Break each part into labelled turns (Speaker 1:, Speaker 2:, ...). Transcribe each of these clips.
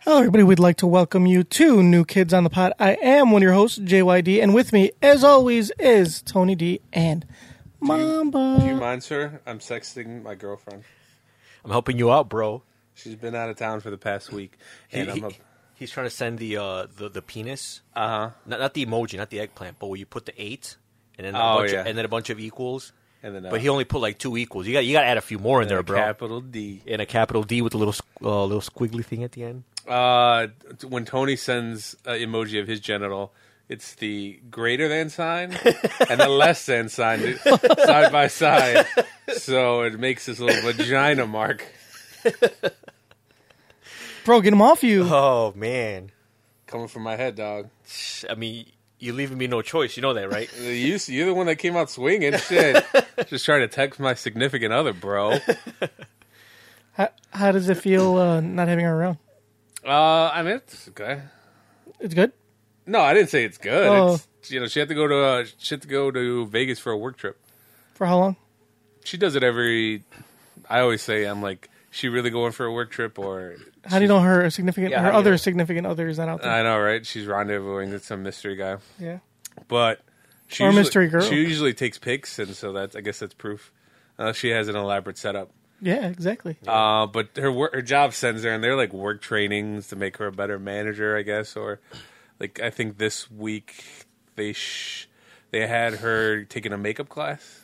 Speaker 1: Hello, everybody. We'd like to welcome you to New Kids on the Pod. I am one of your hosts, JYD, and with me, as always, is Tony D and
Speaker 2: Do you
Speaker 1: Mamba.
Speaker 2: mind, sir? I'm sexting my girlfriend.
Speaker 3: I'm helping you out, bro.
Speaker 2: She's been out of town for the past week, and
Speaker 3: He-
Speaker 2: I'm a,
Speaker 3: he- he's trying to send the uh, the, the penis,
Speaker 2: uh huh.
Speaker 3: not, not the emoji, not the eggplant, but where you put the eight and then a
Speaker 2: Oh,
Speaker 3: bunch
Speaker 2: yeah.
Speaker 3: of, and then a bunch of equals.
Speaker 2: And then, uh,
Speaker 3: but he only put like two equals. You got you got to add a few more in there, bro.
Speaker 2: Capital D.
Speaker 3: and a capital D with a little squ- uh, little squiggly thing at the end.
Speaker 2: Uh, t- when Tony sends an emoji of his genital, it's the greater than sign and the less than sign side by side, so it makes this little vagina mark.
Speaker 1: Bro, get him off you.
Speaker 3: Oh man,
Speaker 2: Coming from my head, dog.
Speaker 3: I mean, you're leaving me no choice. You know that, right?
Speaker 2: You, you're the one that came out swinging. Shit, just trying to text my significant other, bro.
Speaker 1: How, how does it feel uh, not having her around?
Speaker 2: Uh, I mean, it's okay.
Speaker 1: It's good.
Speaker 2: No, I didn't say it's good.
Speaker 1: Oh.
Speaker 2: It's, you know, she had to go to uh, she had to go to Vegas for a work trip.
Speaker 1: For how long?
Speaker 2: She does it every. I always say I'm like, she really going for a work trip or
Speaker 1: How do you know her significant,
Speaker 2: Yeah, how
Speaker 1: her
Speaker 2: do you
Speaker 1: other
Speaker 2: know? Uh,
Speaker 1: significant other is not out there?
Speaker 2: I know, right? She's rendezvousing with some mystery guy,
Speaker 1: yeah.
Speaker 2: but she
Speaker 1: Or
Speaker 2: usually,
Speaker 1: mystery girl.
Speaker 2: She usually takes pics, and so that's I guess that's proof. Uh, she has an elaborate setup.
Speaker 1: Yeah, exactly.
Speaker 2: Uh, but her work, her job sends her, and they're like work trainings to make her a better manager, I guess. Or like I think this week they sh- they had her taking a makeup class.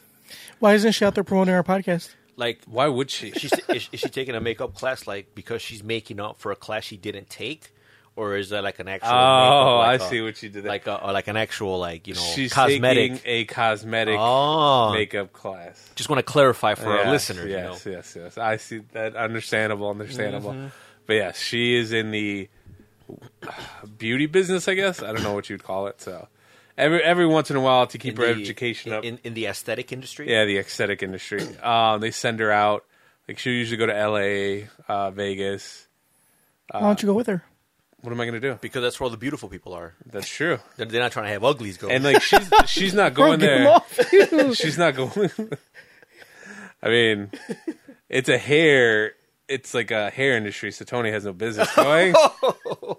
Speaker 1: Why isn't she out there promoting our podcast?
Speaker 3: like,
Speaker 2: Why would she?
Speaker 3: she's is, is she taking a makeup class like because she's making up for a class she didn't take, or is that like an actual?
Speaker 2: Oh,
Speaker 3: makeup,
Speaker 2: I
Speaker 3: like a-
Speaker 2: see what you did there.
Speaker 3: Like a, or like an actual like you know
Speaker 2: She's
Speaker 3: cosmetic.
Speaker 2: taking a cosmetic
Speaker 3: Oh.
Speaker 2: makeup class.
Speaker 3: Just want to clarify for
Speaker 2: Yes,
Speaker 3: our listeners.
Speaker 2: yes,
Speaker 3: you know? Mm-hmm.
Speaker 2: yes, yes. I see that. Understandable, understandable. But yes, she is in the beauty business. I guess I don't know what you'd call it. So every every once in a while to keep her
Speaker 3: the-
Speaker 2: education
Speaker 3: in,
Speaker 2: up.
Speaker 3: in, in the aesthetic industry.
Speaker 2: yeah, the aesthetic industry. Um, they send her out. Like she'll usually go to L.A., uh, Vegas.
Speaker 1: Why don't you go with her?
Speaker 2: What am I gonna do?
Speaker 3: because that's where all the beautiful people are.
Speaker 2: That's true.
Speaker 3: They're, they're not trying to have uglies go.
Speaker 2: And like she's she's not
Speaker 1: Bro,
Speaker 2: going
Speaker 1: get him
Speaker 2: there.
Speaker 1: off you.
Speaker 2: She's not going. I mean, it's a hair. It's like a hair industry, so Tony has no business going.
Speaker 3: Oh.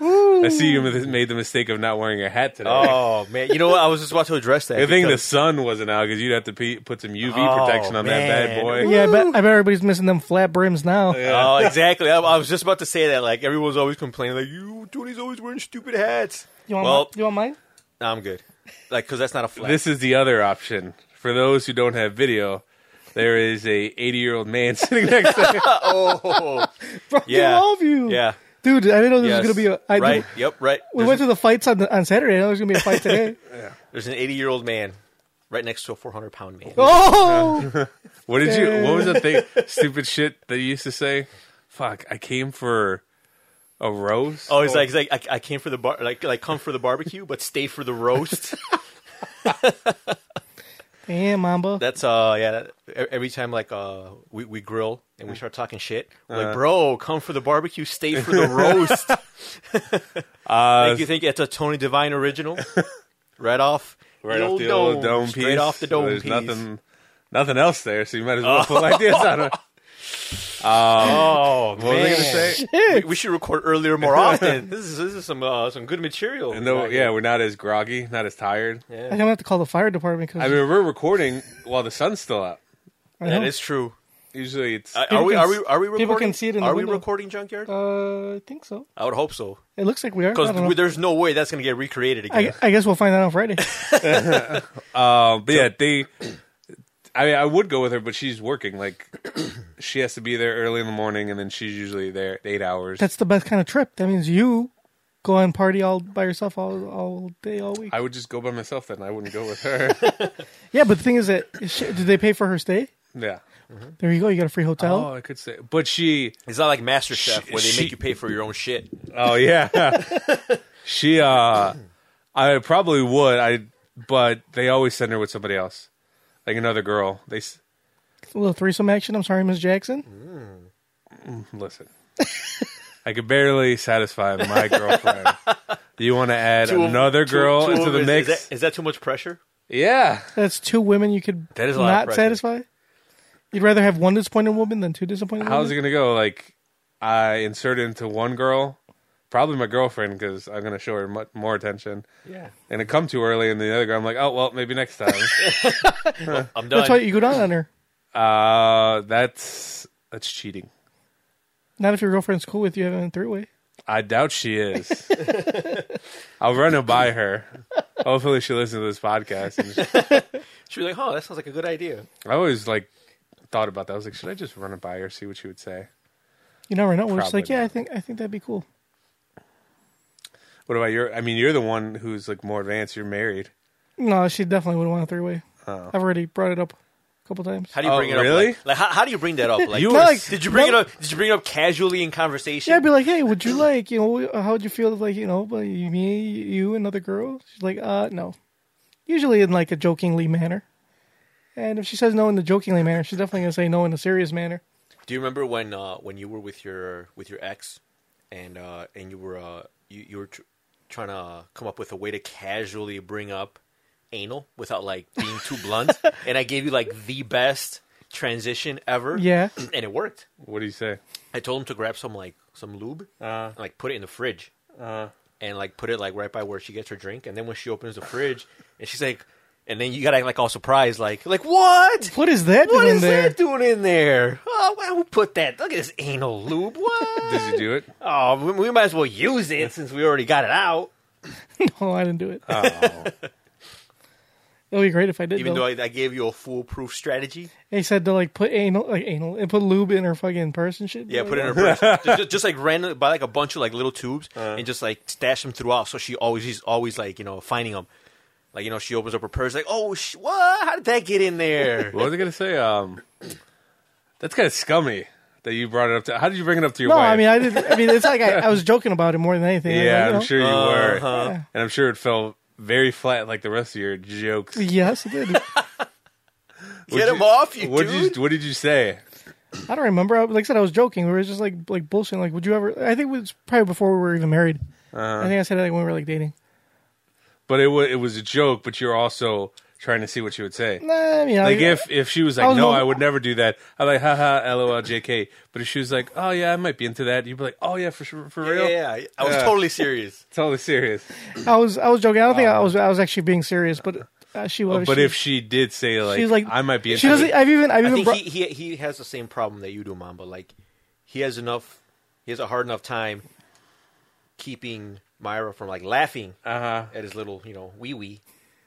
Speaker 2: I see you mis- made the mistake of not wearing a hat today.
Speaker 3: oh man, you know what? I was just about to address that.
Speaker 2: Good thing the
Speaker 3: because-
Speaker 2: sun wasn't out because you'd have to pe- put some UV
Speaker 3: Oh,
Speaker 2: protection on that bad
Speaker 3: man.
Speaker 2: boy.
Speaker 1: yeah, I bet, I bet everybody's missing them flat brims now.
Speaker 3: Oh, exactly. I, I was just about to say that. Like everyone's always complaining, like you, Tony's always wearing stupid hats.
Speaker 1: You, want
Speaker 3: well,
Speaker 1: mi- you want mine?
Speaker 3: nah, I'm good. Like, cause that's not a flag.
Speaker 2: This is the other option for those who don't have video. There is a 80 year old man sitting next to. Him.
Speaker 3: oh,
Speaker 1: Bro, get
Speaker 3: Yeah.
Speaker 1: off you.
Speaker 3: yeah.
Speaker 1: Dude, I didn't know this
Speaker 3: Yes.
Speaker 1: was going to be a. I
Speaker 3: right. Yep. Right.
Speaker 1: We
Speaker 3: There's,
Speaker 1: went to the fights on, the, on Saturday. I know there's going to be a fight today.
Speaker 3: there's an 80 year old man right next to a 400 pound man.
Speaker 1: oh!
Speaker 2: What did you? What was the thing? Stupid shit that you used to say. Fuck! I came for a rose.
Speaker 3: Oh, he's like, he's like I, I came for the bar, like, like come for the barbecue, but stay for the roast.
Speaker 1: Damn, Mamba.
Speaker 3: That's uh yeah. That, e- every time like uh we, we grill and we start talking shit, we're
Speaker 2: Uh-huh.
Speaker 3: like bro, come for the barbecue, stay for the roast.
Speaker 2: Uh,
Speaker 3: Think you think it's a Tony Divine original? right off,
Speaker 2: right off the old dome piece.
Speaker 3: straight off the
Speaker 2: So
Speaker 3: dome
Speaker 2: there's
Speaker 3: piece.
Speaker 2: Nothing, nothing else there, so you might as well pull ideas out of it.
Speaker 3: Oh
Speaker 2: What was I
Speaker 3: man,
Speaker 2: going to say?
Speaker 3: we, we should record earlier more often. this is this is some uh, some good material.
Speaker 2: No, yeah, we're not as groggy, not as tired.
Speaker 1: I think I'm going to have to call the fire department because
Speaker 2: I mean, we're recording while the sun's still up.
Speaker 3: that is true.
Speaker 2: Usually it's.
Speaker 3: Uh,
Speaker 1: People
Speaker 3: are we
Speaker 1: can
Speaker 3: are
Speaker 1: s-
Speaker 3: we are we recording?
Speaker 1: people can see it in the
Speaker 3: are
Speaker 1: window.
Speaker 3: we recording junkyard?
Speaker 1: Uh, I think so.
Speaker 3: I would hope so
Speaker 1: It looks like we are. I, don't know.
Speaker 3: because there's no way that's going to get recreated again.
Speaker 1: I, I guess we'll find out on Friday.
Speaker 2: um, but yeah, they. I mean, I would go with her, but she's working. Like, she has to be there early in the morning, and then she's usually there eight hours.
Speaker 1: That's the best kind of trip. That means you go and party all by yourself all all day, all week.
Speaker 2: I would just go by myself then. I wouldn't go with her.
Speaker 1: yeah, but the thing is that is she, did they pay for her stay?
Speaker 2: yeah.
Speaker 1: There you go. You got a free
Speaker 2: Oh,
Speaker 1: hotel.
Speaker 2: I could say, but she.
Speaker 3: It's not like MasterChef
Speaker 2: She-
Speaker 3: where they
Speaker 2: she-
Speaker 3: make you pay for your own shit.
Speaker 2: Oh yeah. she uh I probably would. I but they always send her with somebody else, like another girl. They s-
Speaker 1: A little threesome action. I'm sorry, Miss Jackson.
Speaker 2: listen. I could barely satisfy my girlfriend. you want to add
Speaker 3: Two of-
Speaker 2: another
Speaker 3: two-
Speaker 2: girl
Speaker 3: two
Speaker 2: into
Speaker 3: of-
Speaker 2: the
Speaker 3: is-
Speaker 2: mix?
Speaker 3: Is Mm-hmm. that, is that too much pressure?
Speaker 2: yeah,
Speaker 1: That's two women you could
Speaker 3: That is a lot of
Speaker 1: not
Speaker 3: pressure.
Speaker 1: satisfy. You'd rather have one disappointed woman than two disappointed
Speaker 2: How's it
Speaker 1: women.
Speaker 2: gonna go? Like, I insert into one girl, probably my girlfriend, because I'm gonna show her mu more attention.
Speaker 3: Yeah.
Speaker 2: And it come too early, and the other girl, I'm like, oh well, maybe next time.
Speaker 3: I'm done.
Speaker 1: That's why you go down on her.
Speaker 2: uh, that's that's cheating.
Speaker 1: Not if your girlfriend's cool with you having a three way.
Speaker 2: I doubt she is. I'll run it by her. Hopefully, she listens to this podcast. And she-
Speaker 3: She was like, "Oh, that sounds like a good idea."
Speaker 2: I always like thought about that. I was like, should I just run it by her, see what she would say?
Speaker 1: You never know. We're just
Speaker 2: Probably
Speaker 1: like, yeah, I
Speaker 2: not.
Speaker 1: think I think that'd be cool.
Speaker 2: What about your? I mean, you're the one who's like more advanced. You're married.
Speaker 1: No, she definitely would not want a three way.
Speaker 3: Oh.
Speaker 1: I've already brought it up a couple times.
Speaker 3: How do you
Speaker 2: Oh,
Speaker 3: bring it
Speaker 2: really?
Speaker 3: up? Like, like how, how do you bring that up? Like,
Speaker 2: You
Speaker 3: you
Speaker 2: were-
Speaker 3: like, did you bring
Speaker 1: No.
Speaker 3: it up? Did you bring it up casually in conversation?
Speaker 1: Yeah, I'd be like, hey, would you like, you know, how would you feel if, like, you know, but you- me, you, another girl? She's like, uh, no. Usually in like a jokingly manner. And if she says no in the jokingly manner, she's definitely gonna say no in a serious manner.
Speaker 3: Do you remember when uh, when you were with your with your ex, and uh, and you were uh, you, you were tr- trying to come up with a way to casually bring up anal without like being too blunt? And I gave you like the best transition ever.
Speaker 1: Yeah.
Speaker 3: and it worked.
Speaker 2: What do you say?
Speaker 3: I told him to grab some like some lube, and, like put it in the fridge, and like put it like right by where she gets her drink. And then when she opens the fridge, and she's like, and then you gotta act like all surprised, like like what?
Speaker 1: What is that
Speaker 3: What
Speaker 1: doing
Speaker 3: is
Speaker 1: there?
Speaker 3: that doing in there? Oh, why who put that? Look at this anal lube. What?
Speaker 2: Did you do it?
Speaker 3: oh, we, we might as well use it since we already got it out.
Speaker 1: No, I didn't do it.
Speaker 2: Oh.
Speaker 1: It would be great if I did.
Speaker 3: Even
Speaker 1: though.
Speaker 3: though I, I gave you a foolproof strategy.
Speaker 1: They said to like put anal, like anal, and put lube in her fucking purse and shit.
Speaker 3: Yeah,
Speaker 1: Like,
Speaker 3: Uh-huh. put it in her purse. just, just, just, like random, buy like a bunch of like little tubes and just like stash them throughout. So she always, she's always like you know finding them. Like you know, she opens up her purse, like oh, sh- what? How did that get in there?
Speaker 2: What was I gonna say? Um, that's kind of scummy that you brought it up to. How did you bring it up to your
Speaker 1: No,
Speaker 2: wife?
Speaker 1: I mean I did. not I mean it's like I, I was joking about it more than anything. Like,
Speaker 2: yeah,
Speaker 1: you
Speaker 2: I'm
Speaker 1: know.
Speaker 2: sure you were,
Speaker 3: Uh-huh.
Speaker 2: and I'm sure it fell very flat, like the rest of your jokes.
Speaker 1: Yes, it did.
Speaker 3: get him off, you
Speaker 2: What
Speaker 3: dude.
Speaker 2: did you What did you say?
Speaker 1: I don't remember. I- Like I said, I was joking. We were just like like bullshitting. Like, would you ever? I think it was probably before we were even married.
Speaker 2: Uh-huh.
Speaker 1: I think I said it like when we were like dating.
Speaker 2: But it was it was a joke. But you're also trying to see what she would say.
Speaker 1: Nah, I mean,
Speaker 2: Like
Speaker 1: I,
Speaker 2: if if she was like,
Speaker 1: was
Speaker 2: no,
Speaker 1: more-
Speaker 2: I would never do that. I'm like, haha, lol, jk. But if she was like, oh yeah, I might be into that, you'd be like, oh yeah, for sure, for real,
Speaker 3: Yeah, yeah, I was
Speaker 2: Yeah.
Speaker 3: totally serious.
Speaker 2: totally serious.
Speaker 1: I was I was joking. I don't think I was I was actually being serious, but uh, she was.
Speaker 2: Oh. But
Speaker 1: she,
Speaker 2: if she did say like,
Speaker 1: she's like,
Speaker 2: I might be into
Speaker 1: she doesn't.
Speaker 2: it,
Speaker 1: I've even I've
Speaker 3: I
Speaker 1: even
Speaker 3: think
Speaker 1: brought,
Speaker 3: he, he he has the same problem that you do, Mamba. Like he has enough, he has a hard enough time keeping Myra from like laughing
Speaker 2: uh-huh.
Speaker 3: at his little you know wee wee,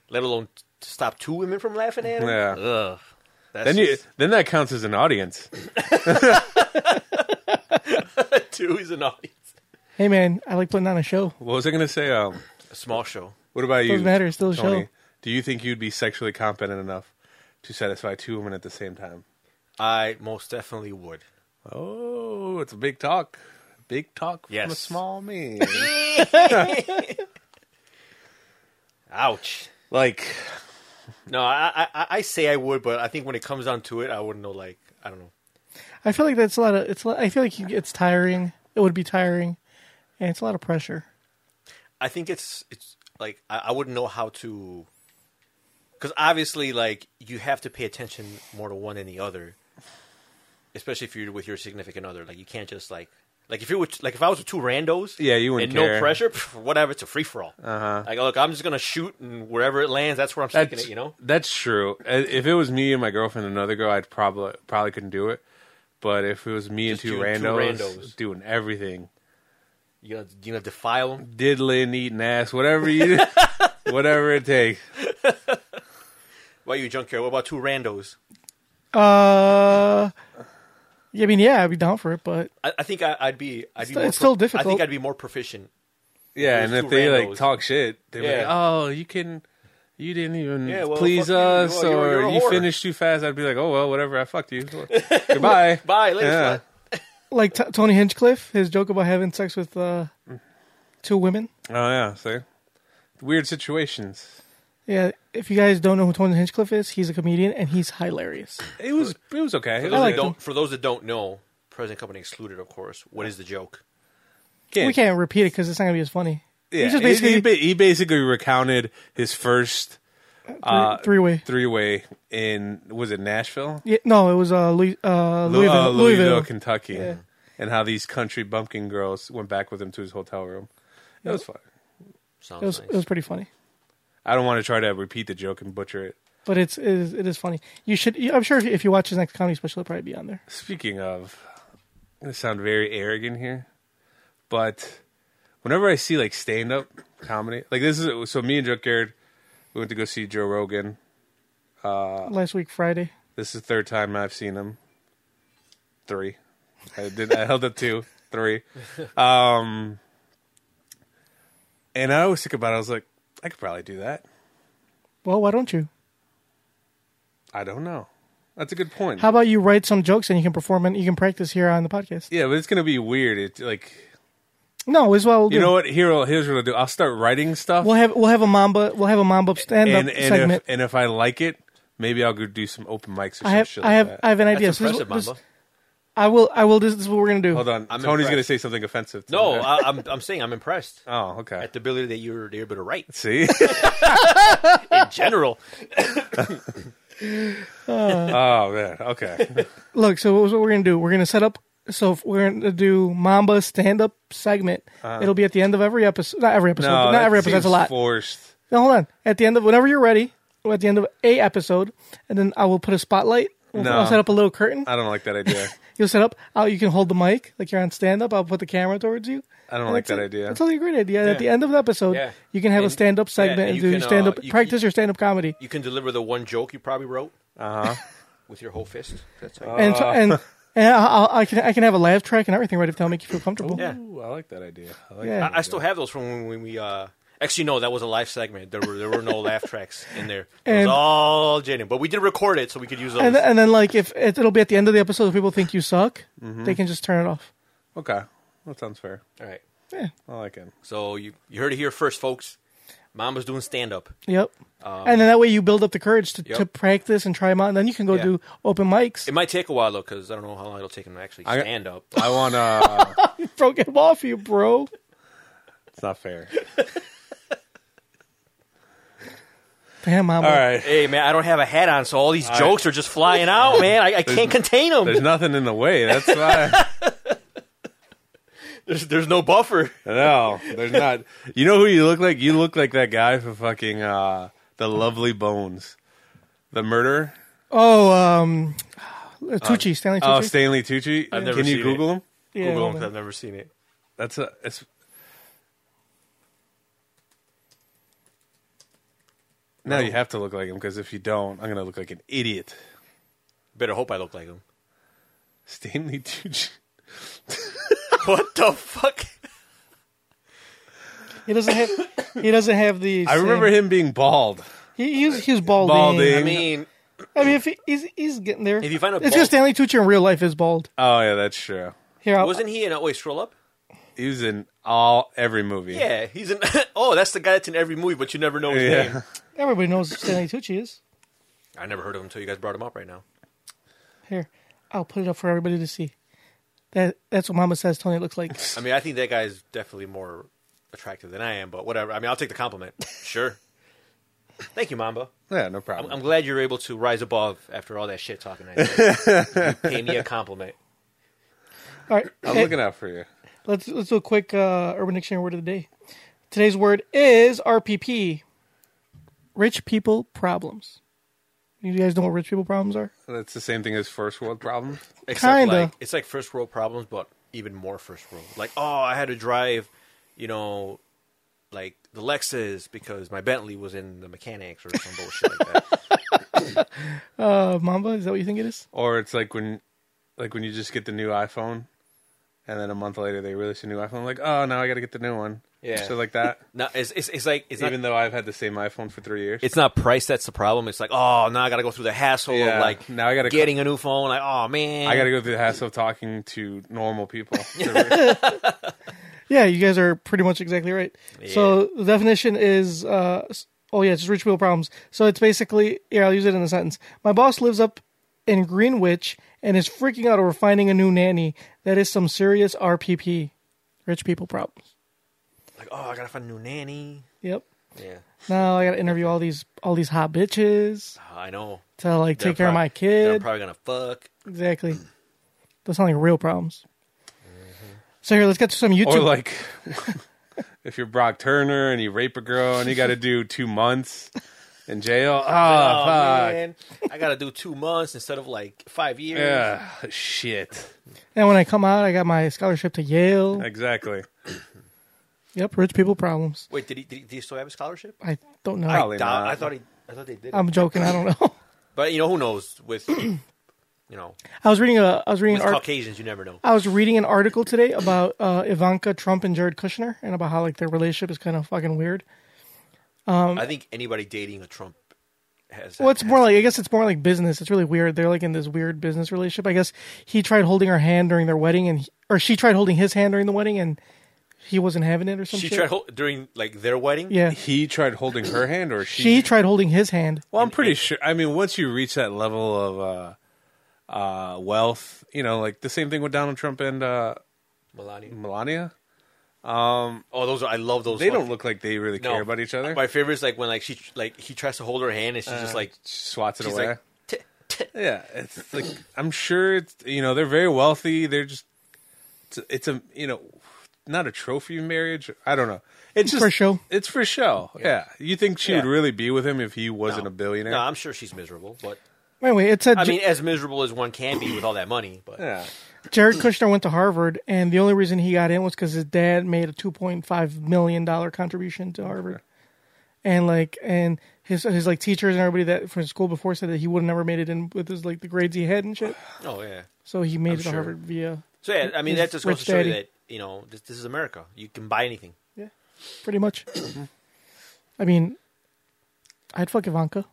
Speaker 3: let alone t- stop two women from laughing at him.
Speaker 2: Yeah.
Speaker 3: Ugh. That's
Speaker 2: then you
Speaker 3: just-
Speaker 2: then that counts as an audience.
Speaker 3: two is an audience.
Speaker 1: hey man, I like putting on a show.
Speaker 2: What was I gonna say? Um,
Speaker 3: A small show.
Speaker 2: what about you?
Speaker 1: Doesn't matter, it's still a
Speaker 2: Tony?
Speaker 1: show.
Speaker 2: Do you think you'd be sexually competent enough to satisfy two women at the same time?
Speaker 3: I most definitely would.
Speaker 2: Oh, it's a big talk. Big talk from a
Speaker 3: Yes.
Speaker 2: small man.
Speaker 3: Ouch.
Speaker 2: like,
Speaker 3: No, I, I- I I say I would, but I think when it comes down to it, I wouldn't know. Like I don't know.
Speaker 1: I feel like that's a lot of. It's. a lot- I feel like you- it's tiring. It would be tiring, and it's a lot of pressure.
Speaker 3: I think it's it's like I, I wouldn't know how to, because obviously, like you have to pay attention more to one than the other, especially if you're with your significant other. Like you can't just like like if you were like if I was with two randos,
Speaker 2: Yeah, you wouldn't
Speaker 3: and
Speaker 2: care.
Speaker 3: no pressure, pff, whatever. It's a free for all. Uh-huh. Like look, I'm just gonna shoot and wherever it lands, that's where I'm sticking
Speaker 2: that's
Speaker 3: it. You know,
Speaker 2: that's true. I- If it was me and my girlfriend and another girl, I'd probably probably couldn't do it. But if it was me
Speaker 3: Just
Speaker 2: and two
Speaker 3: doing two
Speaker 2: randos,
Speaker 3: randos.
Speaker 2: doing everything,
Speaker 3: you know, you know, defile them.
Speaker 2: diddling, eating ass, whatever you, whatever it takes.
Speaker 3: Why you junkyard? What about two randos?
Speaker 1: Uh, yeah, I mean, yeah, I'd be down for it, but
Speaker 3: I, I think I, I'd be. I'd be
Speaker 1: It's-
Speaker 3: more
Speaker 1: it's still
Speaker 3: I
Speaker 1: difficult.
Speaker 3: think I'd be more proficient.
Speaker 2: Yeah,
Speaker 3: Those
Speaker 2: and
Speaker 3: two
Speaker 2: if they like
Speaker 3: randos.
Speaker 2: talk shit, they're like,
Speaker 3: Yeah.
Speaker 2: "Oh, you can, you didn't even
Speaker 3: Yeah, well,
Speaker 2: please
Speaker 3: fuck you.
Speaker 2: us,
Speaker 3: Well, you're-
Speaker 2: or
Speaker 3: you're a
Speaker 2: you
Speaker 3: whore."
Speaker 2: finished too fast." I'd be like, "Oh well, whatever. I fucked you. Goodbye,
Speaker 3: Bye, later.
Speaker 2: Yeah.
Speaker 3: slut.
Speaker 1: like t- Tony Hinchcliffe, his joke about having sex with uh, two women.
Speaker 2: Oh yeah, see, weird situations.
Speaker 1: Yeah, if you guys don't know who Tony Hinchcliffe is, he's a comedian and he's hilarious.
Speaker 2: It was it was okay. It
Speaker 3: For
Speaker 2: was
Speaker 3: those,
Speaker 1: like
Speaker 3: that
Speaker 2: good.
Speaker 3: don't, for those that don't know, present company excluded, of course. What is the joke?
Speaker 1: We can't repeat it because it's not gonna be as funny.
Speaker 2: Yeah,
Speaker 1: He's just
Speaker 2: he- he
Speaker 1: basically
Speaker 2: ba- he, basically recounted his first uh,
Speaker 1: three way.
Speaker 2: three way in was it Nashville,
Speaker 1: Yeah, no, it was uh, Louis, uh,
Speaker 2: Lou-
Speaker 1: Louisville,
Speaker 2: uh,
Speaker 1: Louisville.
Speaker 2: Kentucky, and how these country bumpkin girls went back with him to his hotel room. It was fun.
Speaker 3: Sounds
Speaker 1: It was
Speaker 3: nice.
Speaker 1: it was pretty funny,
Speaker 2: I don't want to try to repeat the joke and butcher it.
Speaker 1: but it's it is, it is funny. You should. I'm sure if, if you watch his next comedy special, it'll probably be on there.
Speaker 2: Speaking of, I'm gonna sound very arrogant here, but whenever I see like stand up comedy, like this is so me and Joe Garrett, we went to go see Joe Rogan. Uh.
Speaker 1: Last week Friday,
Speaker 2: This is the third time I've seen him. Three. I did. I held up two, three. Um, and I always think about. it. I was like, I could probably do that.
Speaker 1: well, why don't you?
Speaker 2: I don't know. That's a good point.
Speaker 1: How about you write some jokes and you can perform and you can practice here on the podcast?
Speaker 2: yeah, but it's gonna be weird. It like
Speaker 1: No, as well. We'll
Speaker 2: you
Speaker 1: do.
Speaker 2: know what? Here, I'll- here's what I'll do. I'll start writing stuff.
Speaker 1: We'll have we'll have a mamba we'll have a mamba stand up
Speaker 2: and and if,
Speaker 1: segment.
Speaker 2: and if I like it, maybe I'll go do some open mics or
Speaker 1: I
Speaker 2: some
Speaker 1: have
Speaker 2: shit like
Speaker 1: I have
Speaker 2: that.
Speaker 1: I have an
Speaker 3: That's
Speaker 1: idea. So this-
Speaker 3: impressive,
Speaker 1: this-
Speaker 3: Mamba.
Speaker 1: I will I will. This, this is what we're gonna do.
Speaker 2: Hold on,
Speaker 3: I'm
Speaker 2: Tony's gonna
Speaker 3: impressed.
Speaker 2: say something offensive. To
Speaker 3: No,
Speaker 2: me.
Speaker 3: I, I'm I'm saying I'm impressed
Speaker 2: oh, okay.
Speaker 3: at the ability that you're, that you're able to write
Speaker 2: See,
Speaker 3: in general.
Speaker 2: oh man, okay.
Speaker 1: Look, so what we're gonna do? We're gonna set up. So if we're gonna do Mamba stand up segment. It'll be at the end of every episode. Not every episode.
Speaker 2: No,
Speaker 1: but not
Speaker 2: that
Speaker 1: every episode. That's a
Speaker 2: seems
Speaker 1: lot.
Speaker 2: Forced.
Speaker 1: No, hold on. At the end of whenever you're ready, or at the end of a episode, and then I will put a spotlight. We'll,
Speaker 2: No.
Speaker 1: I'll set up a little curtain.
Speaker 2: I don't like that idea.
Speaker 1: You'll set up. I'll, you can hold the mic like you're on stand up. I'll put the camera towards you.
Speaker 2: I don't
Speaker 1: And
Speaker 2: like
Speaker 1: that's
Speaker 2: that
Speaker 1: it.
Speaker 2: idea.
Speaker 1: That's only a great idea. At the end of the episode,
Speaker 3: Yeah.
Speaker 1: you can have a
Speaker 3: And-
Speaker 1: stand up
Speaker 3: yeah,
Speaker 1: segment
Speaker 3: and
Speaker 1: and
Speaker 3: you
Speaker 1: do
Speaker 3: can,
Speaker 1: stand up,
Speaker 3: uh, you-
Speaker 1: practice your stand up comedy.
Speaker 3: You can deliver the one joke you probably wrote uh-huh. with your whole fist. That's how you-
Speaker 1: and so, and and I'll, I'll, I can I can have a laugh track and everything ready to make you feel comfortable.
Speaker 3: Yeah.
Speaker 2: Ooh, I like that idea. I like
Speaker 1: Yeah.
Speaker 2: that
Speaker 3: I, I
Speaker 2: idea.
Speaker 3: still have those from when, when we. Uh, actually, no, that was a live segment. There were there were no laugh tracks in there. It
Speaker 1: And-
Speaker 3: was all genuine, but we did record it, so we could use those.
Speaker 1: And and then like if it, it'll be at the end of the episode, if people think you suck, they can just turn it off.
Speaker 2: Okay, that sounds fair.
Speaker 1: uh,
Speaker 3: all right,
Speaker 1: Yeah.
Speaker 2: I like it.
Speaker 3: so you you heard it here first, folks. Mama's doing stand up.
Speaker 1: Yep. and then that way you build up the courage to, to
Speaker 3: Yep.
Speaker 1: practice and try them out, and then you can go
Speaker 3: Yeah.
Speaker 1: do open mics.
Speaker 3: It might take a while though, because I don't know how long it'll take him to actually
Speaker 2: I-
Speaker 3: stand up.
Speaker 2: I want to.
Speaker 1: Bro, get them off you, bro.
Speaker 2: it's not fair.
Speaker 1: Damn, mama.
Speaker 2: All right.
Speaker 3: Hey man, I don't have a hat on, so all these jokes are just flying out, man. I, I can't contain them.
Speaker 2: There's
Speaker 3: There's,
Speaker 2: nothing in the way. That's why.
Speaker 3: there's, no buffer.
Speaker 2: No, there's not. You know who you look like? You look like that guy for fucking uh, the Lovely Bones, the murderer.
Speaker 1: Oh, um, Tucci, Stanley Tucci.
Speaker 2: Oh, Stanley Tucci.
Speaker 3: I've never
Speaker 2: Can you
Speaker 3: seen
Speaker 2: Google him?
Speaker 1: Yeah,
Speaker 3: Google 'em,
Speaker 1: hold
Speaker 3: 'cause
Speaker 1: on.
Speaker 3: I've never seen it.
Speaker 2: That's a. It's, no, you have to look like him because if you don't, I'm gonna look like an idiot.
Speaker 3: Better hope I look like him.
Speaker 2: Stanley Tucci.
Speaker 3: what the fuck?
Speaker 1: He doesn't have. He doesn't have the.
Speaker 2: I remember him being bald.
Speaker 1: He, he's he's balding.
Speaker 2: Balding.
Speaker 3: I mean,
Speaker 1: I mean, if he, he's he's getting there.
Speaker 3: If you find a
Speaker 1: it's just Stanley
Speaker 3: bald-
Speaker 1: Tucci in real life is bald.
Speaker 2: Oh yeah, that's true.
Speaker 1: Here, I'll,
Speaker 3: wasn't he in? Oh, wait, scroll up.
Speaker 2: He was in all every movie.
Speaker 3: Yeah, he's in. oh, that's the guy that's in every movie, but you never know his
Speaker 2: Yeah.
Speaker 3: name.
Speaker 1: everybody knows who Stanley Tucci is.
Speaker 3: I never heard of him until you guys brought him up right now.
Speaker 1: Here, I'll put it up for everybody to see. That that's what Mama says. Tony looks like.
Speaker 3: I mean, I think that guy's definitely more attractive than I am, but whatever. I mean, I'll take the compliment. Sure. Thank you, Mamba.
Speaker 2: yeah, no problem.
Speaker 3: I'm glad you're able to rise above after all that shit talking. I did. you pay me a compliment.
Speaker 1: All right,
Speaker 2: I'm
Speaker 1: hey,
Speaker 2: looking out for you.
Speaker 1: let's let's do a quick uh, Urban Dictionary word of the day. Today's word is RPP. Rich people problems. You guys know what rich people problems are?
Speaker 2: That's the same thing as first world problems.
Speaker 3: Except
Speaker 1: Kinda.
Speaker 3: like it's like first world problems, but even more first world. Like, oh, I had to drive, you know, like the Lexus because my Bentley was in the mechanics or some bullshit like that.
Speaker 1: Uh, Mamba, is that what you think it is?
Speaker 2: Or it's like when, like when you just get the new iPhone, and then a month later they release a new iPhone. Like, oh, now I got to get the new one.
Speaker 3: Yeah.
Speaker 2: So like that.
Speaker 3: No, it's it's, it's like it's
Speaker 2: Even
Speaker 3: not,
Speaker 2: though I've had the same iPhone for three years.
Speaker 3: it's not price that's the problem. It's like, oh, now I got to go through the hassle
Speaker 2: Yeah,
Speaker 3: of like
Speaker 2: now I gotta-
Speaker 3: getting a new phone. Like, oh man,
Speaker 2: I got to go through the hassle of talking to normal people. They're
Speaker 1: Yeah, you guys are pretty much exactly right. So the definition is uh, s- Oh yeah, it's just rich people problems. So it's basically yeah, I'll use it in a sentence. My boss lives up in Greenwich and is freaking out over finding a new nanny. That is some serious RPP, rich people problems.
Speaker 3: Like, oh, I gotta find a new nanny.
Speaker 1: Yep.
Speaker 3: Yeah,
Speaker 1: Now I got to interview all these all these hot bitches
Speaker 3: I know.
Speaker 1: to like
Speaker 3: They're
Speaker 1: take care of
Speaker 3: prob-
Speaker 1: my
Speaker 3: They're
Speaker 1: kid.
Speaker 3: probably gonna fuck.
Speaker 1: exactly. Those sound like real problems. So here, let's get to some YouTube.
Speaker 2: Or like, if you're Brock Turner and you rape a girl and you got to do two months in jail. Oh,
Speaker 3: Oh,
Speaker 2: fuck.
Speaker 3: man, I gotta do two months instead of like five years.
Speaker 2: Yeah, shit.
Speaker 1: and when I come out, I got my scholarship to Yale.
Speaker 2: Exactly.
Speaker 1: yep, rich people problems.
Speaker 3: Wait, did he, did he, did he still have a scholarship?
Speaker 1: I don't know.
Speaker 2: Probably
Speaker 3: I, doubt-
Speaker 2: not.
Speaker 3: I thought he. I thought they did.
Speaker 1: I'm joking. I don't know.
Speaker 3: But you know who knows with you know
Speaker 1: I was reading a I was reading
Speaker 3: with
Speaker 1: an art-
Speaker 3: Caucasians you never know.
Speaker 1: I was reading an article today about uh, Ivanka Trump and Jared Kushner and about how like their relationship is kind of fucking weird.
Speaker 3: I think anybody dating a Trump has.
Speaker 1: um, Well, it's more like I guess it's more like business. It's really weird. They're like in this weird business relationship. I guess he tried holding her hand during their wedding, and he- or she tried holding his hand during the wedding, and he wasn't having it or some
Speaker 3: she
Speaker 1: shit.
Speaker 3: tried hol- during like their wedding.
Speaker 1: yeah,
Speaker 2: He tried holding her hand, or she?
Speaker 1: she tried holding his hand.
Speaker 2: well, I'm pretty sure. I mean, once you reach that level of uh, uh, wealth, you know, like the same thing with Donald Trump and uh,
Speaker 3: Melania.
Speaker 2: Melania.
Speaker 3: Oh, those are, I love those.
Speaker 2: They
Speaker 3: ones.
Speaker 2: don't look like they really
Speaker 3: No.
Speaker 2: care about each other.
Speaker 3: My favorite is like when like she like he tries to hold her hand and she's
Speaker 1: Uh,
Speaker 3: just like
Speaker 2: swats it
Speaker 3: she's
Speaker 2: away.
Speaker 3: like "T- t-"
Speaker 2: Yeah, it's like I'm sure it's you know they're very wealthy. They're just it's a, it's a you know not a trophy marriage. I don't know. It's just
Speaker 1: for show.
Speaker 2: It's for show. Yeah, you think she would
Speaker 3: Yeah.
Speaker 2: really be with him if he wasn't
Speaker 3: No.
Speaker 2: a billionaire?
Speaker 3: No, I'm sure she's miserable, but
Speaker 1: Anyway, it said
Speaker 3: I
Speaker 1: J-
Speaker 3: mean, as miserable as one can be with all that money. But
Speaker 2: yeah,
Speaker 1: Jared Kushner went to Harvard, and the only reason he got in was because his dad made a two point five million dollar contribution to Harvard, and like and his his like teachers and everybody that from school before said that he would have never made it in with his like the grades he had and shit.
Speaker 3: oh yeah.
Speaker 1: So he made it to
Speaker 2: sure.
Speaker 1: Harvard via
Speaker 3: So yeah, I mean
Speaker 1: He's
Speaker 3: that just goes
Speaker 1: rich
Speaker 3: to show you
Speaker 1: daddy.
Speaker 3: that you know this, this is America. You can buy anything.
Speaker 1: Yeah, pretty much.
Speaker 2: Mm-hmm.
Speaker 1: I mean, I'd fuck Ivanka.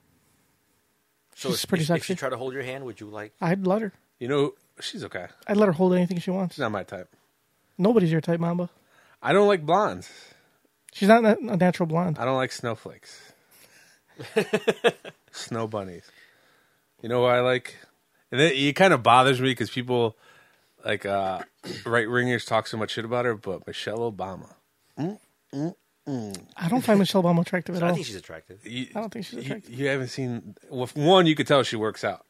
Speaker 3: So
Speaker 1: She's
Speaker 3: if,
Speaker 1: pretty
Speaker 3: if, If
Speaker 1: sexy.
Speaker 3: she tried to hold your hand, would you like?
Speaker 1: I'd let her.
Speaker 2: you know she's okay.
Speaker 1: I'd let her hold anything she wants.
Speaker 2: She's not my type.
Speaker 1: Nobody's your type, Mamba.
Speaker 2: I don't like blondes.
Speaker 1: She's not na- a natural blonde.
Speaker 2: I don't like snowflakes. Snow bunnies. You know what I like? And it, it kind of bothers me because people like uh, right wingers talk so much shit about her, but Michelle Obama.
Speaker 1: I don't find Michelle Obama attractive at
Speaker 3: I
Speaker 1: all.
Speaker 3: think she's attractive.
Speaker 2: You,
Speaker 1: I don't think she's
Speaker 2: you-
Speaker 1: attractive.
Speaker 2: You, haven't seen well, for one. You could tell she works out.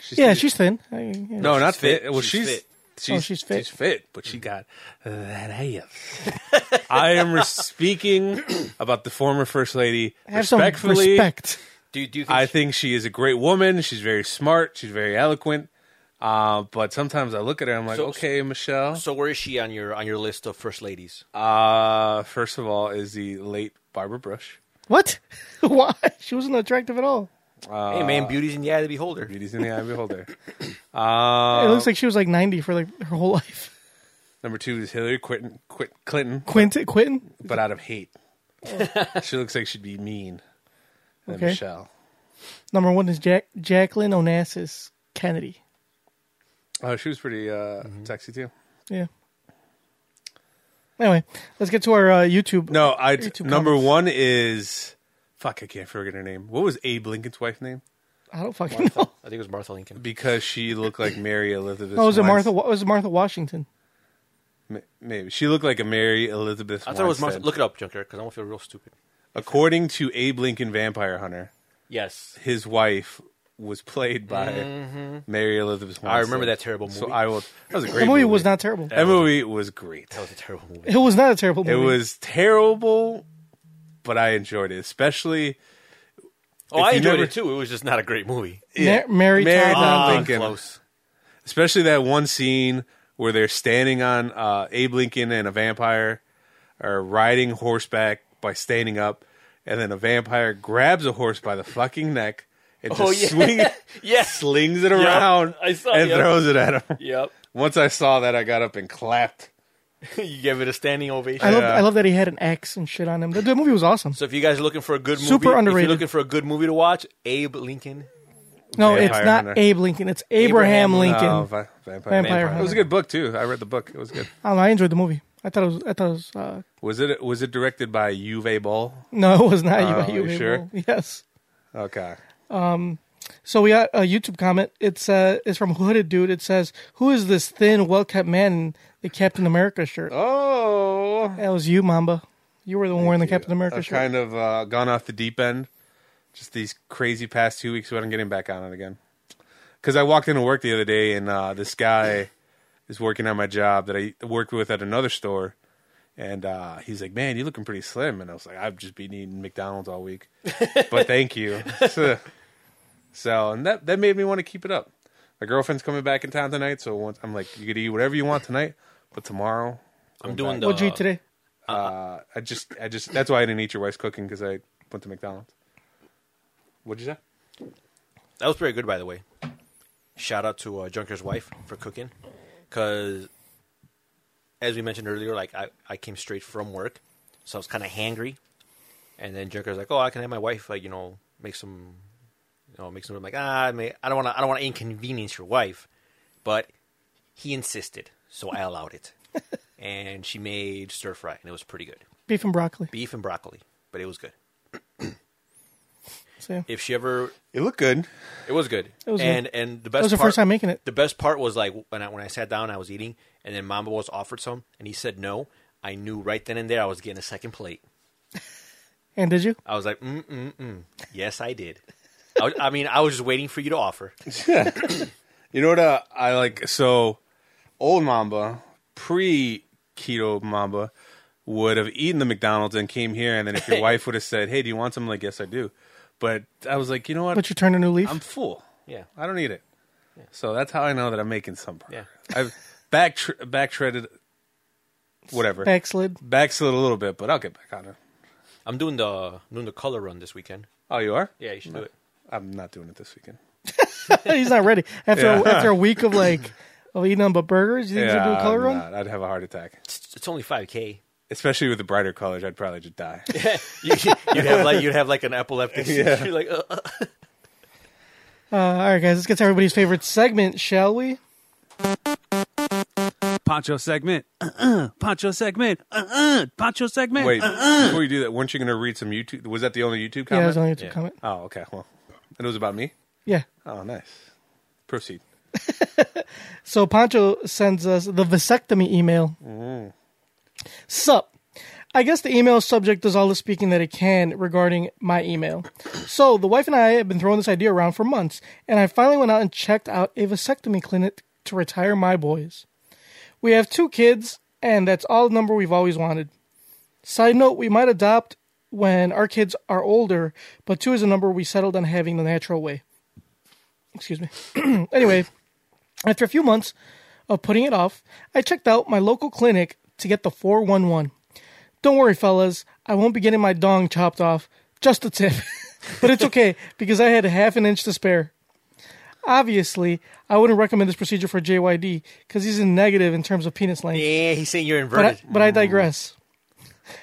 Speaker 2: She's
Speaker 1: yeah,
Speaker 2: fit.
Speaker 1: she's thin. I, yeah.
Speaker 2: no, not
Speaker 3: She's
Speaker 2: fit.
Speaker 3: fit.
Speaker 2: Well,
Speaker 3: She's
Speaker 2: she's
Speaker 3: fit. Mm.
Speaker 2: She's,
Speaker 1: Oh, she's fit.
Speaker 2: She's fit, but she got uh, that ass. I am res- speaking about the former first lady
Speaker 1: have some
Speaker 2: respectfully.
Speaker 1: respect.
Speaker 3: Do you do you think?
Speaker 2: I think she is a great woman. She's very smart. She's very eloquent. Uh, but sometimes I look at her, I'm like,
Speaker 3: So-
Speaker 2: okay, Michelle.
Speaker 3: so where is she on your on your list of first ladies?
Speaker 2: Uh, first of all, is the late Barbara Bush.
Speaker 1: What? Why? She wasn't attractive at all.
Speaker 3: hey man, beauty's in the eye of the beholder.
Speaker 2: Beauty's in the eye of the beholder. Uh,
Speaker 1: it looks like she was like ninety for like her whole life.
Speaker 2: Number two is Hillary Quinton, Quit, Clinton,
Speaker 1: Quentin, Quentin.
Speaker 2: but out of hate. she looks like she'd be mean. Than
Speaker 1: Okay.
Speaker 2: Michelle.
Speaker 1: Number one is Jack Jacqueline Onassis Kennedy.
Speaker 2: Oh, she was pretty uh,
Speaker 1: Mm-hmm.
Speaker 2: sexy too.
Speaker 1: Yeah. Anyway, let's get to our uh, YouTube.
Speaker 2: No, I
Speaker 1: two
Speaker 2: number
Speaker 1: comments.
Speaker 2: one is fuck. I can't forget her name. What was Abe Lincoln's wife's name?
Speaker 1: I don't fucking know.
Speaker 3: I think it was Martha Lincoln.
Speaker 2: Because she looked like Mary Elizabeth.
Speaker 1: No, Oh, was it Martha?
Speaker 2: Weinstein.
Speaker 1: Wa- Was it Martha Washington?
Speaker 2: Ma- Maybe she looked like a Mary Elizabeth.
Speaker 3: I thought it was Martha.
Speaker 2: Weinstein.
Speaker 3: Look it up, Junker, because I won't feel real stupid.
Speaker 2: According to Abe Lincoln, Vampire Hunter,
Speaker 3: Yes,
Speaker 2: his wife was played by Mary Elizabeth. Weinstein.
Speaker 3: Mm-hmm. I remember that terrible
Speaker 2: So
Speaker 3: movie.
Speaker 2: I will. That was a great.
Speaker 1: The movie was not terrible.
Speaker 2: That movie was great.
Speaker 3: that was a terrible movie.
Speaker 1: It was not a terrible
Speaker 2: It
Speaker 1: movie.
Speaker 2: was terrible, but I enjoyed it, especially
Speaker 3: Oh, I
Speaker 2: you
Speaker 3: enjoyed
Speaker 2: never-
Speaker 3: it too. It was just not a great movie.
Speaker 2: yeah,
Speaker 1: Ma- Mary
Speaker 2: Mary
Speaker 1: Todd uh,
Speaker 2: Todd
Speaker 3: Ah,
Speaker 2: Lincoln.
Speaker 3: close.
Speaker 2: especially that one scene where they're standing on uh, Abe Lincoln and a vampire are riding horseback by standing up, and then a vampire grabs a horse by the fucking neck and just
Speaker 3: Oh, yeah.
Speaker 2: swing,
Speaker 3: Yes.
Speaker 2: slings it around
Speaker 3: I saw-
Speaker 2: and
Speaker 3: yep.
Speaker 2: throws it at him.
Speaker 3: Yep.
Speaker 2: Once I saw that, I got up and clapped.
Speaker 3: you gave it a standing ovation.
Speaker 1: I love.
Speaker 2: yeah.
Speaker 1: I love that he had an axe and shit on him. The, the movie was awesome.
Speaker 3: so if you guys are looking for a good movie,
Speaker 1: Super underrated.
Speaker 3: If you're looking for a good movie to watch, Abe Lincoln.
Speaker 1: no, it's
Speaker 2: Vampire
Speaker 1: not
Speaker 2: Hunter.
Speaker 1: Abe Lincoln. It's Abraham,
Speaker 3: Abraham
Speaker 1: Lincoln.
Speaker 2: Oh, va- vampire.
Speaker 1: Vampire
Speaker 2: It was a good book too. I read the book. It was good.
Speaker 1: I, don't know, I enjoyed the movie. I thought it was. I thought it was. Uh,
Speaker 2: Was it was it directed by Uwe Boll?
Speaker 1: no, it was not
Speaker 2: Oh,
Speaker 1: you.
Speaker 2: you
Speaker 1: Abel.
Speaker 2: sure?
Speaker 1: Yes.
Speaker 2: Okay.
Speaker 1: So we got a YouTube comment. It's uh, it's from Hooded Dude. It says, "Who is this thin, well-kept man in the Captain America shirt?"
Speaker 2: Oh,
Speaker 1: That was you, Mamba. You were the one wearing the Captain America
Speaker 2: I've
Speaker 1: shirt.
Speaker 2: kind of uh, gone off the deep end. Just these crazy past two weeks, but I'm getting back on it again. Because I walked into work the other day, and uh, this guy is working on my job that I worked with at another store, and uh, he's like, "Man, you're looking pretty slim." And I was like, "I've just been eating McDonald's all week, but thank you." so, and that that made me want to keep it up. My girlfriend's coming back in town tonight, so once, I'm like, "You could eat whatever you want tonight, but tomorrow."
Speaker 3: I'm doing the.
Speaker 1: What'd you eat today?
Speaker 2: Uh, I just, I just. That's why I didn't eat your wife's cooking because I went to McDonald's. What'd you say?
Speaker 3: That was very good, by the way. Shout out to uh, Junker's wife for cooking, because as we mentioned earlier, like I, I came straight from work, so I was kind of hangry, and then Junker's like, "Oh, I can have my wife, like you know, make some, you know, make some." I'm like, "Ah, I, may, I don't want to, I don't want to inconvenience your wife," but he insisted, so I allowed it, and she made stir fry, and it was pretty good,
Speaker 1: Beef and broccoli.
Speaker 3: beef and broccoli, but it was good.
Speaker 1: So, yeah.
Speaker 3: If she ever,
Speaker 2: It looked good.
Speaker 3: it was good,
Speaker 1: It was good.
Speaker 3: and and the best
Speaker 1: That was the
Speaker 3: part-
Speaker 1: first time making it.
Speaker 3: The best part was like when I when I sat down, I was eating, and then Mamba was offered some, and he said no. I knew right then and there I was getting a second plate.
Speaker 1: And did you?
Speaker 3: I was like, mm mm mm. Yes, I did. I, was- I mean, I was just waiting for you to offer.
Speaker 2: You know what uh, I like? So, old Mamba, pre keto Mamba, would have eaten the McDonald's and came here, and then if your wife would have said, "Hey, do you want some?" I'm like, yes, I do. But I was like, you know what?
Speaker 1: But you turned a new leaf.
Speaker 2: I'm full.
Speaker 3: Yeah,
Speaker 2: I don't need it. So that's how I know that I'm making some progress.
Speaker 3: Yeah.
Speaker 2: I've back tr- back treaded, whatever,
Speaker 1: Backslid.
Speaker 2: backslid a little bit, but I'll get back on it.
Speaker 3: I'm doing the I'm doing the color run this weekend.
Speaker 2: Oh, you are?
Speaker 3: Yeah, you should do it.
Speaker 2: I'm not doing it this weekend.
Speaker 1: He's not ready after a,
Speaker 2: Yeah.
Speaker 1: after a week of like of eating nothing but burgers. You think he's gonna do a color run?
Speaker 2: I'm not. I'd have a heart attack,
Speaker 3: It's, it's only five k.
Speaker 2: especially with the brighter colors. I'd probably just die.
Speaker 3: you, you'd have like you'd have like an epileptic. Yeah. You're like, uh, uh.
Speaker 1: Uh, all right, guys, let's get to everybody's favorite segment, shall we?
Speaker 4: Pancho segment. Uh-uh. Pancho segment. Uh-uh. Pancho segment.
Speaker 2: Wait, before you do that, weren't you going to read some YouTube? Was that the only YouTube
Speaker 1: Uh-uh. Yeah, that
Speaker 2: comment?
Speaker 1: was on YouTube
Speaker 3: Yeah.
Speaker 1: comment.
Speaker 2: oh, okay. Well, and it was about me.
Speaker 1: Yeah.
Speaker 2: Oh, nice. Proceed.
Speaker 1: So Pancho sends us the vasectomy email. Sup. I guess the email subject does all the speaking that it can regarding my email. So the wife and I have been throwing this idea around for months, and I finally went out and checked out a vasectomy clinic to retire my boys. We have two kids, and that's all the number we've always wanted. Side note, we might adopt when our kids are older, but two is a number we settled on having the natural way. Excuse me. anyway, after a few months of putting it off, I checked out my local clinic to get the 411. Don't worry, fellas, I won't be getting my dong chopped off, just a tip. but it's okay because I had half an inch to spare. Obviously, I wouldn't recommend this procedure for JYD because he's in negative in terms of penis length.
Speaker 3: yeah, he's saying you're
Speaker 1: But I,
Speaker 3: inverted.
Speaker 1: but I digress.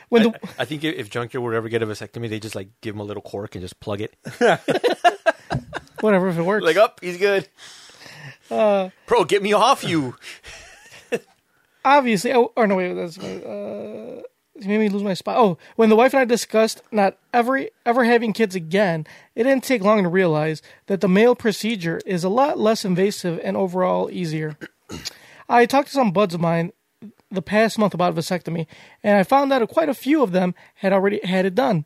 Speaker 1: When the
Speaker 3: I think if, if Junkyard would ever get a vasectomy, they just like give him a little cork and just plug it.
Speaker 1: whatever if it works.
Speaker 3: Like, oh. up, he's good. Bro, get me off you.
Speaker 1: obviously, oh, or no, wait, that's uh, you made me lose my spot. Oh, when the wife and I discussed not ever ever having kids again, it didn't take long to realize that the male procedure is a lot less invasive and overall easier. I talked to some buds of mine the past month about vasectomy, and I found out quite a few of them had already had it done.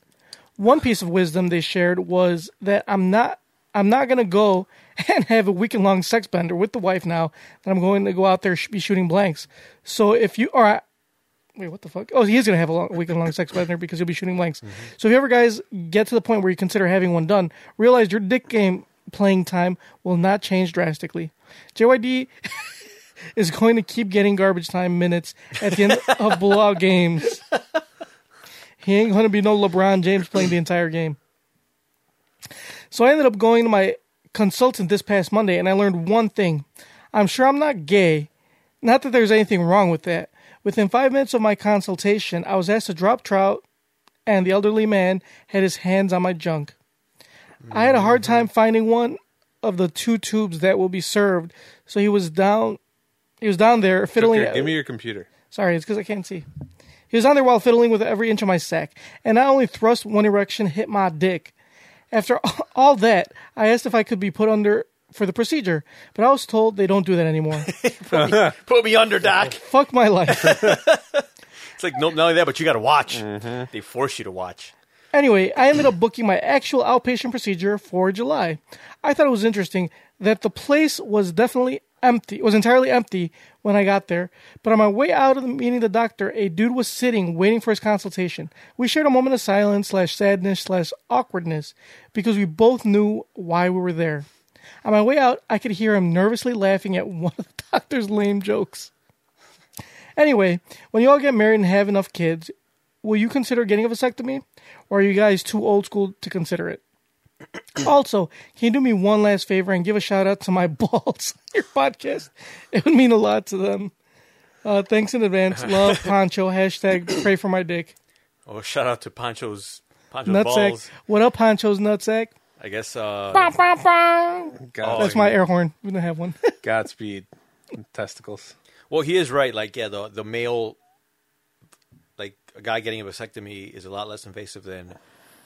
Speaker 1: One piece of wisdom they shared was that I'm not I'm not gonna go and have a weekend long sex bender with the wife now that I'm going to go out there sh- be shooting blanks. So if you or I, wait, what the fuck? Oh, he is gonna have a long, weekend long sex bender because he'll be shooting blanks. So if you ever guys get to the point where you consider having one done, realize your dick game playing time will not change drastically. JYD is going to keep getting garbage time minutes at the end of blowout games. He ain't going to be no LeBron James playing the entire game. So I ended up going to my consultant this past Monday and I learned one thing. I'm sure I'm not gay. Not that there's anything wrong with that. Within five minutes of my consultation, I was asked to drop trout, and the elderly man had his hands on my junk. I had a hard time finding one of the two tubes that will be served, so he was down. He was down there fiddling.
Speaker 2: Tucker, give me your computer.
Speaker 1: Sorry, it's because I can't see. He was on there while fiddling with every inch of my sack, and not only thrust one erection hit my dick. After all that, I asked if I could be put under for the procedure, but I was told they don't do that anymore.
Speaker 3: Put me under, doc.
Speaker 1: Fuck my life.
Speaker 3: It's like, nope, not only that, but you got to watch. They force you to watch.
Speaker 1: Anyway, I ended up booking my actual outpatient procedure for July. I thought it was interesting that the place was definitely empty. It was entirely empty when I got there. But on my way out of the meeting the doctor, a dude was sitting waiting for his consultation. We shared a moment of silence slash sadness slash awkwardness because we both knew why we were there. On my way out, I could hear him nervously laughing at one of the doctor's lame jokes. Anyway, when you all get married and have enough kids, will you consider getting a vasectomy? Or are you guys too old school to consider it? also, can you do me one last favor and give a shout out to my balls on your podcast? It would mean a lot to them. Uh, thanks in advance. Love, Poncho. Hashtag pray for my dick.
Speaker 3: Oh, shout out to Pancho's, Pancho's
Speaker 1: Nutsack.
Speaker 3: balls.
Speaker 1: What up, Poncho's nutsack?
Speaker 3: I guess uh,
Speaker 1: Bow, bow, bow.
Speaker 2: God,
Speaker 1: That's my air horn. We don't have one.
Speaker 2: Godspeed, testicles.
Speaker 3: Well, he is right. Like, yeah, the the male, like a guy getting a vasectomy is a lot less invasive than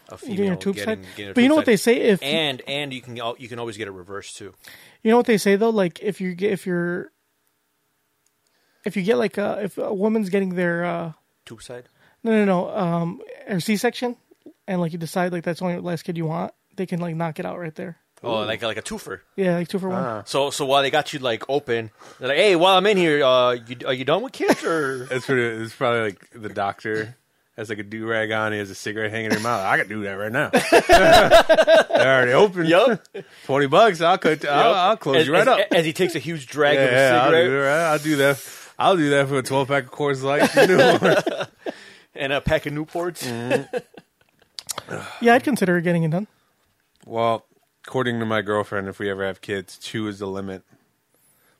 Speaker 3: a female
Speaker 1: Getting your tubes
Speaker 3: getting,
Speaker 1: tied.
Speaker 3: getting her
Speaker 1: But you know
Speaker 3: tubes
Speaker 1: what they
Speaker 3: tied.
Speaker 1: say if
Speaker 3: And and you can al- you can always get it reversed too.
Speaker 1: You know what they say though, like if you get if you're if you get like a, if a woman's getting their uh,
Speaker 3: Tube side.
Speaker 1: no no no um her C section and like you decide like that's the only last kid you want, they can like knock it out right there.
Speaker 3: Oh, like like a twofer.
Speaker 1: Yeah, like two for one.
Speaker 3: So so while they got you like open, they're like, hey, while I'm in here, uh, you, are you done with kids or?
Speaker 2: That's pretty. It's probably like the doctor has like a do rag on. He has a cigarette hanging in his mouth. I could do that right now. They're already open.
Speaker 3: yup.
Speaker 2: Twenty bucks. I'll cut. I'll, I'll close
Speaker 3: as,
Speaker 2: you right
Speaker 3: as,
Speaker 2: up.
Speaker 3: As he takes a huge drag
Speaker 2: yeah,
Speaker 3: of a
Speaker 2: yeah, I'll, do
Speaker 3: cigarette
Speaker 2: that. I'll do that. I'll do that for a twelve pack of Coors Light. You know?
Speaker 3: and a pack of Newports.
Speaker 2: Mm-hmm.
Speaker 1: Yeah, I'd consider getting it done.
Speaker 2: well, according to my girlfriend, if we ever have kids, two is the limit.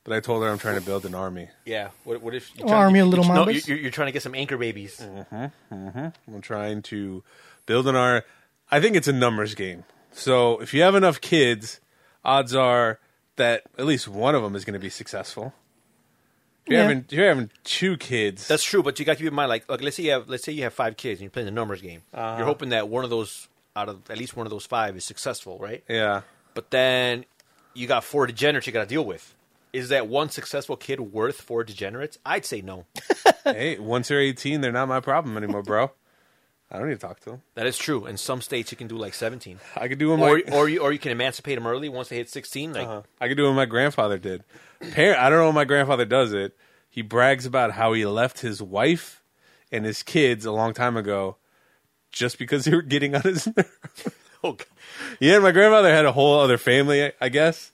Speaker 2: But I told her I'm trying to build an army.
Speaker 3: Yeah. What, what if you
Speaker 1: Or army of little
Speaker 3: no,
Speaker 1: mambas.
Speaker 3: you- you're, you're trying to get some anchor babies.
Speaker 2: Mm-hmm. I'm trying to build an R. I think it's a numbers game. So if you have enough kids, odds are that at least one of them is going to be successful. If you're,
Speaker 1: Yeah.
Speaker 2: having, if you're having two kids.
Speaker 3: That's true, but you got to keep in mind, like, like let's say you have let's say you have five kids and you're playing the numbers game.
Speaker 2: Uh-huh.
Speaker 3: You're hoping that one of those out of at least one of those five is successful, right?
Speaker 2: yeah.
Speaker 3: But then you got four degenerates you got to deal with. Is that one successful kid worth four degenerates? I'd say no.
Speaker 2: hey, once they're 18, they're not my problem anymore, bro. I don't need to talk to them.
Speaker 3: That is true. In some states, you can do like seventeen,
Speaker 2: I could do what
Speaker 3: or
Speaker 2: my,
Speaker 3: or you, or you can emancipate them early once they hit sixteen. Like,
Speaker 2: I could do what my grandfather did. Par- I don't know how my grandfather does it. He brags about how he left his wife and his kids a long time ago just because they were getting on his nerves.
Speaker 3: oh, God.
Speaker 2: Yeah, my grandfather had a whole other family, I- I guess.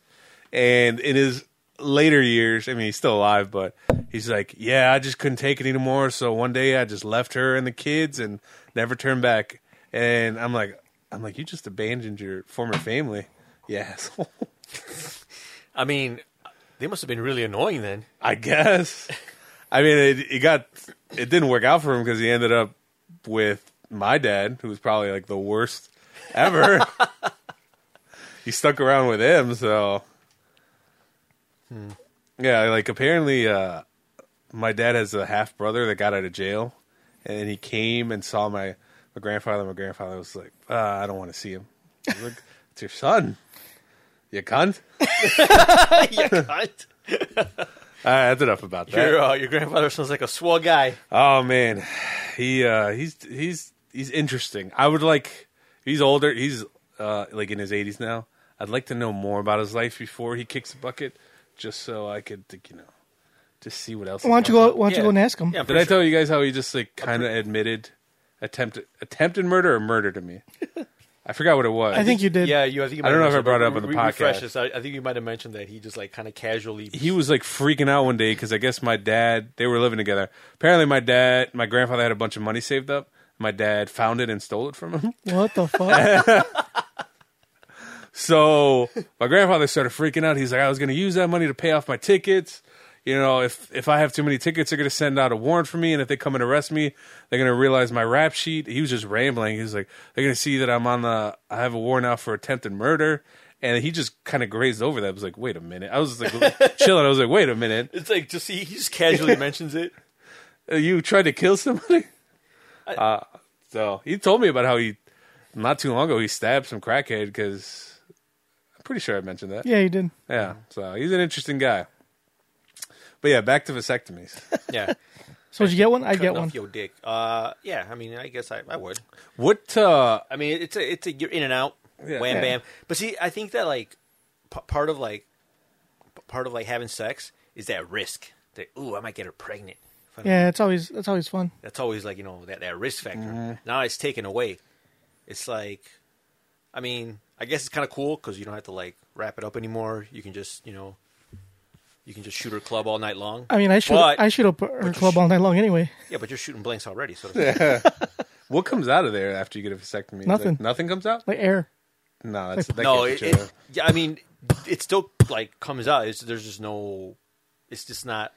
Speaker 2: And in his later years, I mean, he's still alive, but he's like, yeah, I just couldn't take it anymore. So one day I just left her and the kids and never turned back. And I'm like, I'm like, you just abandoned your former family. You asshole.
Speaker 3: I mean, they must have been really annoying then.
Speaker 2: I guess. I mean, it, it got, it didn't work out for him because he ended up with my dad, who was probably like the worst ever. he stuck around with him, so. Hmm. Yeah, like apparently, uh, my dad has a half brother that got out of jail, and he came and saw my, my grandfather. My grandfather was like, uh, I don't want to see him. I was like, it's your son. You cunt.
Speaker 3: You cunt.
Speaker 2: All right, that's enough about that.
Speaker 3: your uh, your grandfather sounds like a swell guy.
Speaker 2: Oh man, he uh, he's he's he's interesting. I would like he's older. He's uh, like in his eighties now. I'd like to know more about his life before he kicks the bucket, just so I could like, you know just see what else. he
Speaker 1: Why don't you
Speaker 2: comes
Speaker 1: go?
Speaker 2: up-
Speaker 1: Why don't you go and ask him?
Speaker 3: Yeah,
Speaker 2: Did I tell you guys how he just like kind of admitted attempted attempted murder or murder to me? I forgot what it was.
Speaker 1: I think you did.
Speaker 3: Yeah, you. I think you
Speaker 2: I don't
Speaker 3: might
Speaker 2: know if I
Speaker 3: have
Speaker 2: brought it up
Speaker 3: mentioned-
Speaker 2: on the
Speaker 3: re- refresh
Speaker 2: podcast.
Speaker 3: this. I, I think you might have mentioned that he just like kind of casually.
Speaker 2: he was like freaking out one day because I guess my dad they were living together. Apparently, my dad, my grandfather had a bunch of money saved up. My dad found it and stole it from him.
Speaker 1: What the fuck?
Speaker 2: So my grandfather started freaking out. He's like, I was going to use that money to pay off my tickets. You know, if if I have too many tickets, they're going to send out a warrant for me, and if they come and arrest me, they're going to realize my rap sheet. He was just rambling. He was like, they're going to see that I'm on the. I have a warrant out for attempted murder, and he just kind of grazed over that. I was like, wait a minute. I was like chilling. I was like, wait a minute.
Speaker 3: It's like just he, he just casually mentions it.
Speaker 2: Uh, You tried to kill somebody? Uh, so he told me about how he, not too long ago, he stabbed some crackhead because I'm pretty sure I mentioned that.
Speaker 1: Yeah, you did.
Speaker 2: Yeah, so he's an interesting guy. But yeah, back to vasectomies.
Speaker 3: Yeah.
Speaker 1: So did you get one? I get
Speaker 3: Cut off
Speaker 1: one.
Speaker 3: Your dick. Uh, yeah. I mean, I guess I, I would.
Speaker 2: What? uh
Speaker 3: I mean, it's a it's a you're in and out,
Speaker 2: Yeah.
Speaker 3: wham
Speaker 2: Yeah.
Speaker 3: bam. But see, I think that like p- part of like p- part of like having sex is that risk that ooh, I might get her pregnant. If I don't-
Speaker 1: Yeah, it's always that's always fun.
Speaker 3: that's always like you know that that risk factor. Now it's taken away. It's like, I mean, I guess it's kind of cool because you don't have to like wrap it up anymore. You can just you know, you can just shoot her club all night long.
Speaker 1: I mean, I shoot
Speaker 3: But-
Speaker 1: I shoot up her club all night long anyway.
Speaker 3: yeah, but you're shooting blanks already. So
Speaker 2: What comes out of there after you get a vasectomy? Like,
Speaker 1: Nothing.
Speaker 2: nothing comes out.
Speaker 1: Like air.
Speaker 2: no, that's that
Speaker 3: no,
Speaker 2: can't
Speaker 3: it,
Speaker 2: be true.
Speaker 3: it, yeah, I mean, it still like comes out. It's, there's just no, it's just not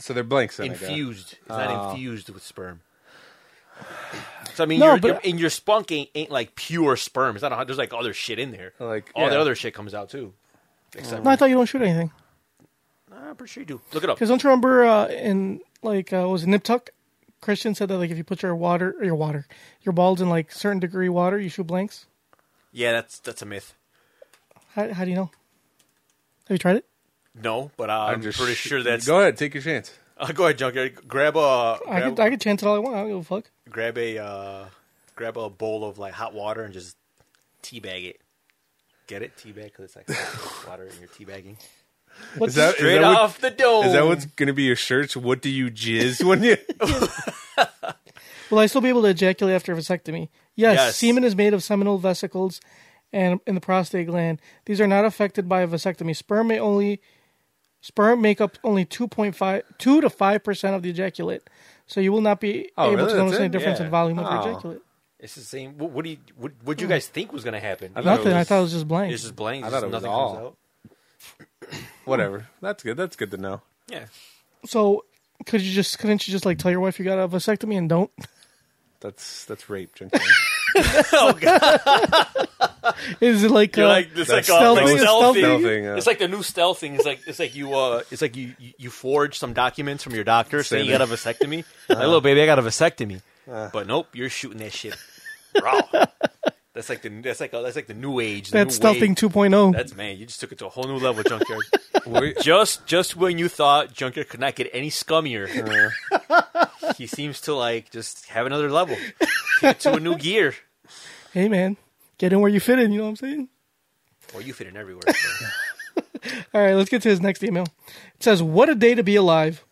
Speaker 2: so they're blanks. Then, I Ah. guess.
Speaker 3: infused. It's not infused with sperm. So I mean,
Speaker 1: No,
Speaker 3: your,
Speaker 1: but-
Speaker 3: your- and your spunk ain't, ain't like pure sperm. It's not. There's like other shit in there.
Speaker 2: Like,
Speaker 3: all the
Speaker 2: yeah.
Speaker 3: other shit comes out too. Except
Speaker 1: No, I thought you don't shoot anything.
Speaker 3: Nah, I'm pretty sure you do. Look it up.
Speaker 1: Because don't you remember uh, in like uh, was it Nip Tuck? Christian said that like if you put your water or your water your balls in like certain degree water, you shoot blanks.
Speaker 3: Yeah, that's that's a myth.
Speaker 1: How, how do you know? Have you tried it?
Speaker 3: No, but I'm, pretty sure that's.
Speaker 2: Go ahead, take your chance.
Speaker 3: Uh, go ahead, Junkyard. Grab a
Speaker 1: I
Speaker 3: grab,
Speaker 1: could I could chance it all I want. I don't give a fuck.
Speaker 3: grab a uh, grab a bowl of like hot water and just teabag it. Get it, teabag, because it's like hot water and you're teabagging.
Speaker 1: What's
Speaker 2: that-
Speaker 3: Straight
Speaker 2: what-
Speaker 3: off the dome.
Speaker 2: Is that what's going to be your shirts? What do you jizz when you?
Speaker 1: Will I still be able to ejaculate after a vasectomy? Yes,
Speaker 3: Yes.
Speaker 1: Semen is made of seminal vesicles and in the prostate gland. These are not affected by a vasectomy. Sperm may only sperm make up only 2.5 2 to 5% of the ejaculate. So you will not be
Speaker 2: Oh,
Speaker 1: able
Speaker 2: really?
Speaker 1: to
Speaker 2: That's
Speaker 1: notice any
Speaker 2: it?
Speaker 1: difference
Speaker 3: Yeah.
Speaker 1: in volume of
Speaker 2: Oh.
Speaker 1: your ejaculate.
Speaker 3: It's the same. What, what do you what what you guys think was gonna happen? I
Speaker 2: thought it
Speaker 1: Nothing. I thought it was just blank.
Speaker 3: It's just blank.
Speaker 2: I
Speaker 3: just
Speaker 2: thought it was
Speaker 3: nothing
Speaker 2: all.
Speaker 3: comes out.
Speaker 2: Whatever. That's good. That's good to know.
Speaker 3: Yeah.
Speaker 1: So could you just couldn't you just like tell your wife you got a vasectomy and don't?
Speaker 2: That's that's rape, Jensen.
Speaker 3: Oh god!
Speaker 1: Is it like,
Speaker 3: You're
Speaker 1: uh,
Speaker 3: like it's like,
Speaker 2: that's
Speaker 3: uh, like
Speaker 1: stealthy.
Speaker 3: stealth thing.
Speaker 2: Stealthing, yeah.
Speaker 3: It's like the new stealth thing. It's like it's like you uh it's like you you- you forge some documents from your doctor saying you
Speaker 2: Saying
Speaker 3: got a vasectomy.
Speaker 2: Uh-huh.
Speaker 3: Like, little baby, I got a vasectomy.
Speaker 2: Uh.
Speaker 3: but nope, you're shooting that shit raw. that's like the that's like that's like the new age. The
Speaker 1: that's
Speaker 3: new
Speaker 1: stuffing oh?
Speaker 3: wave.
Speaker 1: 2.0,
Speaker 3: That's man, you just took it to a whole new level, junkyard.
Speaker 2: Wait,
Speaker 3: just just when you thought junkyard could not get any scummier,
Speaker 2: Uh.
Speaker 3: he seems to like just have another level, take it to a new gear.
Speaker 1: hey man, get in where you fit in, you know what I'm saying?
Speaker 3: Well, you fit in everywhere. so.
Speaker 1: All right, let's get to his next email. It says, "What a day to be alive.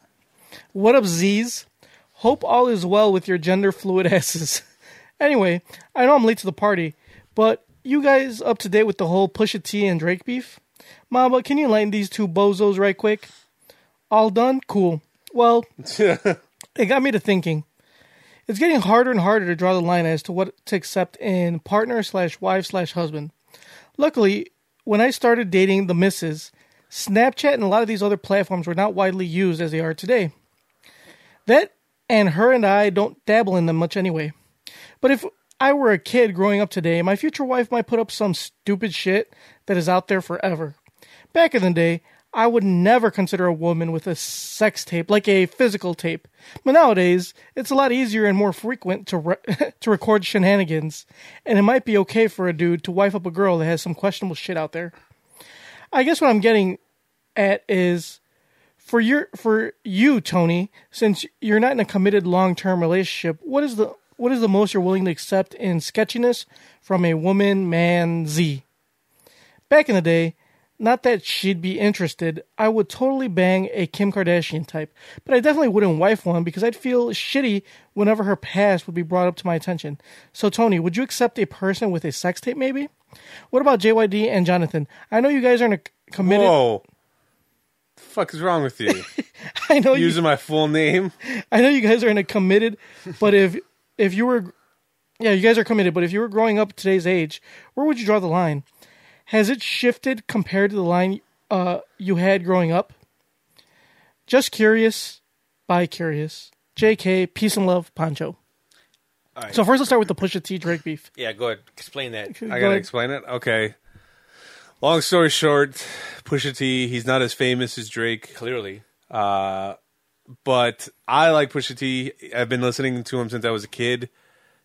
Speaker 1: What up, Z's? Hope all is well with your gender fluid asses. anyway, I know I'm late to the party, but you guys up to date with the whole Pusha T and Drake beef? Mama, can you enlighten these two bozos right quick? All done? Cool. Well, it got me to thinking. It's getting harder and harder to draw the line as to what to accept in partner slash wife slash husband. Luckily, when I started dating the missus, Snapchat and a lot of these other platforms were not widely used as they are today. That and her and I don't dabble in them much anyway. But if I were a kid growing up today, my future wife might put up some stupid shit that is out there forever. Back in the day, I would never consider a woman with a sex tape, like a physical tape. But nowadays, it's a lot easier and more frequent to re- to record shenanigans, and it might be okay for a dude to wife up a girl that has some questionable shit out there. I guess what I'm getting at is for your for you Tony, since you're not in a committed long-term relationship, what is the what is the most you're willing to accept in sketchiness from a woman man Z? Back in the day, not that she'd be interested, I would totally bang a Kim Kardashian type, but I definitely wouldn't wife one because I'd feel shitty whenever her past would be brought up to my attention. So, Tony, would you accept a person with a sex tape maybe? What about JYD and Jonathan? I know you guys aren't a committed.
Speaker 2: Whoa. The fuck is wrong with you?
Speaker 1: I know you
Speaker 2: Using my full name?
Speaker 1: I know you guys are in a committed, but if if you were, yeah, you guys are committed. But if you were growing up today's age, where would you draw the line? Has it shifted compared to the line uh, you had growing up? Just curious, by curious. J.K. Peace and love, Pancho.
Speaker 3: All right.
Speaker 1: So first, let's start with the Pusha T Drake beef.
Speaker 3: yeah, go ahead. Explain that.
Speaker 2: I
Speaker 1: Go
Speaker 2: gotta
Speaker 1: ahead.
Speaker 2: explain it. Okay. Long story short, Pusha T. He's not as famous as Drake.
Speaker 3: Clearly,
Speaker 2: but I like Pusha T. I've been listening to him since I was a kid.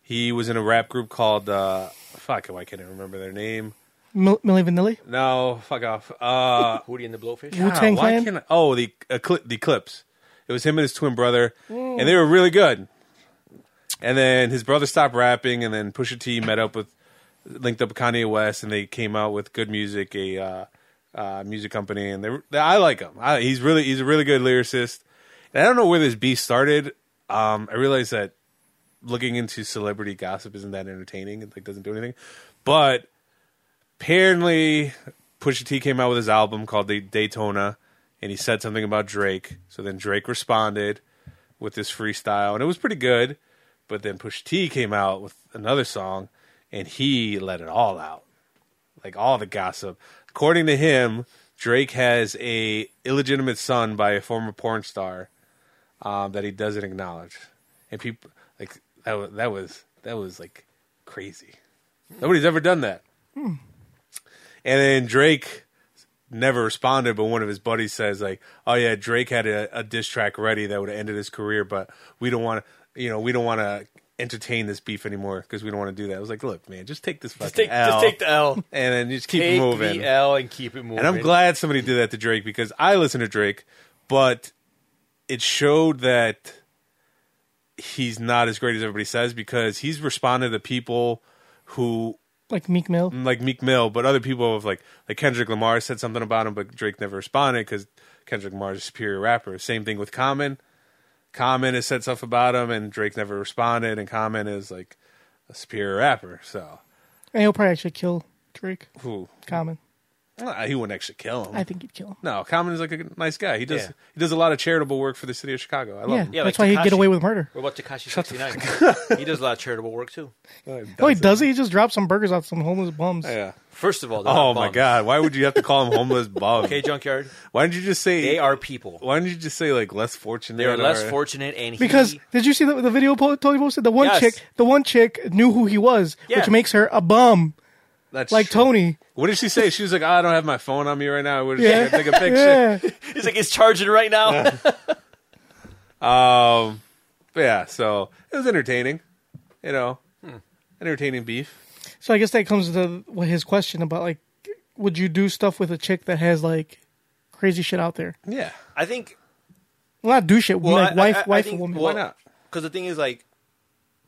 Speaker 2: He was in a rap group called uh, fuck. Why can't I remember their name?
Speaker 1: Mil- Milli Vanilli.
Speaker 2: No, fuck off. Uh,
Speaker 3: Hootie and the Blowfish.
Speaker 1: Wu
Speaker 2: God,
Speaker 1: Tang
Speaker 2: why
Speaker 1: Clan.
Speaker 2: can't I- oh, the Ecl- the Eclipse. It was him and his twin brother, and they were really good. And then his brother stopped rapping, and then Pusha T met up with, linked up with Kanye West, and they came out with Good Music, a uh, uh, music company. And they, were- they I like him. I, he's really he's a really good lyricist. And I don't know where this beef started. Um, I realized that looking into celebrity gossip isn't that entertaining. It like doesn't do anything. But apparently Pusha T came out with his album called the Daytona, and he said something about Drake. So then Drake responded with this freestyle, and it was pretty good. But then Pusha T came out with another song, and he let it all out, like all the gossip. According to him, Drake has a illegitimate son by a former porn star um, that he doesn't acknowledge, and people like that. wa- That was that was like crazy. Nobody's ever done that.
Speaker 3: Hmm.
Speaker 2: And then Drake never responded, but one of his buddies says, like, oh yeah, Drake had a, a diss track ready that would have ended his career, but we don't want to, you know, we don't want to entertain this beef anymore because we don't want to do that. I was like, look, man, just take this fucking
Speaker 3: Just take,
Speaker 2: L
Speaker 3: just take the L.
Speaker 2: and then just keep
Speaker 3: Take
Speaker 2: moving.
Speaker 3: the L and keep it moving.
Speaker 2: And I'm glad somebody did that to Drake because I listen to Drake, but it showed that he's not as great as everybody says because he's responded to people who
Speaker 1: Like Meek Mill.
Speaker 3: Mm-hmm.
Speaker 2: like Meek Mill, but other people have like like Kendrick Lamar said something about him, but Drake never responded because Kendrick Lamar is a superior rapper. Same thing with Common. Common has said stuff about him, and Drake never responded, and Common is like a superior rapper. So,
Speaker 1: And he'll probably actually kill Drake.
Speaker 2: who
Speaker 1: Common.
Speaker 2: Ah, he wouldn't actually kill him.
Speaker 1: I think he'd kill him.
Speaker 2: no, Common is like a nice guy. He does
Speaker 3: Yeah.
Speaker 2: he does a lot of charitable work for the city of Chicago. I love
Speaker 1: Yeah,
Speaker 2: him.
Speaker 3: Yeah,
Speaker 1: that's
Speaker 3: like
Speaker 1: why he'd get
Speaker 3: Tekashi.
Speaker 1: away with murder.
Speaker 3: What about Takashi 69? he does a lot of charitable work too.
Speaker 2: Oh,
Speaker 1: No, Oh, he does it. He just drops some burgers off some homeless bums.
Speaker 2: Yeah.
Speaker 3: First of all, they're
Speaker 2: Oh
Speaker 3: not
Speaker 2: my
Speaker 3: bums.
Speaker 2: God! Why would you have to call him homeless bum?
Speaker 3: Okay, junkyard.
Speaker 2: Why didn't you just say
Speaker 3: They are people.
Speaker 2: Why didn't you just say like less fortunate?
Speaker 3: They are less
Speaker 2: or-
Speaker 3: fortunate, and
Speaker 1: Because
Speaker 3: he,
Speaker 1: did you see the, the video po- Tony posted? The one
Speaker 3: Yes.
Speaker 1: chick, the one chick knew who he was,
Speaker 3: Yeah.
Speaker 1: which makes her a bum,
Speaker 2: That's
Speaker 1: like
Speaker 2: true.
Speaker 1: Tony.
Speaker 2: What did she say? She was like, "I don't have my phone on me right now. I would
Speaker 1: Yeah.
Speaker 2: just take a picture."
Speaker 1: Yeah,
Speaker 3: he's like it's charging right now.
Speaker 2: Um, but yeah, so it was entertaining, you know,
Speaker 3: Hmm.
Speaker 2: entertaining beef.
Speaker 1: so I guess that comes to what his question about like, would you do stuff with a chick that has like crazy shit out there?
Speaker 2: Yeah,
Speaker 3: I think
Speaker 1: Well, not do shit.
Speaker 3: Well,
Speaker 1: like
Speaker 3: I-
Speaker 1: wife,
Speaker 3: I- I
Speaker 1: wife,
Speaker 3: think-
Speaker 1: a woman.
Speaker 3: well,
Speaker 2: Why not?
Speaker 3: Because the thing is, like,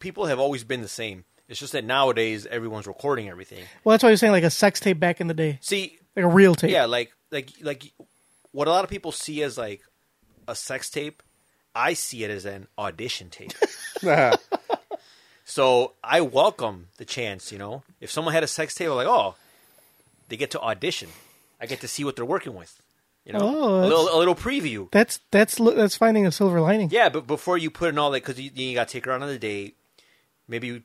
Speaker 3: people have always been the same. It's just that nowadays everyone's recording everything.
Speaker 1: Well, that's why you're saying like a sex tape back in the day,
Speaker 3: See,
Speaker 1: like a real tape.
Speaker 3: yeah, like, like, like, what a lot of people see as like a sex tape, I see it as an audition tape. so I welcome the chance. You know, if someone had a sex tape, I'm like, oh, they get to audition. I get to see what they're working with. You know,
Speaker 1: Oh,
Speaker 3: a
Speaker 1: that's-
Speaker 3: little, a little preview.
Speaker 1: That's that's li- that's finding a silver lining.
Speaker 3: Yeah, but before you put in all that, because you, you got to take her on another date. Maybe you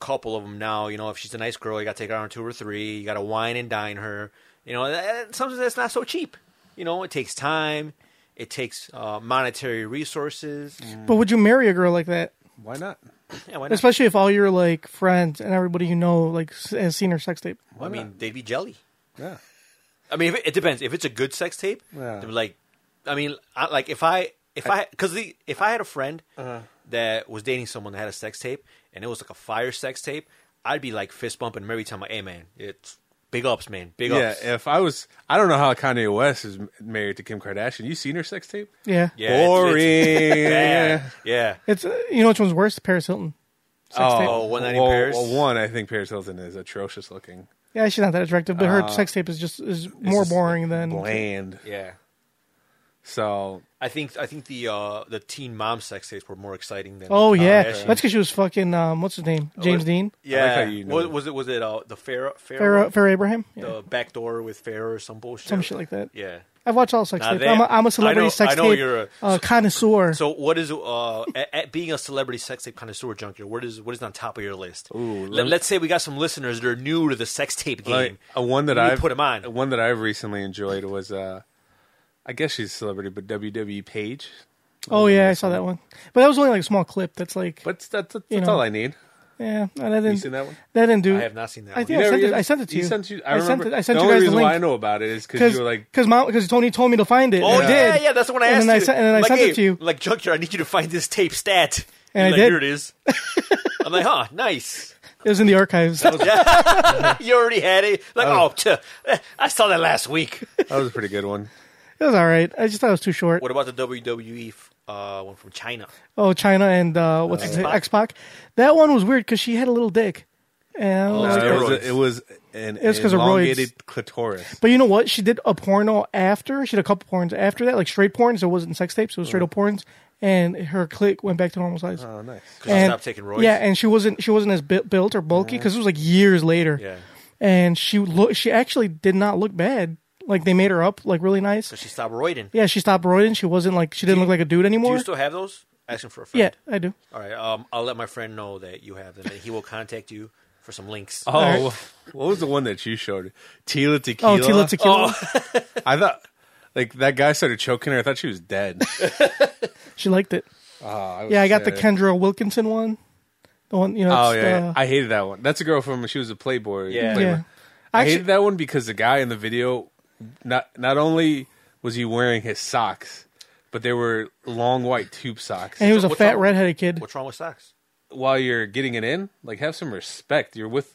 Speaker 3: couple of them now. You know, if she's a nice girl, you got to take her on two or three. You got to wine and dine her. You know, that- that- sometimes that's not so cheap. You know, it takes time. It takes uh, monetary resources.
Speaker 1: But would you marry a girl like that?
Speaker 2: Why not?
Speaker 3: Yeah, why not?
Speaker 1: Especially if all your like friends and everybody you know like s- has seen her sex tape.
Speaker 3: I mean, they'd be jelly.
Speaker 2: Yeah,
Speaker 3: I mean, if it, it depends. If it's a good sex tape,
Speaker 2: Yeah.
Speaker 3: they'd be like, I mean, I, like if I if I because the if I had a friend
Speaker 2: Uh-huh.
Speaker 3: that was dating someone that had a sex tape and it was like a fire sex tape, I'd be like fist bumping him every time. Like, hey man, it's big ups, man, big
Speaker 2: yeah.
Speaker 3: ups.
Speaker 2: If I was, I don't know how Kanye West is m- married to Kim Kardashian. You seen her sex tape?
Speaker 1: Yeah,
Speaker 3: Yeah,
Speaker 2: Boring.
Speaker 3: It's,
Speaker 2: yeah.
Speaker 3: it's, yeah, yeah.
Speaker 1: It's uh, you know which one's worse? Paris Hilton. Sex
Speaker 3: Oh,
Speaker 1: tape.
Speaker 3: one night in
Speaker 2: well,
Speaker 3: Paris.
Speaker 2: well, one, I think Paris Hilton is atrocious looking.
Speaker 1: Yeah, she's not that attractive, but
Speaker 3: Uh,
Speaker 1: her sex tape is just is more
Speaker 2: It's just
Speaker 1: boring than.
Speaker 2: bland.
Speaker 3: yeah.
Speaker 2: So
Speaker 3: I think I think the uh, the teen mom sex tapes were more exciting than.
Speaker 1: Oh yeah,
Speaker 3: Kardashian.
Speaker 1: that's because she was fucking um, what's his name, James Dean,
Speaker 3: Oh, yeah.
Speaker 2: how you know
Speaker 3: What-
Speaker 2: that.
Speaker 3: was it was it uh, the Pharaoh
Speaker 1: Farrah, Farrah Abraham, yeah.
Speaker 3: the back door with Pharaoh or some bullshit
Speaker 1: some shit like that.
Speaker 3: Yeah.
Speaker 1: I've watched all sex
Speaker 3: Now
Speaker 1: tape.
Speaker 3: that-
Speaker 1: I'm a, I'm a celebrity
Speaker 3: I know-
Speaker 1: sex
Speaker 3: I know
Speaker 1: tape
Speaker 3: you're a-
Speaker 1: uh, connoisseur.
Speaker 3: So what is uh at, at being a celebrity sex tape connoisseur junkie? What is what is on top of your list?
Speaker 2: Ooh,
Speaker 3: Let, us say we got some listeners that are new to the sex tape game. Oh,
Speaker 2: like, a one that
Speaker 3: We need to
Speaker 2: I've
Speaker 3: put 'em on.
Speaker 2: a One that I've recently enjoyed was, uh, I guess she's a celebrity, but WWE Page.
Speaker 1: oh yeah, I saw that one, but that was only like a small clip. That's like
Speaker 2: But that's that's,
Speaker 1: You
Speaker 2: that's
Speaker 1: know.
Speaker 2: all I need.
Speaker 1: Yeah, and I
Speaker 2: You
Speaker 1: didn't.
Speaker 2: seen that one?
Speaker 1: That didn't do.
Speaker 3: I have not seen that.
Speaker 1: I
Speaker 3: one.
Speaker 1: think- Yeah, I sent it- I sent it to you.
Speaker 2: Sent you I,
Speaker 1: I sent
Speaker 2: remember,
Speaker 1: it- I sent
Speaker 2: the
Speaker 1: you
Speaker 2: only
Speaker 1: guys the
Speaker 2: reason why
Speaker 1: link.
Speaker 2: I know about it is because
Speaker 1: because
Speaker 2: you were like,
Speaker 1: because Tony told me to find it.
Speaker 3: Oh
Speaker 1: and I
Speaker 3: yeah,
Speaker 1: did.
Speaker 3: yeah, that's the one I
Speaker 1: and
Speaker 3: asked
Speaker 1: then I
Speaker 3: you.
Speaker 1: sen- and then I
Speaker 3: like,
Speaker 1: sent
Speaker 3: hey,
Speaker 1: it to you.
Speaker 3: Like junkyard, I need you to find this tape stat.
Speaker 1: And
Speaker 3: You're
Speaker 1: I
Speaker 3: like,
Speaker 1: did.
Speaker 3: Here it is. I'm like, huh, nice.
Speaker 1: It was in the archives.
Speaker 3: You already had it. Like, oh, tch, eh, I saw that last week.
Speaker 2: that was a pretty good one.
Speaker 1: It was all right. I just thought it was too short.
Speaker 3: What about the WWE f- uh, one from China?
Speaker 1: Oh, China and uh, what's his name?
Speaker 3: X-Pac.
Speaker 1: X Pac. That one was weird because she had a little dick.
Speaker 3: Oh,
Speaker 1: And I was
Speaker 2: Uh,
Speaker 1: like,
Speaker 2: it, was
Speaker 3: steroids.
Speaker 2: a, it was an
Speaker 1: It's 'cause of roids.
Speaker 2: elongated clitoris.
Speaker 1: but you know what? She did a porno after. She did a couple porns after that, like straight porns. It wasn't sex tapes. It was straight up
Speaker 3: Uh-huh.
Speaker 1: porns, and her clit went back to normal size.
Speaker 2: Oh, nice.
Speaker 3: Because she stopped Uh, taking roids.
Speaker 1: Yeah, and she wasn't she wasn't as bu- built or bulky because it was like years later.
Speaker 3: Yeah.
Speaker 1: and she look she actually did not look bad. Like they made her up like really nice.
Speaker 3: So she stopped roiding.
Speaker 1: Yeah, she stopped roiding. She wasn't like she didn't look like a dude
Speaker 3: Do
Speaker 1: anymore.
Speaker 3: you still have those? Asking for a
Speaker 1: yeah,
Speaker 3: friend.
Speaker 1: I do.
Speaker 3: All right. Um, I'll let my friend know that you have them, and he will contact you for some links.
Speaker 2: Oh,
Speaker 1: All
Speaker 2: what was the one that you showed? Tila tequila.
Speaker 1: Oh, Tila Tequila.
Speaker 2: I thought, like that guy started choking her. I thought she was dead.
Speaker 1: She liked it.
Speaker 2: Oh, I was
Speaker 1: Yeah, I got the
Speaker 2: sad.
Speaker 1: Kendra Wilkinson one. The one you know.
Speaker 2: Oh
Speaker 1: it's
Speaker 2: yeah,
Speaker 1: the-
Speaker 2: yeah. I hated that one. That's a girl from she was a Playboy.
Speaker 3: Yeah.
Speaker 2: Playboy.
Speaker 1: yeah.
Speaker 2: I
Speaker 1: Actually,
Speaker 2: hated that one because the guy in the video, not not only was he wearing his socks, but they were long white tube socks.
Speaker 1: and he was a
Speaker 3: What's
Speaker 1: fat
Speaker 3: wrong-
Speaker 1: redheaded kid.
Speaker 3: What's wrong with socks?
Speaker 2: While you're getting it in, like have some respect. You're with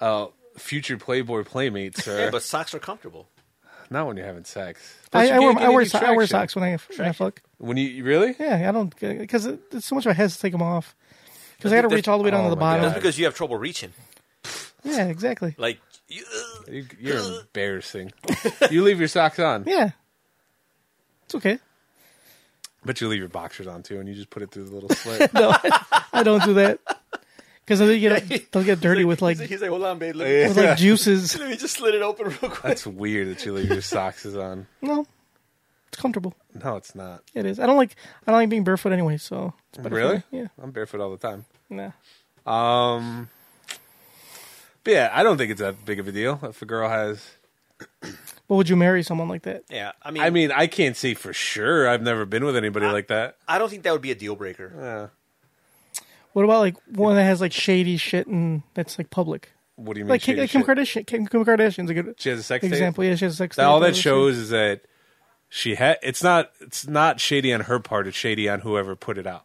Speaker 2: uh, future Playboy playmates,
Speaker 3: Yeah,
Speaker 2: sir.
Speaker 3: but socks are comfortable.
Speaker 2: not when you're having sex. Plus,
Speaker 1: I,
Speaker 2: you
Speaker 1: I wear
Speaker 2: can't
Speaker 1: I
Speaker 2: get
Speaker 1: wear
Speaker 2: any
Speaker 1: so- I wear
Speaker 2: traction.
Speaker 1: socks when I, when I fuck.
Speaker 2: When you really?
Speaker 1: Yeah, I don't because it, it's so much of a has to take them off because I got to
Speaker 3: That's-
Speaker 1: reach all the way down
Speaker 2: oh
Speaker 1: to the
Speaker 2: my
Speaker 1: bottom.
Speaker 3: That's because you have trouble reaching.
Speaker 1: Yeah, exactly.
Speaker 3: Like, you- uh,
Speaker 2: You, you're embarrassing. you leave your socks on,
Speaker 1: Yeah, it's okay.
Speaker 2: but you leave your boxers on too, and you just put it through the little slit.
Speaker 1: No, I don't do that because they'll get they'll get dirty with like
Speaker 3: he's, like, hold on, babe. Let me,
Speaker 1: with like juices.
Speaker 3: let me just slit it open real quick.
Speaker 2: That's weird that you leave your socks is on.
Speaker 1: No, it's comfortable.
Speaker 2: No, it's not.
Speaker 1: It is. I don't like I don't like being barefoot anyway. So it's better for
Speaker 2: Really?
Speaker 1: me. Yeah.
Speaker 2: I'm barefoot all the time.
Speaker 1: Nah.
Speaker 2: But yeah, I don't think it's that big of a deal if a girl has.
Speaker 1: But would you marry someone like that?
Speaker 3: Yeah, I mean,
Speaker 2: I mean, I can't say for sure. I've never been with anybody like that.
Speaker 3: I don't think that would be a deal breaker.
Speaker 2: Uh,
Speaker 1: What about like one that has like shady shit and that's like public?
Speaker 2: what do you mean?
Speaker 1: Like Kim,
Speaker 2: shady
Speaker 1: like Kim
Speaker 2: shit?
Speaker 1: Kardashian. Kim, Kim Kardashian's a good
Speaker 2: She has a sex tape?
Speaker 1: example. Yeah, she has a sex.
Speaker 2: That- all
Speaker 1: tape.
Speaker 2: that shows is that she had. It's not. It's not shady on her part. It's shady on whoever put it out.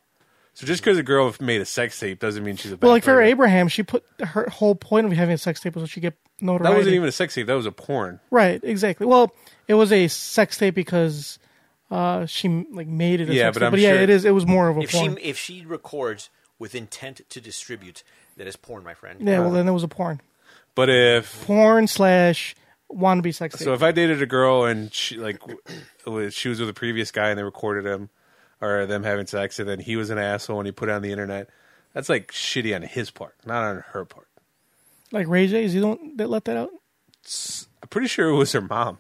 Speaker 2: So just because a girl made a sex tape doesn't mean she's a bad
Speaker 1: Well, like Farrah
Speaker 2: person.
Speaker 1: Abraham, she put her whole point of having a sex tape was that she get notoriety.
Speaker 2: That wasn't even a sex tape. That was a porn.
Speaker 1: right. Exactly. Well, it was a sex tape because uh, she like made it. A
Speaker 2: Yeah,
Speaker 1: sex
Speaker 2: but
Speaker 1: tape.
Speaker 2: I'm
Speaker 1: but yeah,
Speaker 2: sure-
Speaker 1: it is. It was more of a
Speaker 3: If she
Speaker 1: porn.
Speaker 3: if she records with intent to distribute, that is porn, my friend.
Speaker 1: Yeah, well, then it was a porn.
Speaker 2: But if
Speaker 1: Porn slash wannabe sex tape.
Speaker 2: So if I dated a girl and she like w- was- she was with a previous guy and they recorded him or them having sex and then he was an asshole and he put it on the internet, that's like shitty on his part, not on her part.
Speaker 1: like Ray J, is he the one that let that out?
Speaker 2: I'm pretty sure it was her mom.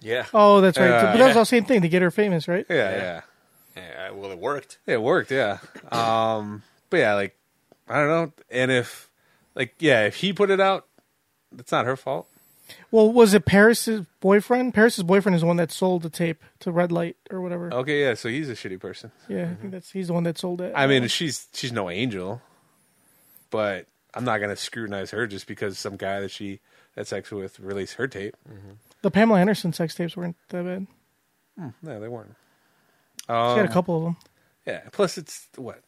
Speaker 3: Yeah.
Speaker 1: Oh, that's right.
Speaker 2: Uh, Yeah.
Speaker 1: but that was all the same thing to get her famous, right?
Speaker 2: Yeah, yeah,
Speaker 3: Yeah, well, it worked.
Speaker 2: it worked. Yeah, um, but yeah, like I don't know. And if like yeah, if he put it out, that's not her fault.
Speaker 1: Well, was it Paris's boyfriend? Paris's boyfriend is the one that sold the tape to Red Light or whatever.
Speaker 3: Oh.
Speaker 2: Okay, yeah. So he's a shitty person.
Speaker 1: Yeah, I think that's he's the one that sold it.
Speaker 2: I mean, she's she's no angel, but I'm not gonna scrutinize her just because some guy that she had sex with released her tape. Mm,
Speaker 1: the Pamela Anderson sex tapes weren't that bad.
Speaker 2: No, they weren't.
Speaker 1: She
Speaker 3: Um,
Speaker 1: had a couple of them.
Speaker 2: Yeah. Plus, it's what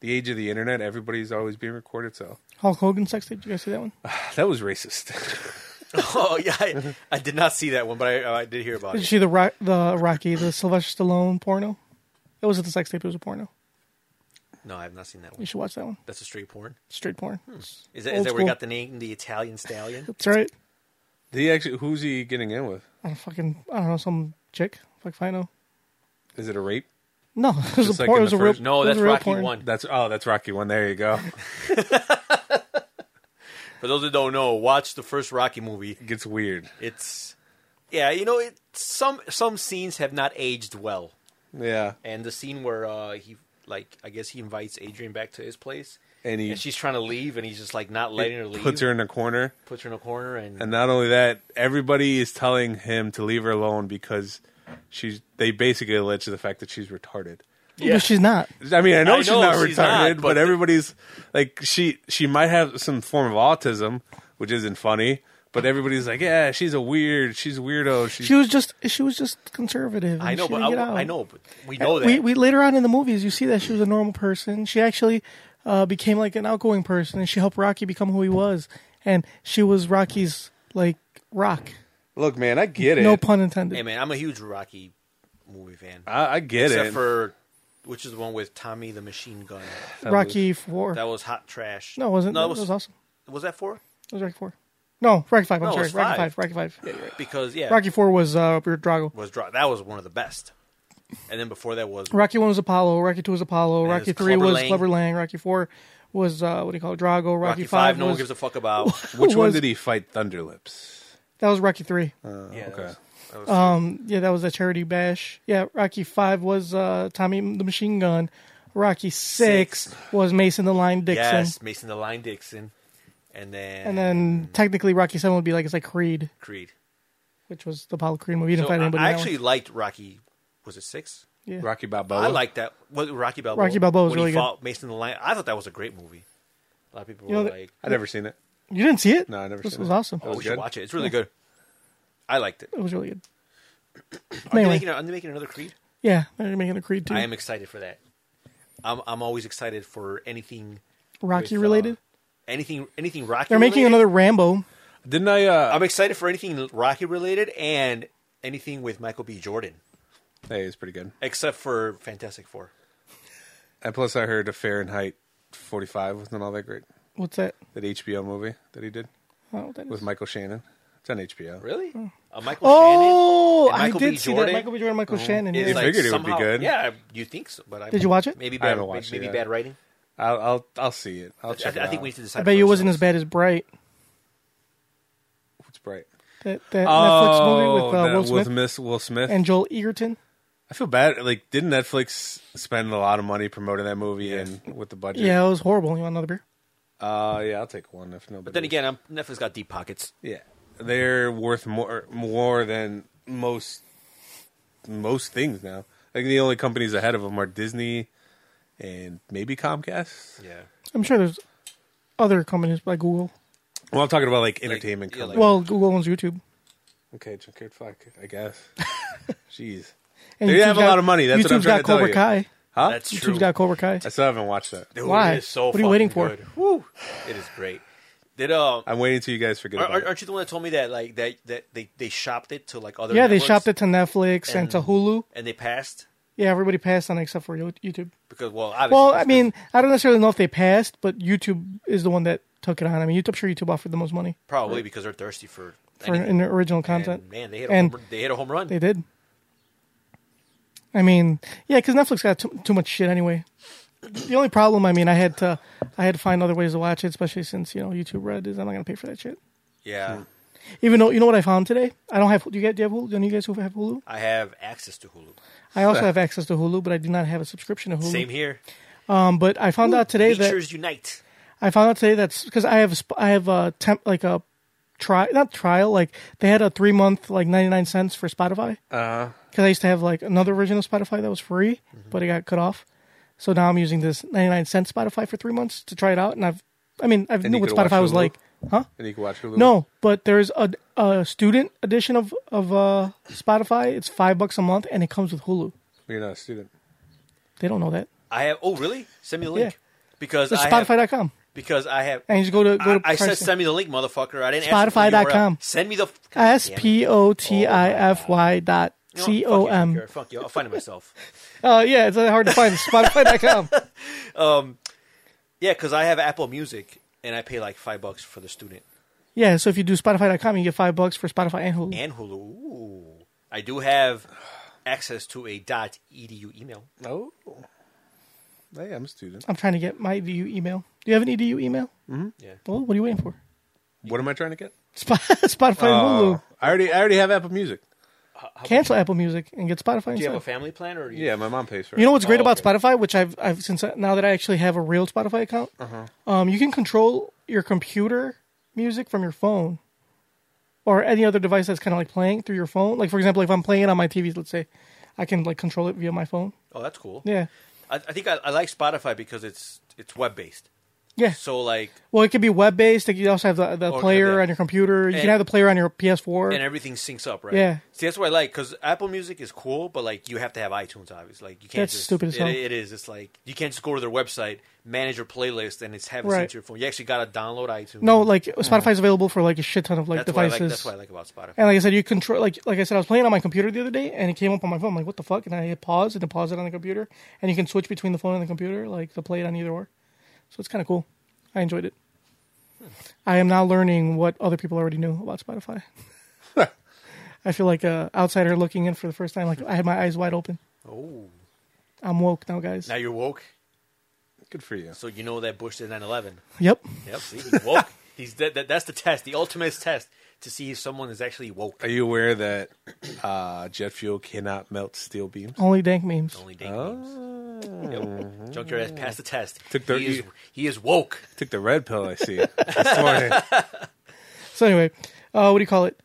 Speaker 2: the age of the internet. Everybody's always being recorded, so
Speaker 1: Hulk Hogan sex tape. Did you guys see that one?
Speaker 2: that was racist.
Speaker 3: Oh yeah, I, I did not see that one, but I, I did hear about
Speaker 1: Did you
Speaker 3: it.
Speaker 1: see the Rock, the Rocky, the Sylvester Stallone porno? It wasn't the sex tape. It was a porno.
Speaker 3: No, I have not seen that
Speaker 1: You
Speaker 3: one.
Speaker 1: should watch that one.
Speaker 3: That's a straight porn.
Speaker 1: Straight porn.
Speaker 3: Hmm. Is that, is
Speaker 1: Old
Speaker 3: that where you
Speaker 1: school.
Speaker 3: got the name, the Italian Stallion?
Speaker 1: That's right.
Speaker 2: Did he actually? Who's he getting in with?
Speaker 1: I don't fucking. I don't know some chick. Fuck if I know.
Speaker 2: Is it a rape?
Speaker 1: No, it was
Speaker 2: Just
Speaker 1: a
Speaker 2: like
Speaker 1: porn.
Speaker 2: in
Speaker 1: It was
Speaker 2: the
Speaker 1: a real.
Speaker 2: first-
Speaker 3: No,
Speaker 1: it was
Speaker 3: that's
Speaker 1: a real
Speaker 3: Rocky
Speaker 1: porn.
Speaker 3: One.
Speaker 2: That's oh, that's Rocky one. There you go.
Speaker 3: For those that don't know, watch the first Rocky movie.
Speaker 2: It gets weird.
Speaker 3: It's yeah, you know, it some some scenes have not aged well.
Speaker 2: Yeah.
Speaker 3: And the scene where uh, he like I guess he invites Adrian back to his place,
Speaker 2: And he-
Speaker 3: and she's trying to leave, and he's just like not letting her leave.
Speaker 2: Puts her in a corner,
Speaker 3: puts her in a corner, and,
Speaker 2: and not only that, everybody is telling him to leave her alone because she's. They basically allege the fact that she's retarded.
Speaker 3: Yeah.
Speaker 1: But she's not.
Speaker 2: I mean, I know
Speaker 3: I
Speaker 2: she's
Speaker 3: know
Speaker 2: not
Speaker 3: she's
Speaker 2: retarded,
Speaker 3: not,
Speaker 2: but,
Speaker 3: but-
Speaker 2: everybody's like she she might have some form of autism, which isn't funny. But everybody's like, yeah, she's a weird, she's a weirdo. She's,
Speaker 1: She was just she was just conservative. and
Speaker 3: I know,
Speaker 1: she
Speaker 3: but
Speaker 1: didn't
Speaker 3: I,
Speaker 1: get out.
Speaker 3: I know, but we know that.
Speaker 1: We, we later on in the movies, you see that she was a normal person. She actually uh, became like an outgoing person, and she helped Rocky become who he was. And she was Rocky's like rock.
Speaker 2: look, man, I get it.
Speaker 1: No pun intended.
Speaker 3: hey man, I'm a huge Rocky movie fan,
Speaker 2: I, I get
Speaker 3: except
Speaker 2: it.
Speaker 3: for which is the one with Tommy the Machine Gun.
Speaker 1: Rocky four.
Speaker 3: That was hot trash.
Speaker 1: no, it wasn't.
Speaker 3: No,
Speaker 1: it was, awesome.
Speaker 3: Was that four?
Speaker 1: It was Rocky four. No, Rocky five. I'm
Speaker 3: No, it
Speaker 1: sorry.
Speaker 3: was
Speaker 1: Rocky
Speaker 3: five.
Speaker 1: five. Rocky five.
Speaker 3: Because yeah,
Speaker 1: Rocky four was uh, Robert Drago.
Speaker 3: was dra- that was one of the best. And then before that was
Speaker 1: Rocky one was Apollo. Rocky two was Apollo.
Speaker 3: And
Speaker 1: Rocky
Speaker 3: it's
Speaker 1: three
Speaker 3: Clubber
Speaker 1: was
Speaker 3: Lang.
Speaker 1: Clever Lang. Rocky four was uh, what do you call it? Drago. Rocky,
Speaker 3: Rocky
Speaker 1: five.
Speaker 3: Five. No one
Speaker 1: was-
Speaker 3: gives a fuck about.
Speaker 2: Which one
Speaker 1: was-
Speaker 2: did he fight? Thunderlips.
Speaker 1: that was Rocky three.
Speaker 3: yeah, that
Speaker 2: okay.
Speaker 3: was- that was-
Speaker 1: Yeah, that was a charity bash. Yeah, Rocky Five was uh, Tommy the Machine Gun. Rocky Six, was Mason the Lion Dixon,
Speaker 3: yes, Mason the Line Dixon, and then
Speaker 1: and then technically Rocky Seven would be like it's like Creed,
Speaker 3: Creed.
Speaker 1: which was the Apollo Creed movie. You didn't
Speaker 3: So
Speaker 1: fight
Speaker 3: I,
Speaker 1: anybody.
Speaker 3: I
Speaker 1: in that
Speaker 3: actually liked Rocky. Was it six?
Speaker 1: one. yeah.
Speaker 2: Rocky Balboa.
Speaker 3: I like that. What, Rocky Balboa.
Speaker 1: Rocky Balboa was
Speaker 3: when
Speaker 1: really
Speaker 3: he
Speaker 1: good.
Speaker 3: fought Mason the Lion. I thought that was a great movie. A lot of people
Speaker 1: You know
Speaker 3: were
Speaker 1: that-
Speaker 3: like,
Speaker 2: I never seen it.
Speaker 1: you didn't see it.
Speaker 2: No, I never
Speaker 1: This
Speaker 2: seen
Speaker 1: was
Speaker 2: it.
Speaker 1: awesome.
Speaker 2: That was
Speaker 3: "Oh, we should
Speaker 2: good?
Speaker 3: watch it. It's really good." I liked it.
Speaker 1: It was really good.
Speaker 3: Are they
Speaker 1: Anyway,
Speaker 3: making, are they making another Creed?
Speaker 1: yeah, they're making a Creed too.
Speaker 3: I am excited for that. I'm I'm always excited for anything
Speaker 1: Rocky
Speaker 3: with, uh,
Speaker 1: related.
Speaker 3: anything anything Rocky.
Speaker 1: they're making
Speaker 3: related.
Speaker 1: another Rambo.
Speaker 2: Didn't I? Uh,
Speaker 3: I'm excited for anything Rocky related and anything with Michael B. Jordan,
Speaker 2: hey, it's pretty good.
Speaker 3: except for Fantastic Four.
Speaker 2: And plus, I heard a Fahrenheit 45 wasn't all that great.
Speaker 1: What's that?
Speaker 2: That HBO movie that he did
Speaker 1: I don't know what that
Speaker 2: with
Speaker 1: is.
Speaker 2: Michael Shannon. It's on HBO.
Speaker 3: Really? Uh, Michael
Speaker 1: Hmm. Oh,
Speaker 3: and
Speaker 1: I
Speaker 3: Michael
Speaker 1: did
Speaker 3: B.
Speaker 1: see that.
Speaker 3: Jordan
Speaker 1: Michael B. Jordan, Michael Shannon.
Speaker 3: Shannon
Speaker 1: yeah.
Speaker 3: is
Speaker 2: You
Speaker 3: like
Speaker 2: figured it would be
Speaker 3: somehow,
Speaker 2: good.
Speaker 3: Yeah, you think so? But I,
Speaker 1: Did you watch it?
Speaker 3: Maybe
Speaker 2: I
Speaker 3: bad,
Speaker 2: haven't watched
Speaker 3: maybe
Speaker 2: it yet.
Speaker 3: bad writing.
Speaker 2: I'll, I'll I'll see it. I'll
Speaker 3: I,
Speaker 2: check.
Speaker 3: I
Speaker 2: it
Speaker 3: think
Speaker 2: out.
Speaker 3: we need to decide.
Speaker 1: I bet you it wasn't as
Speaker 3: ourselves.
Speaker 1: bad as Bright.
Speaker 2: It's bright.
Speaker 1: That, that Netflix movie with uh,
Speaker 2: Oh,
Speaker 3: Oh,
Speaker 2: that
Speaker 1: Will Smith
Speaker 2: Miss- Will Smith.
Speaker 1: and Joel Egerton.
Speaker 2: I feel bad. Like, didn't Netflix spend a lot of money promoting that movie and with the budget?
Speaker 1: Yeah, it was horrible. You want another beer?
Speaker 2: Uh, yeah, I'll take one if nobody.
Speaker 3: But then again, I'm, Netflix got deep pockets.
Speaker 2: yeah, they're worth more more than most most things now. Like the only companies ahead of them are Disney and maybe Comcast.
Speaker 3: Yeah.
Speaker 1: I'm sure there's other companies like Google.
Speaker 2: Well, I'm talking about like entertainment
Speaker 3: yeah, like-
Speaker 2: companies.
Speaker 1: Well, Google owns YouTube.
Speaker 2: okay, Junkard, fuck, I guess. Jeez,
Speaker 1: And
Speaker 2: They have
Speaker 1: YouTube's
Speaker 2: a lot of money. That's what I'm
Speaker 1: YouTube's got
Speaker 2: trying to tell
Speaker 1: Cobra
Speaker 2: you.
Speaker 1: Kai.
Speaker 2: huh?
Speaker 3: That's
Speaker 1: YouTube's
Speaker 3: true.
Speaker 1: got Cobra Kai.
Speaker 2: I still haven't watched that.
Speaker 3: Dude,
Speaker 1: Why?
Speaker 3: it is so
Speaker 1: What are you waiting
Speaker 3: fucking
Speaker 1: for?
Speaker 3: Good. Whew. It is great. Did uh,
Speaker 2: I'm waiting till you guys forget
Speaker 3: Are-
Speaker 2: about
Speaker 3: Are,
Speaker 2: it.
Speaker 3: aren't you the one that told me that like that that they, they shopped it to like other
Speaker 1: yeah, they
Speaker 3: networks
Speaker 1: shopped it to Netflix and,
Speaker 3: And-
Speaker 1: to Hulu.
Speaker 3: and they passed
Speaker 1: Yeah, everybody passed on it except for Yo- YouTube.
Speaker 3: because well obviously
Speaker 1: Well,
Speaker 3: that's
Speaker 1: I mean, I don't necessarily know if they passed, but YouTube is the one that took it on. I mean, YouTube, I'm sure YouTube offered the most money
Speaker 3: probably because they're thirsty for,
Speaker 1: for
Speaker 3: anything.
Speaker 1: in their original content.
Speaker 3: And, man, they hit a
Speaker 1: And
Speaker 3: home, run- they hit a home run.
Speaker 1: They did. I mean, yeah, because Netflix got too, too much shit anyway. The only problem, I mean, I had to, I had to find other ways to watch it, especially since you know YouTube Red is I'm not gonna pay for that shit.
Speaker 3: yeah,
Speaker 1: Even though you know what I found today, I don't have. Do you guys do you have Hulu? Do any of you guys who have Hulu?
Speaker 3: I have access to Hulu.
Speaker 1: I also have access to Hulu, but I do not have a subscription to Hulu.
Speaker 3: Same here.
Speaker 1: Um, but I found out today that
Speaker 3: Features unite.
Speaker 1: I found out today that's because I have a sp- I have a temp like a try not trial like they had a three month like ninety nine cents for Spotify. Uh
Speaker 3: Uh-huh.
Speaker 1: Because I used to have like another version of Spotify that was free,
Speaker 3: Mm-hmm.
Speaker 1: but it got cut off. So now I'm using this ninety nine cent Spotify for three months to try it out, and I've I mean I knew
Speaker 2: you
Speaker 1: what
Speaker 2: could watch
Speaker 1: Spotify was
Speaker 2: Hulu?
Speaker 1: like, huh?
Speaker 2: And you can watch Hulu.
Speaker 1: No, but there's a, a student edition of of uh, Spotify. It's five bucks a month, and it comes with Hulu.
Speaker 2: you're not a student.
Speaker 1: They don't know that.
Speaker 3: I have. Oh, really? Send me the link because
Speaker 1: It's
Speaker 3: I have-
Speaker 1: Spotify.com,
Speaker 3: because I have.
Speaker 1: and you just go to go
Speaker 3: I,
Speaker 1: to
Speaker 3: I said
Speaker 1: pricing.
Speaker 3: send me the link, motherfucker. I didn't. ask you for the URL.
Speaker 1: Spotify.com.
Speaker 3: Send me the f- God
Speaker 1: S
Speaker 3: damn it.
Speaker 1: P O T I F Y dot
Speaker 3: You know what?
Speaker 1: C O
Speaker 3: Fuck you, I don't
Speaker 1: M.
Speaker 3: care. Fuck you. I'll find it myself.
Speaker 1: Uh, yeah, it's uh, hard to find. Spotify.com.
Speaker 3: Yeah, because I have Apple Music and I pay like five bucks for the student
Speaker 1: Yeah, so if you do Spotify.com, you get five bucks for Spotify and Hulu.
Speaker 3: and Hulu. Ooh. I do have access to a .edu email.
Speaker 1: Oh.
Speaker 2: No. Hey, I'm a student.
Speaker 1: I'm trying to get my EDU email. Do you have an EDU email?
Speaker 3: Yeah.
Speaker 1: Well, what are you waiting for?
Speaker 2: What am I trying to get? Oh.
Speaker 1: Sp- Spotify
Speaker 3: Uh,
Speaker 1: and Hulu.
Speaker 2: I already I already have Apple Music.
Speaker 1: Cancel Apple Music and get Spotify
Speaker 3: Do you have a
Speaker 1: instead.
Speaker 3: family plan or do you,
Speaker 2: Yeah, my mom pays for it.
Speaker 1: You know what's great
Speaker 3: Oh,
Speaker 1: about
Speaker 3: okay.
Speaker 1: Spotify, which I've, I've since I, now that I actually have a real Spotify account,
Speaker 3: Uh-huh.
Speaker 1: um, you can control your computer music from your phone or any other device that's kind of like playing through your phone. Like for example, if I'm playing it on my TV, let's say, I can like control it via my phone.
Speaker 3: Oh, that's cool.
Speaker 1: Yeah,
Speaker 3: I, I think I, I like Spotify because it's it's web based.
Speaker 1: yeah.
Speaker 3: So like,
Speaker 1: well, it could be web based. You also have the, the
Speaker 3: Or-
Speaker 1: player
Speaker 3: yeah.
Speaker 1: on your computer. You can
Speaker 3: And-
Speaker 1: have the player on your PS4.
Speaker 3: and everything syncs up, right?
Speaker 1: Yeah.
Speaker 3: See, that's what I like because Apple Music is cool, but like you have to have iTunes, obviously. Like you can't.
Speaker 1: That's
Speaker 3: just,
Speaker 1: stupid as hell.
Speaker 3: It, it is. It's like you can't just go to their website, manage your playlist, and it's have it
Speaker 1: Right.
Speaker 3: synced to your phone. You actually got to download iTunes.
Speaker 1: no, like Spotify's available for like a shit ton of like
Speaker 3: Mm-hmm. that's
Speaker 1: devices.
Speaker 3: What I like, that's what I like about Spotify.
Speaker 1: And like I said, you control like like I said, I was playing on my computer the other day, and it came up on my phone. I'm like, what the fuck? And I hit pause and then pause it on the computer, and you can switch between the phone and the computer, like to play it on either or. So it's kind of cool. I enjoyed it. I am now learning what other people already knew about Spotify. I feel like a outsider looking in for the first time. Like I had my eyes wide open.
Speaker 3: Oh,
Speaker 1: I'm woke now, guys.
Speaker 3: now you're woke,
Speaker 2: Good for you.
Speaker 3: so you know that Bush did 9/11.
Speaker 1: Yep.
Speaker 3: Yep. See, he's woke. he's that, that, That's the test, the ultimate test to see if someone is actually woke.
Speaker 2: Are you aware that uh, jet fuel cannot melt steel beams?
Speaker 1: Only dank memes.
Speaker 3: Only dang memes. Yep. Junkyard has passed the test.
Speaker 2: Oh. Took the-
Speaker 3: he, is, he is woke.
Speaker 2: Took the red pill. I see this morning.
Speaker 1: So anyway, uh, what do you call it?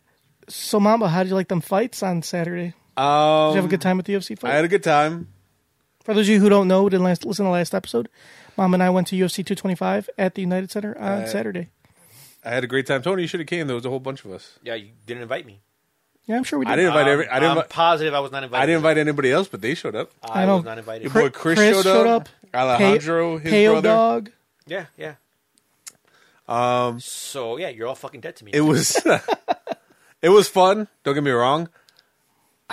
Speaker 1: So Mamba, how did you like them fights on Saturday? Did
Speaker 2: Um,
Speaker 1: you have a good time at the UFC fight?
Speaker 2: I had a good time.
Speaker 1: For those of you who don't know, didn't last, listen to last episode, Mom and I went to UFC 225 at the United Center on Saturday.
Speaker 2: I had a great time. Tony, you should have came. There was a whole bunch of us.
Speaker 3: Yeah, you didn't invite me.
Speaker 1: Yeah, I'm sure we did.
Speaker 2: I didn't invite
Speaker 3: Um,
Speaker 2: every. I didn't.
Speaker 3: I'm
Speaker 2: invi-
Speaker 3: positive I was not invited.
Speaker 2: I didn't invite anybody else, but they showed up.
Speaker 3: I,
Speaker 1: I
Speaker 3: was
Speaker 1: don't-
Speaker 3: not invited.
Speaker 2: Your boy Chris, showed, up. Alejandro,
Speaker 1: Pe-
Speaker 2: his
Speaker 1: Peo
Speaker 2: brother.
Speaker 1: Dog.
Speaker 3: yeah, yeah. Um. So yeah, you're all fucking dead to me.
Speaker 2: It was. it was fun. Don't get me wrong.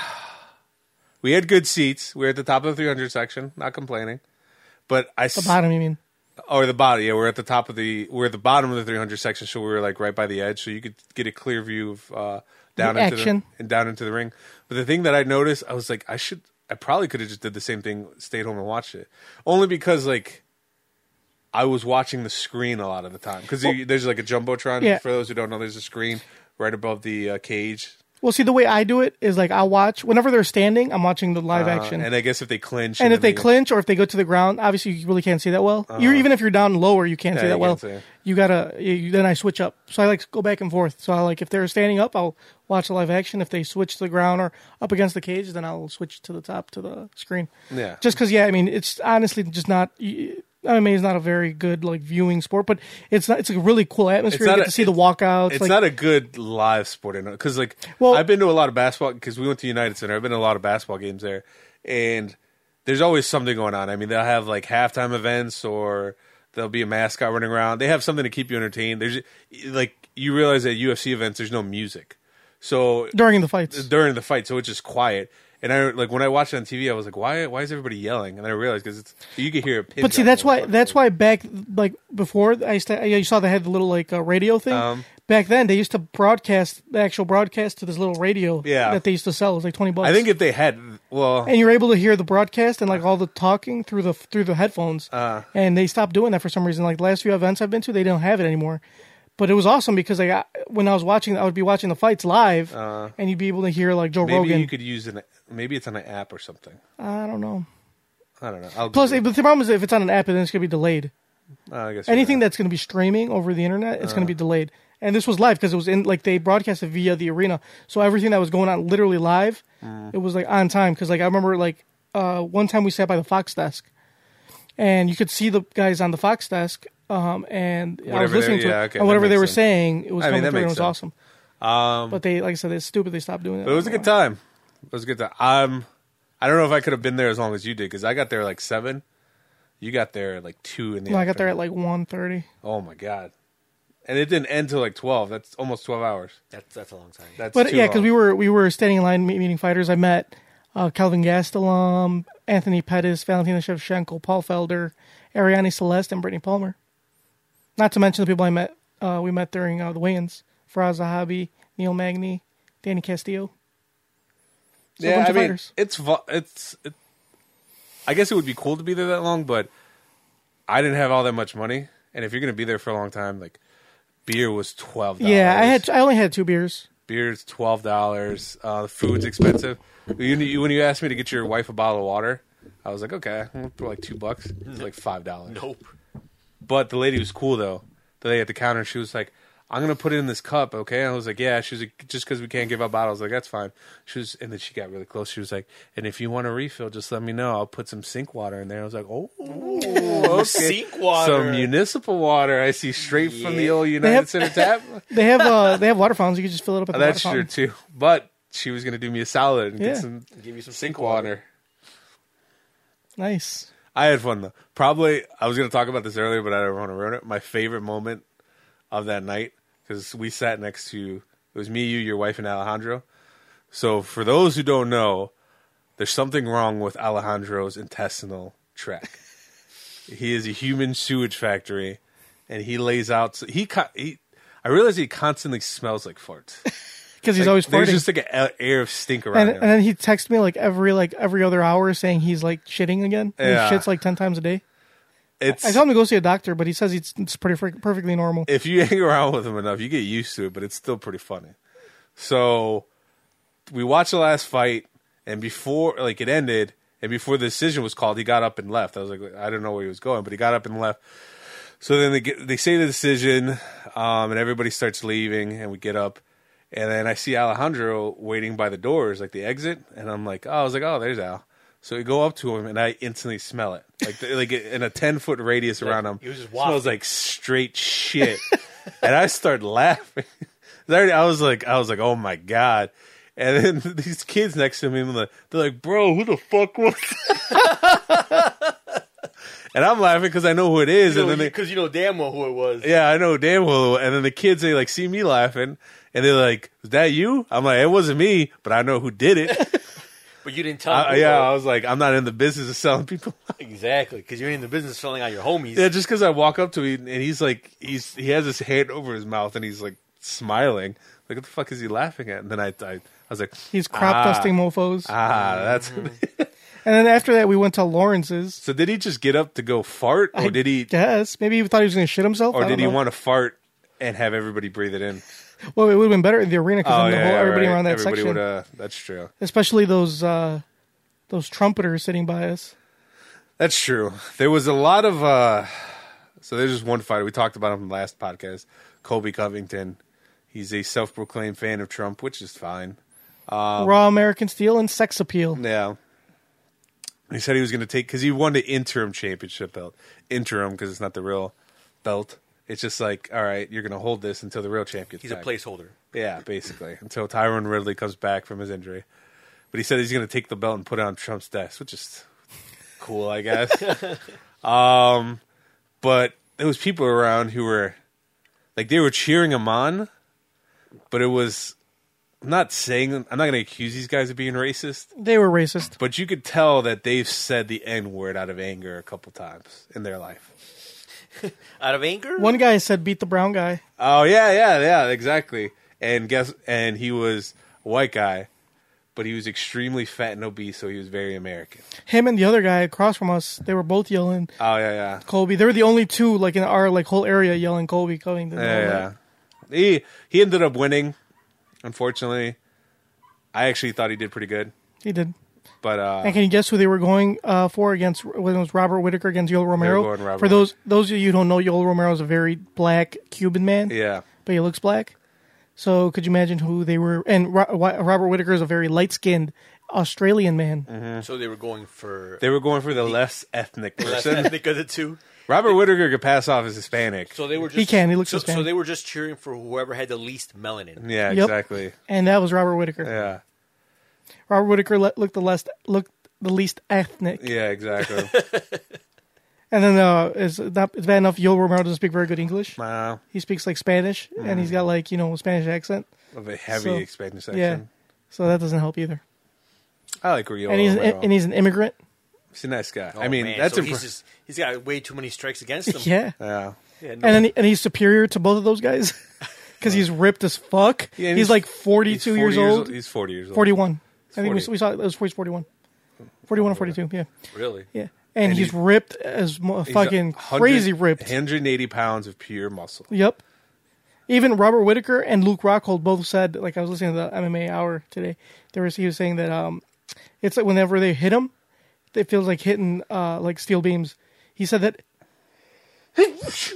Speaker 2: We had good seats. We were at the top of the 300 section. Not complaining. But I
Speaker 1: The bottom, you mean?
Speaker 2: or Oh, the bottom. Yeah, we're at the top of the we're at the bottom of the 300 section, so we were like right by the edge, so you could get a clear view of uh, down
Speaker 1: The
Speaker 2: into
Speaker 1: action.
Speaker 2: the and down into the ring. But the thing that I noticed, I was like, I should, I probably could have just did the same thing, stayed home and watched it, only because like. I was watching the screen a lot of the time because there's like a jumbotron.
Speaker 1: Yeah.
Speaker 2: For those who don't know, there's a screen right above the uh, cage,
Speaker 1: Well, see, the way I do it is like I watch whenever they're standing, I'm watching the live
Speaker 2: Uh,
Speaker 1: action.
Speaker 2: and I guess if they clinch,
Speaker 1: and if
Speaker 2: then
Speaker 1: they clinch or if they go to the ground, obviously you really can't see that well. You're, even if you're down lower, you can't see
Speaker 2: Uh-huh. you
Speaker 1: that
Speaker 2: can't
Speaker 1: well.
Speaker 2: see.
Speaker 1: You gotta you- you, then I switch up, so I like to go back and forth. So I like if they're standing up, I'll watch the live action. If they switch to the ground or up against the cage, then I'll switch to the top to the screen.
Speaker 2: Yeah.
Speaker 1: just because. Yeah, I mean it's honestly just not. y- MMA is not a very good like viewing sport, but it's not. It's a really cool atmosphere. You
Speaker 2: not
Speaker 1: get
Speaker 2: a-
Speaker 1: to see the walkouts.
Speaker 2: it's
Speaker 1: like,
Speaker 2: not a good live sport because like
Speaker 1: Well-
Speaker 2: I've been to a lot of basketball because we went to United Center. I've been to a lot of basketball games there, and there's always something going on. I mean, they'll have like halftime events or there'll be a mascot running around. They have something to keep you entertained. There's like you realize at UFC events there's no music, so
Speaker 1: during the fights.
Speaker 2: during the fight, so it's just quiet. And I like when I watched it on TV, I was like, why? Why is everybody yelling? And then I realized because it's you can hear a pin
Speaker 1: But see,
Speaker 2: drop
Speaker 1: that's
Speaker 2: when
Speaker 1: why
Speaker 2: the fuck-
Speaker 1: that's why back like before I used to, I- you saw they had the little like uh, radio thing.
Speaker 2: Um.
Speaker 1: back then, they used to broadcast the actual broadcast to this little radio
Speaker 2: Yeah.
Speaker 1: that they used to sell. It was like twenty bucks.
Speaker 2: I think if they had well,
Speaker 1: and you're able to hear the broadcast and like all the talking through the through the headphones.
Speaker 2: Uh.
Speaker 1: and they stopped doing that for some reason. Like the last few events I've been to, they don't have it anymore. But it was awesome because I got, when I was watching, I would be watching the fights live, and you'd be able to hear like Joe
Speaker 2: Uh. maybe
Speaker 1: Rogan.
Speaker 2: you could use an maybe it's on an app or something.
Speaker 1: I don't know.
Speaker 2: I don't know. I'll
Speaker 1: Plus,
Speaker 2: Google
Speaker 1: but the problem is if it's on an app, then it's gonna be delayed.
Speaker 2: it. Uh, I guess you're
Speaker 1: anything
Speaker 2: right.
Speaker 1: that's going to be streaming over the internet, it's
Speaker 2: Uh-huh.
Speaker 1: going to be delayed. And this was live because it was in like they broadcast it via the arena, so everything that was going on literally live,
Speaker 2: Uh-huh.
Speaker 1: it was like on time. Because like I remember like uh, one time we sat by the Fox desk, and you could see the guys on the Fox desk, um, and I was
Speaker 2: Whatever they-
Speaker 1: listening to
Speaker 2: yeah,
Speaker 1: it,
Speaker 2: okay,
Speaker 1: and
Speaker 2: that
Speaker 1: whatever they
Speaker 2: makes
Speaker 1: were
Speaker 2: sense.
Speaker 1: saying, it was
Speaker 2: I mean,
Speaker 1: coming
Speaker 2: that
Speaker 1: through, and it
Speaker 2: makes Um,
Speaker 1: was awesome. but they, like I said, it's stupid. They stopped doing it.
Speaker 2: But it was a good time. It was a good time. Um, I don't know if I could have been there as long as you did because I got there like seven. You got there at, like two in the.
Speaker 1: No, I got there at
Speaker 2: afternoon.
Speaker 1: like 1.30.
Speaker 2: Oh my god! And it didn't end till like twelve. That's almost twelve hours.
Speaker 3: That's that's a long time.
Speaker 2: That's
Speaker 1: But
Speaker 2: too
Speaker 1: yeah, because
Speaker 2: long.
Speaker 1: we were we were standing in line me- meeting fighters. I met uh, Calvin Gastelum, Anthony Pettis, Valentina Shevchenko, Paul Felder, Ariane Celeste, and Brittany Palmer. Not to mention the people I met. Uh, we met during uh, the weigh-ins: Faraz Zahabi, Neil Magny, Danny Castillo. So a
Speaker 2: yeah,
Speaker 1: bunch
Speaker 2: I
Speaker 1: of
Speaker 2: mean,
Speaker 1: fighters.
Speaker 2: it's fu- it's. It, I guess it would be cool to be there that long, but I didn't have all that much money, and if you're gonna be there for a long time, like beer was twelve.
Speaker 1: Yeah, I had I only had two beers.
Speaker 2: beer's twelve dollars. Uh, the food's expensive. You, you, when you asked me to get your wife a bottle of water, I was like, okay, for like two bucks,
Speaker 3: Mm-hmm.
Speaker 2: It was like five dollars.
Speaker 3: Nope.
Speaker 2: But the lady was cool though. The lady at the counter, she was like, I'm gonna put it in this cup, okay? And I was like, yeah. She was like, just because we can't give out bottles, like that's fine. She was, and then she got really close. She was like, and if you want a refill, just let me know. I'll put some sink water in there. I was like, oh, okay.
Speaker 3: sink water.
Speaker 2: some municipal water. I see straight from the old United
Speaker 1: have-
Speaker 2: Center tap.
Speaker 1: They have uh, they have water fountains. You can just fill it up at the
Speaker 2: Oh, that's
Speaker 1: water
Speaker 2: true
Speaker 1: fountain.
Speaker 2: too. But she was gonna do me a salad and
Speaker 1: Yeah.
Speaker 2: get some
Speaker 3: Give you some
Speaker 2: sink water.
Speaker 1: Nice.
Speaker 2: I had fun though. Probably I was going to talk about this earlier, but I don't want to ruin it. My favorite moment of that night because we sat next to it was me, you, your wife, and Alejandro. So for those who don't know, there's something wrong with Alejandro's intestinal tract. he is a human sewage factory, and he lays out. He co- he. I realize he constantly smells like farts.
Speaker 1: Because he's always
Speaker 2: There's
Speaker 1: farting.
Speaker 2: just like an air of stink around
Speaker 1: and,
Speaker 2: him.
Speaker 1: and then he texts me like every like every other hour saying he's like shitting again. And
Speaker 2: Yeah.
Speaker 1: He shits like ten times a day.
Speaker 2: it's
Speaker 1: I tell him to go see a doctor, but he says it's, it's pretty fr- perfectly normal.
Speaker 2: if you hang around with him enough, you get used to it, but it's still pretty funny. So we watched the last fight, and before like it ended, and before the decision was called, he got up and left. I was like, I don't know where he was going, but he got up and left. So then they get, they say the decision, um, and everybody starts leaving, and we get up, and then I see Alejandro waiting by the doors, like the exit, and I'm like, oh, I was like, oh, there's Al. So I go up to him, and I instantly smell it, like the, like in a ten foot radius around him.
Speaker 3: he was just
Speaker 2: smells
Speaker 3: wafting.
Speaker 2: like straight shit, and I start laughing. 'Cause I already- I was like, I was like, oh my god. And then these kids next to me, they're like, "Bro, who the fuck was?" that?" and I'm laughing because I know who it is. and then they,
Speaker 3: Because you know damn well who it was.
Speaker 2: yeah, I know damn well. And then the kids they like see me laughing, and they're like, "Was that you?" I'm like, "It wasn't me, but I know who did it."
Speaker 3: But you didn't tell
Speaker 2: I,
Speaker 3: me.
Speaker 2: Uh, yeah, I was like, "I'm not in the business of selling people."
Speaker 3: Exactly. Because you're in the business of selling out your homies.
Speaker 2: yeah, just because I walk up to him and he's like, he's he has his hand over his mouth and he's like smiling. Like, what the fuck is he laughing at? And then I, I, I was like,
Speaker 1: He's crop
Speaker 2: "Ah,
Speaker 1: dusting mofos.
Speaker 2: Ah, that's.
Speaker 1: Mm-hmm. and then after that, we went to Lawrence's.
Speaker 2: so did he just get up to go fart, or Oh, did he,
Speaker 1: Yes, maybe he thought he was going to shit himself.
Speaker 2: or
Speaker 1: I
Speaker 2: did
Speaker 1: don't
Speaker 2: he
Speaker 1: know.
Speaker 2: want to fart and have everybody breathe it in?
Speaker 1: Well, it would have been better in the arena because
Speaker 2: Oh
Speaker 1: then the
Speaker 2: yeah,
Speaker 1: whole, everybody
Speaker 2: right.
Speaker 1: around that
Speaker 2: everybody
Speaker 1: section,
Speaker 2: would. Uh, that's true.
Speaker 1: especially those uh, those trumpeters sitting by us.
Speaker 2: That's true. There was a lot of uh so there's just one fighter we talked about him in the last podcast, Kobe Covington. He's a self-proclaimed fan of Trump, which is fine. Um,
Speaker 1: Raw American Steel and sex appeal.
Speaker 2: Yeah. He said he was going to take cuz he won the interim championship belt. Interim cuz it's not the real belt. It's just like, all right, you're going to hold this until the real champ gets
Speaker 3: He's a
Speaker 2: back.
Speaker 3: placeholder.
Speaker 2: Yeah, basically, until Tyron Ridley comes back from his injury. But he said he's going to take the belt and put it on Trump's desk, which is cool, I guess. um, but there was people around who were like they were cheering him on, but it was I'm not saying I'm not going to accuse these guys of being racist,
Speaker 1: They were racist.
Speaker 2: but you could tell that they've said the N word out of anger a couple times in their life.
Speaker 3: Out of anger?
Speaker 1: One guy said, "Beat the brown guy."
Speaker 2: Oh yeah, yeah, yeah, exactly. And guess and he was a white guy, but he was extremely fat and obese, so he was very American.
Speaker 1: Him and the other guy across from us, they were both yelling
Speaker 2: Oh yeah, yeah.
Speaker 1: Kobe. They were the only two like in our like whole area yelling Kobe Covington.
Speaker 2: Yeah,
Speaker 1: Like,
Speaker 2: yeah. He he ended up winning, unfortunately. I actually thought he did pretty good.
Speaker 1: He did.
Speaker 2: But
Speaker 1: And
Speaker 2: uh
Speaker 1: can you guess who they were going uh, for against? When it was Robert Whitaker against Yoel Romero.
Speaker 2: going Robert
Speaker 1: For those those of you who don't know, Yoel Romero is a very black Cuban man.
Speaker 2: yeah.
Speaker 1: but he looks black. So could you imagine who they were? And Ro- Wi- Robert Whitaker is a very light skinned Australian man.
Speaker 2: Mm-hmm.
Speaker 3: So they were going for
Speaker 2: They were going for the less ethnic
Speaker 3: less
Speaker 2: person.
Speaker 3: ethnic of the two.
Speaker 2: Robert Whitaker could pass off as Hispanic.
Speaker 3: So they were just
Speaker 1: He can, he looks
Speaker 3: so,
Speaker 1: Hispanic.
Speaker 3: so they were just cheering for whoever had the least melanin.
Speaker 2: Yeah,
Speaker 1: Yep.
Speaker 2: exactly.
Speaker 1: And that was Robert Whitaker.
Speaker 2: Yeah.
Speaker 1: Robert Whitaker le- looked the less looked the least ethnic.
Speaker 2: Yeah, exactly.
Speaker 1: And then uh, it's not it's bad enough. Yoel Romero doesn't speak very good English.
Speaker 2: wow.
Speaker 1: He speaks like Spanish, and
Speaker 2: Mm.
Speaker 1: he's got like you know a Spanish accent.
Speaker 2: Of a heavy
Speaker 1: So,
Speaker 2: expansion section.
Speaker 1: Yeah, so that doesn't help either.
Speaker 2: I like Rio.
Speaker 1: And he's and he's an immigrant.
Speaker 2: he's a nice guy.
Speaker 3: Oh,
Speaker 2: I mean,
Speaker 3: man,
Speaker 2: that's
Speaker 3: so
Speaker 2: impre-
Speaker 3: he's just he's got way too many strikes against him.
Speaker 1: Yeah,
Speaker 2: Yeah.
Speaker 3: Yeah, no.
Speaker 1: and then, and he's superior to both of those guys because he's ripped as fuck.
Speaker 2: Yeah, and
Speaker 1: he's,
Speaker 2: he's-
Speaker 1: like forty two
Speaker 2: He's
Speaker 1: years
Speaker 2: 40
Speaker 1: old.
Speaker 2: He's 40 years old.
Speaker 1: 41. I think we,
Speaker 2: 40.
Speaker 1: we saw it was he's 41. 41 or 42, yeah.
Speaker 3: really.
Speaker 1: Yeah. And, he's
Speaker 2: he-
Speaker 1: ripped as mo-
Speaker 2: He's
Speaker 1: fucking
Speaker 2: 100
Speaker 1: crazy ripped.
Speaker 2: 180 pounds of pure muscle.
Speaker 1: Yep. Even Robert Whitaker and Luke Rockhold both said, like I was listening to the MMA Hour today, there was he was saying that um, it's like whenever they hit him, it feels like hitting uh like steel beams. He said that.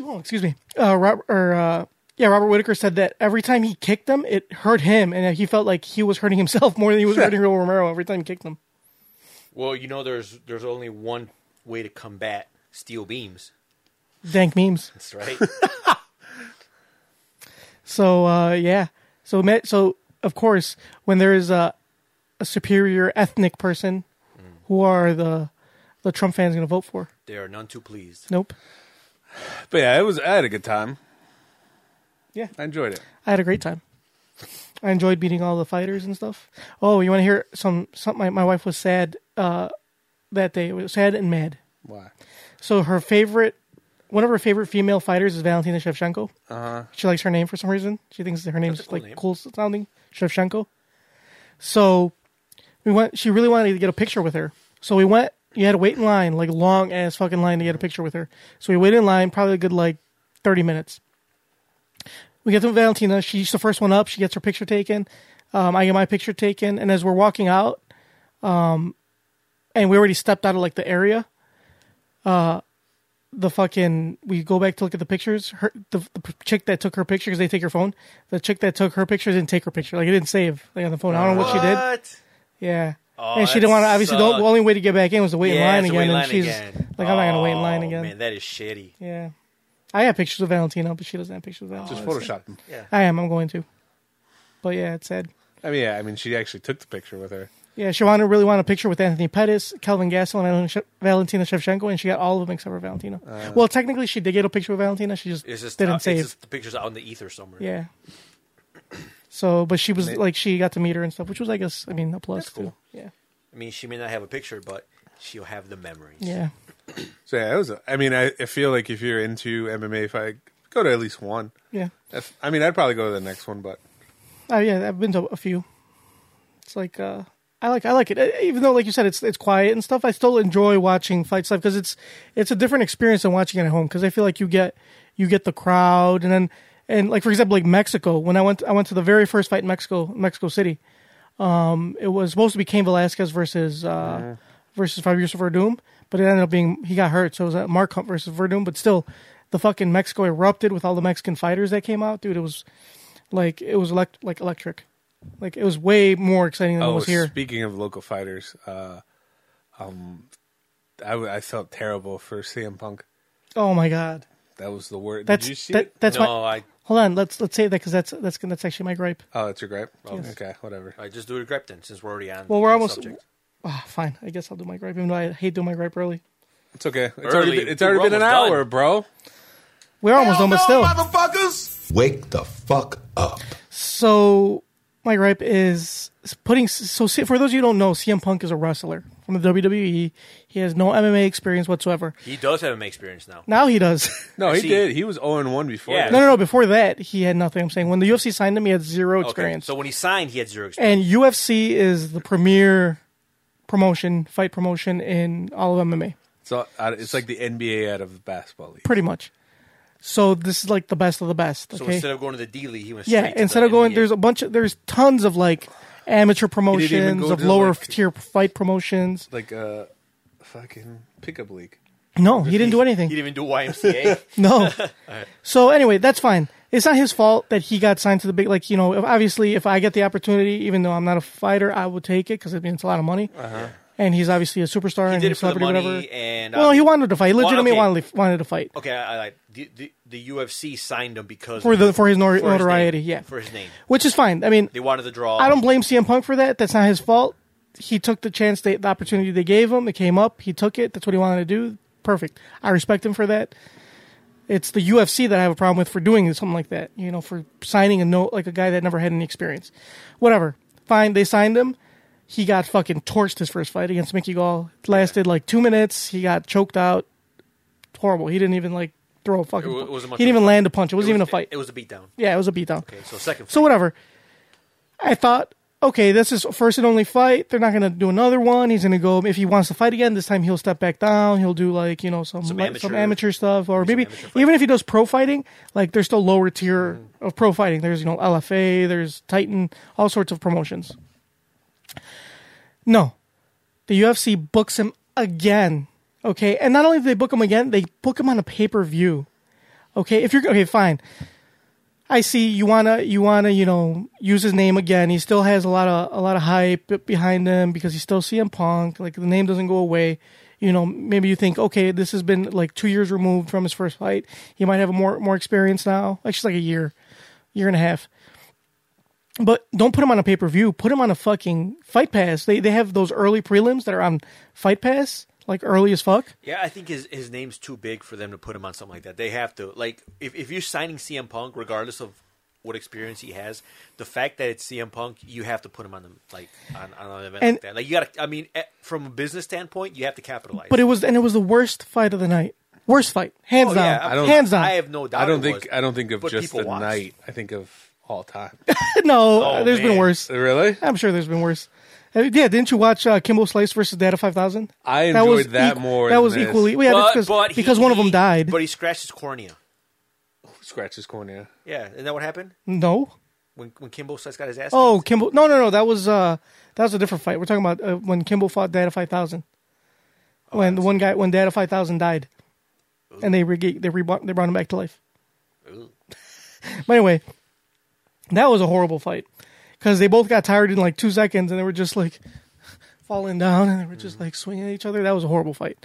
Speaker 1: Oh, excuse me, uh, Rob, or uh, Yeah, Robert Whitaker said that every time he kicked them, it hurt him, and he felt like he was hurting himself more than he was hurting Raul Romero every time he kicked him.
Speaker 3: Well, you know, there's there's only one way to combat steel beams.
Speaker 1: Dank memes.
Speaker 3: That's right.
Speaker 1: So uh, yeah, so ma- so of course, when there is a, a superior ethnic person, who are the the Trump fans going to vote for?
Speaker 3: they are none too pleased.
Speaker 1: Nope.
Speaker 2: But yeah, it was. I had a good time.
Speaker 1: Yeah.
Speaker 2: I enjoyed it.
Speaker 1: I had a great time. I enjoyed beating all the fighters and stuff. Oh, you want to hear some? Something my, my wife was sad uh, that day. It was sad and mad.
Speaker 2: Why?
Speaker 1: So her favorite, one of her favorite female fighters is Valentina Shevchenko. Uh-huh. She likes her name for some reason. She thinks her name's
Speaker 3: That's a cool
Speaker 1: like
Speaker 3: name.
Speaker 1: cool sounding Shevchenko. So we went. She really wanted to get a picture with her. So we went. You had to wait in line, like long ass fucking line to get a picture with her. So we waited in line, probably a good like thirty minutes. We get to Valentina. She's the first one up. She gets her picture taken. Um, I get my picture taken, and as we're walking out, um, and we already stepped out of like the area uh, the fucking we go back to look at the pictures. Her the, the p- chick that took her picture because they take her phone. The chick that took her picture didn't take her picture. Like it didn't save like on the phone. I don't know what, she did. Yeah. and she
Speaker 3: Oh, that
Speaker 1: didn't want to. Obviously, the,
Speaker 3: sucks.
Speaker 1: the only way to get back in was to wait in
Speaker 3: Yeah,
Speaker 1: line
Speaker 3: it's a
Speaker 1: again.
Speaker 3: wait
Speaker 1: and
Speaker 3: line
Speaker 1: she's
Speaker 3: again.
Speaker 1: like, I'm not gonna wait in line
Speaker 3: Oh,
Speaker 1: again.
Speaker 3: Man, that is shitty.
Speaker 1: Yeah. I have pictures of Valentina, but she doesn't have pictures of
Speaker 2: Just
Speaker 1: Valentina.
Speaker 2: photoshopped them.
Speaker 1: I am. I'm going to. But yeah, it's sad.
Speaker 2: I mean, yeah. I mean, she actually took the picture with her.
Speaker 1: Yeah, she wanted really wanted a picture with Anthony Pettis, Kelvin Gasol, and Sh- Valentina Shevchenko, and she got all of them except for Valentina. well, technically, she did get a picture with Valentina. She just,
Speaker 3: Uh, It's just
Speaker 1: didn't
Speaker 3: out- it's
Speaker 1: save.
Speaker 3: just the pictures out in the ether somewhere.
Speaker 1: Yeah. So, but she was like, she got to meet her and stuff, which was, I guess, I mean, a plus
Speaker 3: cool.
Speaker 1: too. Yeah.
Speaker 3: I mean, she may not have a picture, but she'll have the memories.
Speaker 1: Yeah.
Speaker 2: So yeah, it was. A, I mean, I, I feel like if you're into MMA, if I go to at least one.
Speaker 1: Yeah.
Speaker 2: If, I mean, I'd probably go to the next one, but
Speaker 1: Oh yeah, I've been to a few. It's like, uh, I like, I like it. Uh, Even though, like you said, it's it's quiet and stuff. I still enjoy watching fights live because it's it's a different experience than watching it at home. Because I feel like you get you get the crowd and then and like for example, like Mexico. When I went I went to the very first fight in Mexico, Mexico City. Um, it was supposed to be Cain Velasquez versus uh, versus Fabio Verdum, but it ended up being he got hurt, so it was uh, Mark Hunt versus Verdum. But still, the fucking Mexico erupted with all the Mexican fighters that came out, dude. It was like it was elect- like electric, like it was way more exciting
Speaker 3: Oh,
Speaker 1: than it was here.
Speaker 2: oh, speaking of local fighters, uh, um, I, w- I felt terrible for CM Punk.
Speaker 1: oh my god,
Speaker 2: That was the word.
Speaker 1: that's
Speaker 2: Did you see?
Speaker 1: that,
Speaker 2: it?
Speaker 1: that's
Speaker 3: no,
Speaker 1: my.
Speaker 3: I,
Speaker 1: Hold on, let's let's save that because that's that's that's actually my gripe.
Speaker 2: Oh, that's your gripe. Okay, whatever.
Speaker 3: I just do a gripe then, since we're already on.
Speaker 1: Well, we're
Speaker 3: the
Speaker 1: almost.
Speaker 3: subject.
Speaker 1: Ah, fine, I guess I'll do my gripe, even though I hate doing my gripe early.
Speaker 2: It's okay. It's
Speaker 3: Early.
Speaker 2: already been, it's already
Speaker 3: We're
Speaker 2: been an
Speaker 3: almost
Speaker 2: hour,
Speaker 3: done.
Speaker 2: bro.
Speaker 1: We're almost done, but still.
Speaker 5: Wake the fuck up.
Speaker 1: So my gripe is putting. So C- for those of you who don't know, CM Punk is a wrestler from the WWE. He has no MMA experience whatsoever.
Speaker 3: He does have an experience now.
Speaker 1: Now he does.
Speaker 2: No, he
Speaker 3: see.
Speaker 2: did. He was zero and one before.
Speaker 3: Yeah.
Speaker 2: that.
Speaker 1: no, no, no. Before that, he had nothing. I'm saying when the UFC signed him, he had zero
Speaker 3: Okay,
Speaker 1: experience. Eh,
Speaker 3: So when he signed, he had zero experience.
Speaker 1: and UFC is the premier promotion, fight promotion in all of MMA,
Speaker 2: So uh, it's like the NBA out of basketball league.
Speaker 1: pretty much. So this is like the best of the best.
Speaker 3: So
Speaker 1: Okay.
Speaker 3: instead of going to the D League, he went.
Speaker 1: yeah.
Speaker 3: straight to
Speaker 1: Instead
Speaker 3: the
Speaker 1: of going,
Speaker 3: NBA.
Speaker 1: there's a bunch of there's tons of like amateur
Speaker 2: go
Speaker 1: promotions of
Speaker 2: to,
Speaker 1: lower
Speaker 2: like-
Speaker 1: tier fight promotions.
Speaker 2: Like a fucking pickup league.
Speaker 1: No, he didn't do anything.
Speaker 3: He didn't even do YMCA.
Speaker 1: No. So anyway, that's fine. It's not his fault that he got signed to the big. Like you know, if, obviously, if I get the opportunity, even though I'm not a fighter, I would take it because I mean it's a lot of money. And he's obviously a superstar and
Speaker 3: Uh-huh. did
Speaker 1: he's
Speaker 3: it for the
Speaker 1: celebrity,
Speaker 3: money
Speaker 1: whatever.
Speaker 3: and,
Speaker 1: well,
Speaker 3: uh,
Speaker 1: he wanted to fight. He legitimately
Speaker 3: Well, okay.
Speaker 1: wanted to, wanted to fight
Speaker 3: okay, I, I like the, the the UFC signed him because
Speaker 1: for
Speaker 3: of
Speaker 1: the for his nor-
Speaker 3: name.
Speaker 1: notoriety. yeah,
Speaker 3: for his name.
Speaker 1: which is fine. I mean,
Speaker 3: They wanted the draw.
Speaker 1: I don't blame CM Punk for that. That's not his fault. He took the chance, they, the opportunity they gave him. It came up. He took it. That's what he wanted to do. Perfect. I respect him for that. It's the UFC that I have a problem with for doing something like that. You know, for signing a note like a guy that never had any experience. Whatever. Fine. They signed him. He got fucking torched his first fight against Mickey Gall. It lasted like two minutes. He got choked out. Horrible. He didn't even like throw a fucking.
Speaker 3: It wa-
Speaker 1: punch.
Speaker 3: it wasn't
Speaker 1: he
Speaker 3: much
Speaker 1: didn't
Speaker 3: of a
Speaker 1: even
Speaker 3: fight.
Speaker 1: land a punch. It
Speaker 3: It
Speaker 1: wasn't even a
Speaker 3: was-
Speaker 1: fight.
Speaker 3: It, was a beatdown.
Speaker 1: yeah, it was a beatdown.
Speaker 3: Okay, so second.
Speaker 1: So whatever. I thought, okay, this is first and only fight. They're not going to do another one. He's going to go if he wants to fight again. This time he'll step back down. He'll do like you know some some amateur,
Speaker 3: amateur-
Speaker 1: some amateur stuff, or maybe
Speaker 3: amateur fight.
Speaker 1: even if he does pro fighting, like there's still lower tier of pro fighting. There's you know LFA, there's Titan, all sorts of promotions. No, the UFC books him again. Okay, and not only do they book him again, they book him on a pay per view. Okay, if you're okay, fine. I see you wanna you wanna you know use his name again. He still has a lot of a lot of hype behind him because he's still CM Punk. Like the name doesn't go away. You know, maybe you think, okay, this has been like two years removed from his first fight. He might have more more experience now. Actually, like a year, year and a half. But don't put him on a pay per view. Put him on a fucking Fight Pass. They they have those early prelims that are on Fight Pass, like early as fuck.
Speaker 3: Yeah, I think his his name's too big for them to put him on something like that. They have to like if if you're signing CM Punk, regardless of what experience he has, the fact that it's CM Punk, you have to put him on the like on, on an event
Speaker 1: And-
Speaker 3: like that. Like you got to, I mean, eh, from a business standpoint, you have to capitalize.
Speaker 1: But it was and it was the worst fight of the night. Worst fight, hands
Speaker 3: Oh,
Speaker 1: down,
Speaker 3: yeah, I
Speaker 2: don't-
Speaker 1: hands down.
Speaker 3: I have no doubt.
Speaker 2: I don't
Speaker 3: it
Speaker 2: think
Speaker 3: Oh, was,
Speaker 2: I don't think of
Speaker 3: but
Speaker 2: just
Speaker 3: people
Speaker 2: the
Speaker 3: watched.
Speaker 2: night. I think of all time.
Speaker 1: no, uh,
Speaker 3: Oh,
Speaker 1: there's been
Speaker 3: man.
Speaker 1: worse.
Speaker 2: really?
Speaker 1: I'm sure there's been worse. Uh, Yeah, didn't you watch uh, Kimbo Slice versus Data 5000?
Speaker 2: I enjoyed that more
Speaker 1: That
Speaker 2: than
Speaker 1: was
Speaker 2: this.
Speaker 1: equally yeah, that's
Speaker 3: But-
Speaker 1: 'cause-
Speaker 3: but he-
Speaker 1: because one of them
Speaker 3: he-
Speaker 1: died.
Speaker 3: But he scratched his cornea.
Speaker 2: Scratch his cornea.
Speaker 3: Yeah, isn't that what happened
Speaker 1: no.
Speaker 3: when when Kimbo Slice got his ass?
Speaker 1: Oh,
Speaker 3: kicked?
Speaker 1: Kimbo. No, no, no. That was uh, that was a different fight. We're talking about uh, when Kimbo fought Data Five Thousand. When the one guy, when Data Five Thousand died, and they re- they rebought, they brought him back to life. but anyway, that was a horrible fight because they both got tired in like two seconds, and they were just like falling down, and they were
Speaker 3: Mm-hmm.
Speaker 1: just like swinging at each other. That was a horrible fight.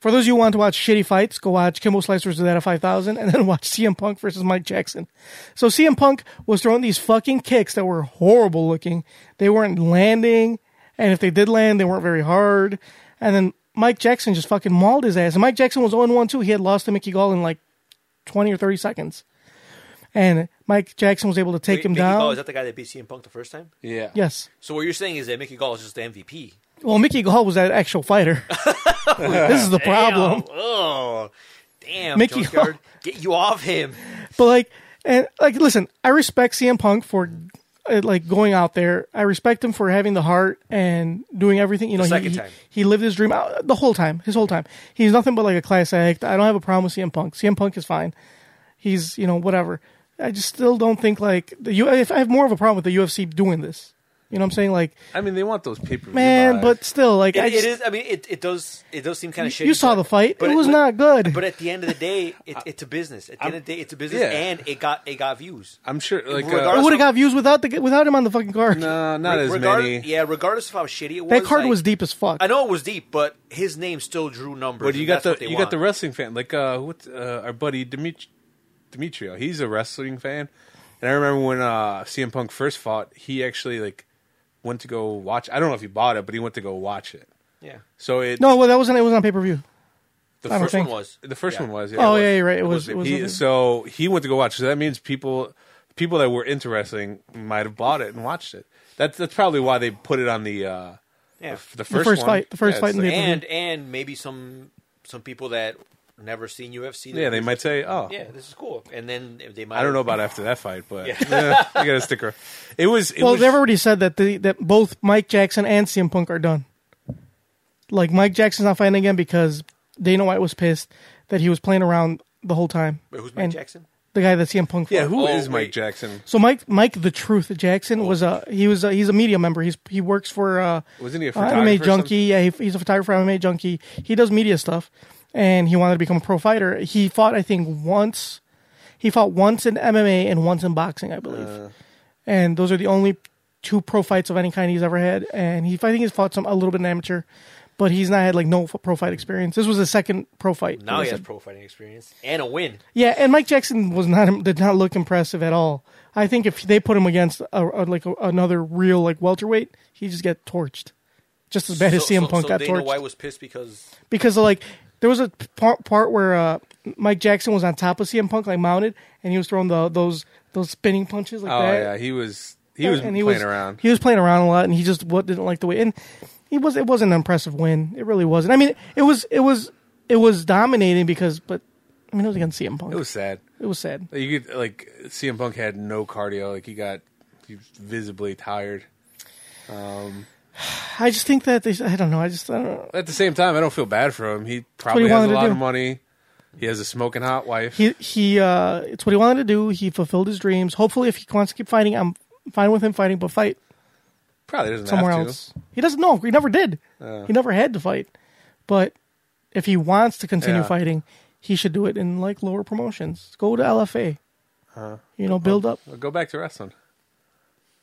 Speaker 1: For those of you who want to watch shitty fights, go watch Kimbo Slice versus that 5000 and then watch CM Punk versus Mike Jackson. So CM Punk was throwing these fucking kicks that were horrible looking. They weren't landing. And if they did land, they weren't very hard. And then Mike Jackson just fucking mauled his ass. And Mike Jackson was 0 1 too. He had lost to Mickey Gall in like 20 or 30 seconds. And Mike Jackson was able to take
Speaker 3: Wait,
Speaker 1: him
Speaker 3: Mickey
Speaker 1: down.
Speaker 3: Gall, is that the guy that beat CM Punk the first time?
Speaker 2: Yeah.
Speaker 1: yes.
Speaker 3: So what you're saying is that Mickey Gall is just the MVP.
Speaker 1: Well, Mickey Gall was that actual fighter. this is the problem.
Speaker 3: Damn, oh, damn,
Speaker 1: Mickey
Speaker 3: Junkyard, get you off him.
Speaker 1: But like, and like, listen, I respect CM Punk for uh, like going out there. I respect him for having the heart and doing everything. You know, he-
Speaker 3: second
Speaker 1: he,
Speaker 3: time.
Speaker 1: he lived his dream out the whole time, his whole time. He's nothing but like a class act. I don't have a problem with CM Punk. CM Punk is fine. He's you know whatever. I just still don't think like the U. If I have more of a problem with the UFC doing this, you know what I'm saying? Like,
Speaker 2: I mean, they want those paper.
Speaker 1: man, but still, like,
Speaker 3: It,
Speaker 1: I
Speaker 3: it
Speaker 1: just,
Speaker 3: is. I mean, it, it does. It does seem kind of shitty.
Speaker 1: you saw the fight.
Speaker 3: but
Speaker 1: it was
Speaker 3: but-
Speaker 1: not good.
Speaker 3: But at the end of the day, it, it's a business. At the end of the day, it's a business,
Speaker 2: Yeah.
Speaker 3: and it got it got views.
Speaker 2: I'm sure, like,
Speaker 1: I
Speaker 2: uh,
Speaker 3: Regardless-
Speaker 1: would have got views without the without him on the fucking card.
Speaker 2: no, not as
Speaker 3: Regard-
Speaker 2: many.
Speaker 3: Yeah, regardless of how shitty it was.
Speaker 1: that card
Speaker 3: like-
Speaker 1: was deep as fuck.
Speaker 3: I know it was deep, but his name still drew numbers.
Speaker 2: But you
Speaker 3: and
Speaker 2: got
Speaker 3: that's
Speaker 2: the
Speaker 3: what they
Speaker 2: you got the
Speaker 3: want.
Speaker 2: wrestling fan, like uh, what uh, our buddy Dimitri, Demetrio. He's a wrestling fan, and I remember when uh, CM Punk first fought, he actually like went to go watch. I don't know if he bought it, but he went to go watch it.
Speaker 3: Yeah.
Speaker 2: So it
Speaker 1: No, well, that wasn't. It was on pay per view.
Speaker 2: the
Speaker 1: I don't
Speaker 3: First one
Speaker 1: think-
Speaker 3: was
Speaker 2: The first
Speaker 3: yeah.
Speaker 2: one was.
Speaker 1: Oh,
Speaker 2: it
Speaker 1: yeah, you're right. It was- it was
Speaker 2: he-
Speaker 1: on there.
Speaker 2: so he went to go watch. So that means people, people that were into wrestling might have bought it and watched it. That's that's probably why they put it on the uh,
Speaker 3: Yeah.
Speaker 2: the, the first
Speaker 1: first
Speaker 2: one.
Speaker 1: fight- the first
Speaker 2: Yeah,
Speaker 1: fight
Speaker 2: it's
Speaker 1: in the-
Speaker 2: like-
Speaker 3: and and maybe some some people that never seen UFC. that-
Speaker 2: yeah, they might say, oh,
Speaker 3: Yeah, this is cool, and then they might.
Speaker 2: I don't know about after that fight, but yeah, you gotta stick around. It was it
Speaker 1: well,
Speaker 2: was,
Speaker 1: they've already said that the, that both Mike Jackson and CM Punk are done. Like Mike Jackson's not fighting again because Dana White was pissed that he was playing around the whole time.
Speaker 3: Wait, who's Mike
Speaker 1: And
Speaker 3: Jackson?
Speaker 1: The guy that CM Punk.
Speaker 2: yeah.
Speaker 1: fought.
Speaker 2: Who is
Speaker 3: Oh,
Speaker 2: Mike
Speaker 3: wait.
Speaker 2: Jackson?
Speaker 1: So Mike Mike the Truth Jackson was a he was a, he's a media member. He's he works for uh,
Speaker 2: Wasn't he a
Speaker 1: uh,
Speaker 2: photographer
Speaker 1: anime
Speaker 2: or
Speaker 1: junkie? Yeah, he, he's a photographer, anime junkie. He does media stuff, and he wanted to become a pro fighter. He fought, I think, once. He fought once in MMA and once in boxing, I believe.
Speaker 2: Uh.
Speaker 1: and those are the only two pro fights of any kind he's ever had. And he, I think, he's fought some a little bit in amateur, but he's not had like no f- pro fight experience. This was his second pro fight.
Speaker 3: Now he
Speaker 1: Like I
Speaker 3: has
Speaker 1: said.
Speaker 3: pro fighting experience and a win.
Speaker 1: Yeah, and Mike Jackson was not did not look impressive at all. I think if they put him against a, a- like a, another real like welterweight, he just get torched, just as bad as
Speaker 3: So-
Speaker 1: CM
Speaker 3: so-
Speaker 1: Punk
Speaker 3: so
Speaker 1: got
Speaker 3: Dana
Speaker 1: torched.
Speaker 3: White was pissed because
Speaker 1: because like there was a part, part where uh, Mike Jackson was on top of CM Punk like mounted, and he was throwing the those those spinning punches like
Speaker 2: Oh
Speaker 1: that.
Speaker 2: yeah, he was he was
Speaker 1: And
Speaker 2: playing around.
Speaker 1: He was playing around a lot, and he just what didn't like the way. And he was it wasn't an impressive win. It really wasn't. I mean, it was it was it was dominating because, but I mean, it was against CM Punk.
Speaker 2: It was sad.
Speaker 1: it was sad.
Speaker 2: You could like CM Punk had no cardio. Like he got he was visibly tired.
Speaker 1: I just think that they. I don't know. I just I don't. Know.
Speaker 2: At the same time, I don't feel bad for him. He probably
Speaker 1: he
Speaker 2: has
Speaker 1: wanted
Speaker 2: a
Speaker 1: to
Speaker 2: lot
Speaker 1: do.
Speaker 2: of money. He has a smoking hot wife.
Speaker 1: He he. uh It's what he wanted to do. He fulfilled his dreams. Hopefully, if he wants to keep fighting, I'm fine with him fighting, but fight
Speaker 2: probably doesn't
Speaker 1: somewhere
Speaker 2: have to.
Speaker 1: else. He doesn't know. He never did. he never had to fight. But if he wants to continue
Speaker 2: Yeah.
Speaker 1: fighting, he should do it in like lower promotions. Go to LFA. You know, build up.
Speaker 2: Well, go back to wrestling.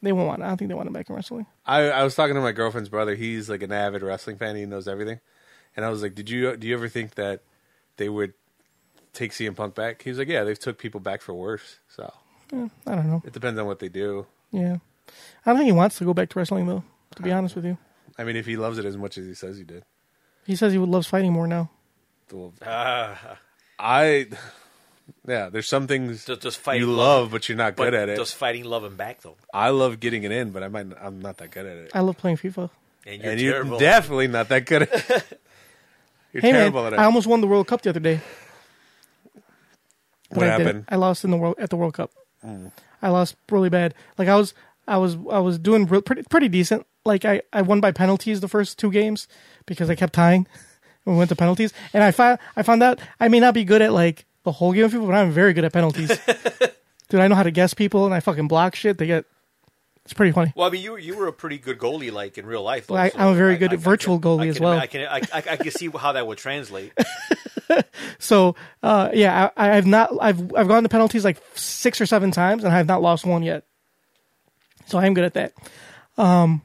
Speaker 1: They won't want. It. I don't think they want it back in wrestling.
Speaker 2: I, I was talking to my girlfriend's brother. He's like an avid wrestling fan. He knows everything. And I was like, "Did you do you ever think that they would take CM Punk back?" He was like, "Yeah, they've took people back for worse." So
Speaker 1: I don't know.
Speaker 2: it depends on what they do.
Speaker 1: Yeah, I don't think he wants to go back to wrestling though. To be honest with you,
Speaker 2: I mean, if he loves it as much as he says he did,
Speaker 1: he says he would loves fighting more now.
Speaker 2: well, I yeah, there's some things
Speaker 3: Just, just fighting
Speaker 2: you
Speaker 3: love,
Speaker 2: love, but you're not
Speaker 3: but
Speaker 2: good at it.
Speaker 3: Just fighting love and back though,
Speaker 2: I love getting it in, but I might I'm not that good at it.
Speaker 1: I love playing FIFA.
Speaker 3: and you're
Speaker 2: and you're
Speaker 3: terrible.
Speaker 2: definitely not that good at it. You're
Speaker 1: Hey man,
Speaker 2: terrible at it.
Speaker 1: I almost won the World Cup the other day. but
Speaker 2: what
Speaker 1: I didn't.
Speaker 2: happened? Mm.
Speaker 1: I lost in the world at the World Cup. I lost really bad. Like I was, I was, I was doing real, pretty, pretty decent. Like I, I won by penalties the first two games because I kept tying. We went to penalties, and I found I found out I may not be good at like the whole game of people, but I'm very good at penalties. Dude, I know how to guess people, and I fucking block shit. They get it's pretty funny.
Speaker 3: Well, I mean, you were- you were a pretty good goalie, like in real life. Though,
Speaker 1: Well, I- I'm very good at virtual
Speaker 3: can-
Speaker 1: goalie
Speaker 3: I
Speaker 1: as
Speaker 3: can-
Speaker 1: well.
Speaker 3: I can I, I, I can see how that would translate.
Speaker 1: So uh, yeah, I, I've not I've I've gone to penalties like six or seven times, and I have not lost one yet. So I am good at that. Um,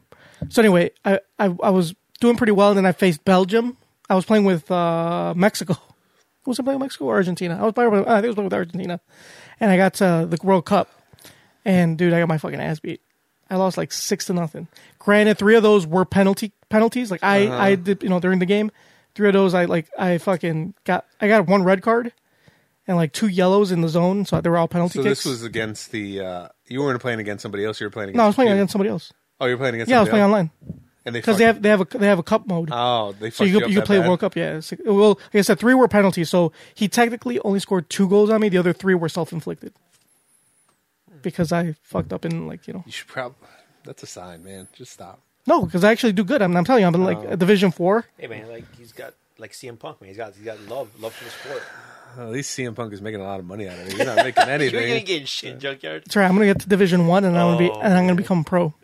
Speaker 1: so anyway, I, I I was doing pretty well, and then I faced Belgium. I was playing with uh, Mexico. Was I playing with Mexico or Argentina? I was playing with, I think I was playing with Argentina, and I got to the World Cup, and dude, I got my fucking ass beat. I lost like six to nothing. Granted, three of those were penalty penalties. Like I,
Speaker 2: Uh-huh.
Speaker 1: I did, you know, during the game, three of those I like I fucking got. I got one red card and like two yellows in the zone, so they were all penalty
Speaker 2: So
Speaker 1: kicks.
Speaker 2: this was against the. Uh, you weren't playing against somebody else. You were playing against.
Speaker 1: no, I was playing
Speaker 2: you.
Speaker 1: against somebody else.
Speaker 2: Oh, you were playing against.
Speaker 1: Yeah, I was
Speaker 2: somebody
Speaker 1: playing
Speaker 2: else.
Speaker 1: online
Speaker 2: And they
Speaker 1: because they have they have a they have a cup mode.
Speaker 2: Oh, they.
Speaker 1: So you, could-
Speaker 2: fucked up
Speaker 1: you could
Speaker 2: that
Speaker 1: play
Speaker 2: bad?
Speaker 1: World Cup, yeah. It's like- well, like I said, three were penalties, so he technically only scored two goals on me. The other three were self inflicted because I fucked up and like you know
Speaker 2: You should probably. That's a sign, man. Just stop.
Speaker 1: no, because I actually do good. I'm, I'm telling you, I'm in like
Speaker 2: Oh.
Speaker 1: Division Four.
Speaker 3: hey man, like he's got like CM Punk, man. He's got he's got love, love for the sport.
Speaker 2: At least CM Punk is making a lot of money out of it. You're not making
Speaker 3: You're gonna
Speaker 2: anything.
Speaker 3: get shit, junkyard.
Speaker 1: Sorry, I'm gonna get to Division One, and I'm
Speaker 2: Oh,
Speaker 1: gonna be and I'm gonna become pro.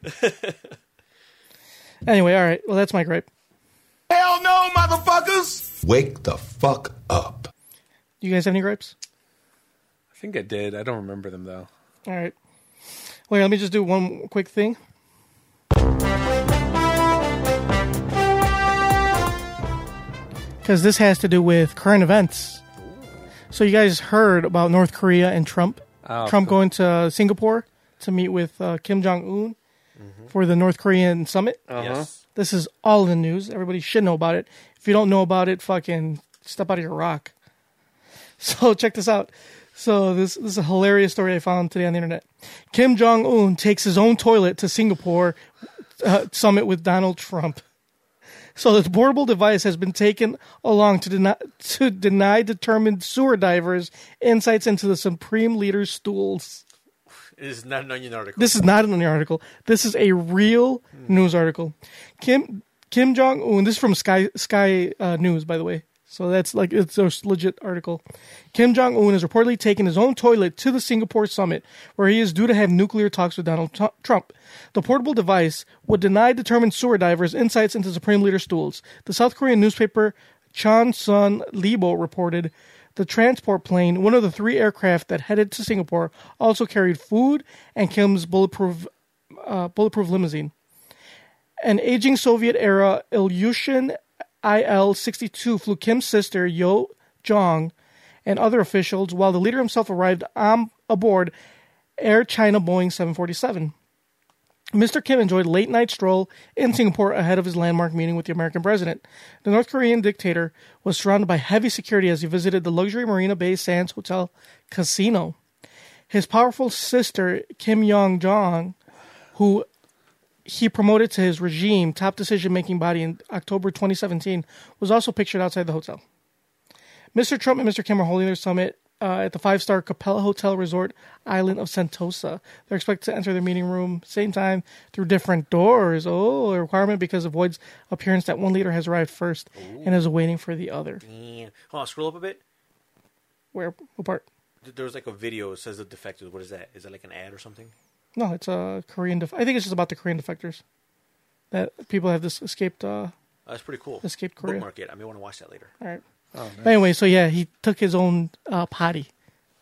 Speaker 1: anyway, all right. Well, that's my gripe.
Speaker 5: Hell no, motherfuckers! Wake the fuck up.
Speaker 1: You guys have any gripes?
Speaker 2: I think I did. I don't remember them though.
Speaker 1: All right. Wait, let me just do one quick thing. Because this has to do with current events. So, you guys heard about North Korea and Trump. Trump going to Singapore to meet with uh, Kim Jong un for the North Korean summit.
Speaker 3: Yes.
Speaker 1: This is all in the news. Everybody should know about it. If you don't know about it, fucking step out of your rock. So check this out. So this, this is a hilarious story I found today on the internet. Kim Jong Un takes his own toilet to Singapore uh, summit with Donald Trump. So the portable device has been taken along to deny, to deny determined sewer divers insights into the supreme leader's stools.
Speaker 3: This is not an onion article.
Speaker 1: This is not an article. This is a real news article. Kim Kim Jong Un. This is from Sky Sky uh, News, by the way. So that's like it's a legit article. Kim Jong Un has reportedly taken his own toilet to the Singapore summit, where he is due to have nuclear talks with Donald Tu- Trump. The portable device would deny determined sewer divers insights into Supreme Leader stools. The South Korean newspaper Chonsun Libo reported the transport plane, one of the three aircraft that headed to Singapore, also carried food and Kim's bulletproof, uh, bulletproof limousine. An aging Soviet era Ilyushin IL 62 flew Kim's sister, Yo Jong, and other officials, while the leader himself arrived on, aboard Air China Boeing 747. Mr. Kim enjoyed late night stroll in Singapore ahead of his landmark meeting with the American president. The North Korean dictator was surrounded by heavy security as he visited the luxury Marina Bay Sands Hotel Casino. His powerful sister, Kim Yong Jong, who he promoted to his regime top decision making body in October 2017, was also pictured outside the hotel. Mr. Trump and Mr. Kim are holding their summit uh, at the five star Capella Hotel Resort island of Sentosa. They're expected to enter their meeting room same time through different doors. Oh, a requirement because of Void's appearance that one leader has arrived first and is waiting for the other.
Speaker 3: Damn. Hold on, scroll up a bit.
Speaker 1: Where? What part?
Speaker 3: Th- There was like a video. It says the defected. What is that? Is that like an ad or something?
Speaker 1: No, it's a Korean. Def- I think it's just about the Korean defectors that people have this escaped. Uh,
Speaker 3: Oh, that's pretty cool.
Speaker 1: Escaped Korea.
Speaker 3: Bookmark it. I may want to watch that later.
Speaker 1: all right. But anyway, so yeah, he took his own uh, potty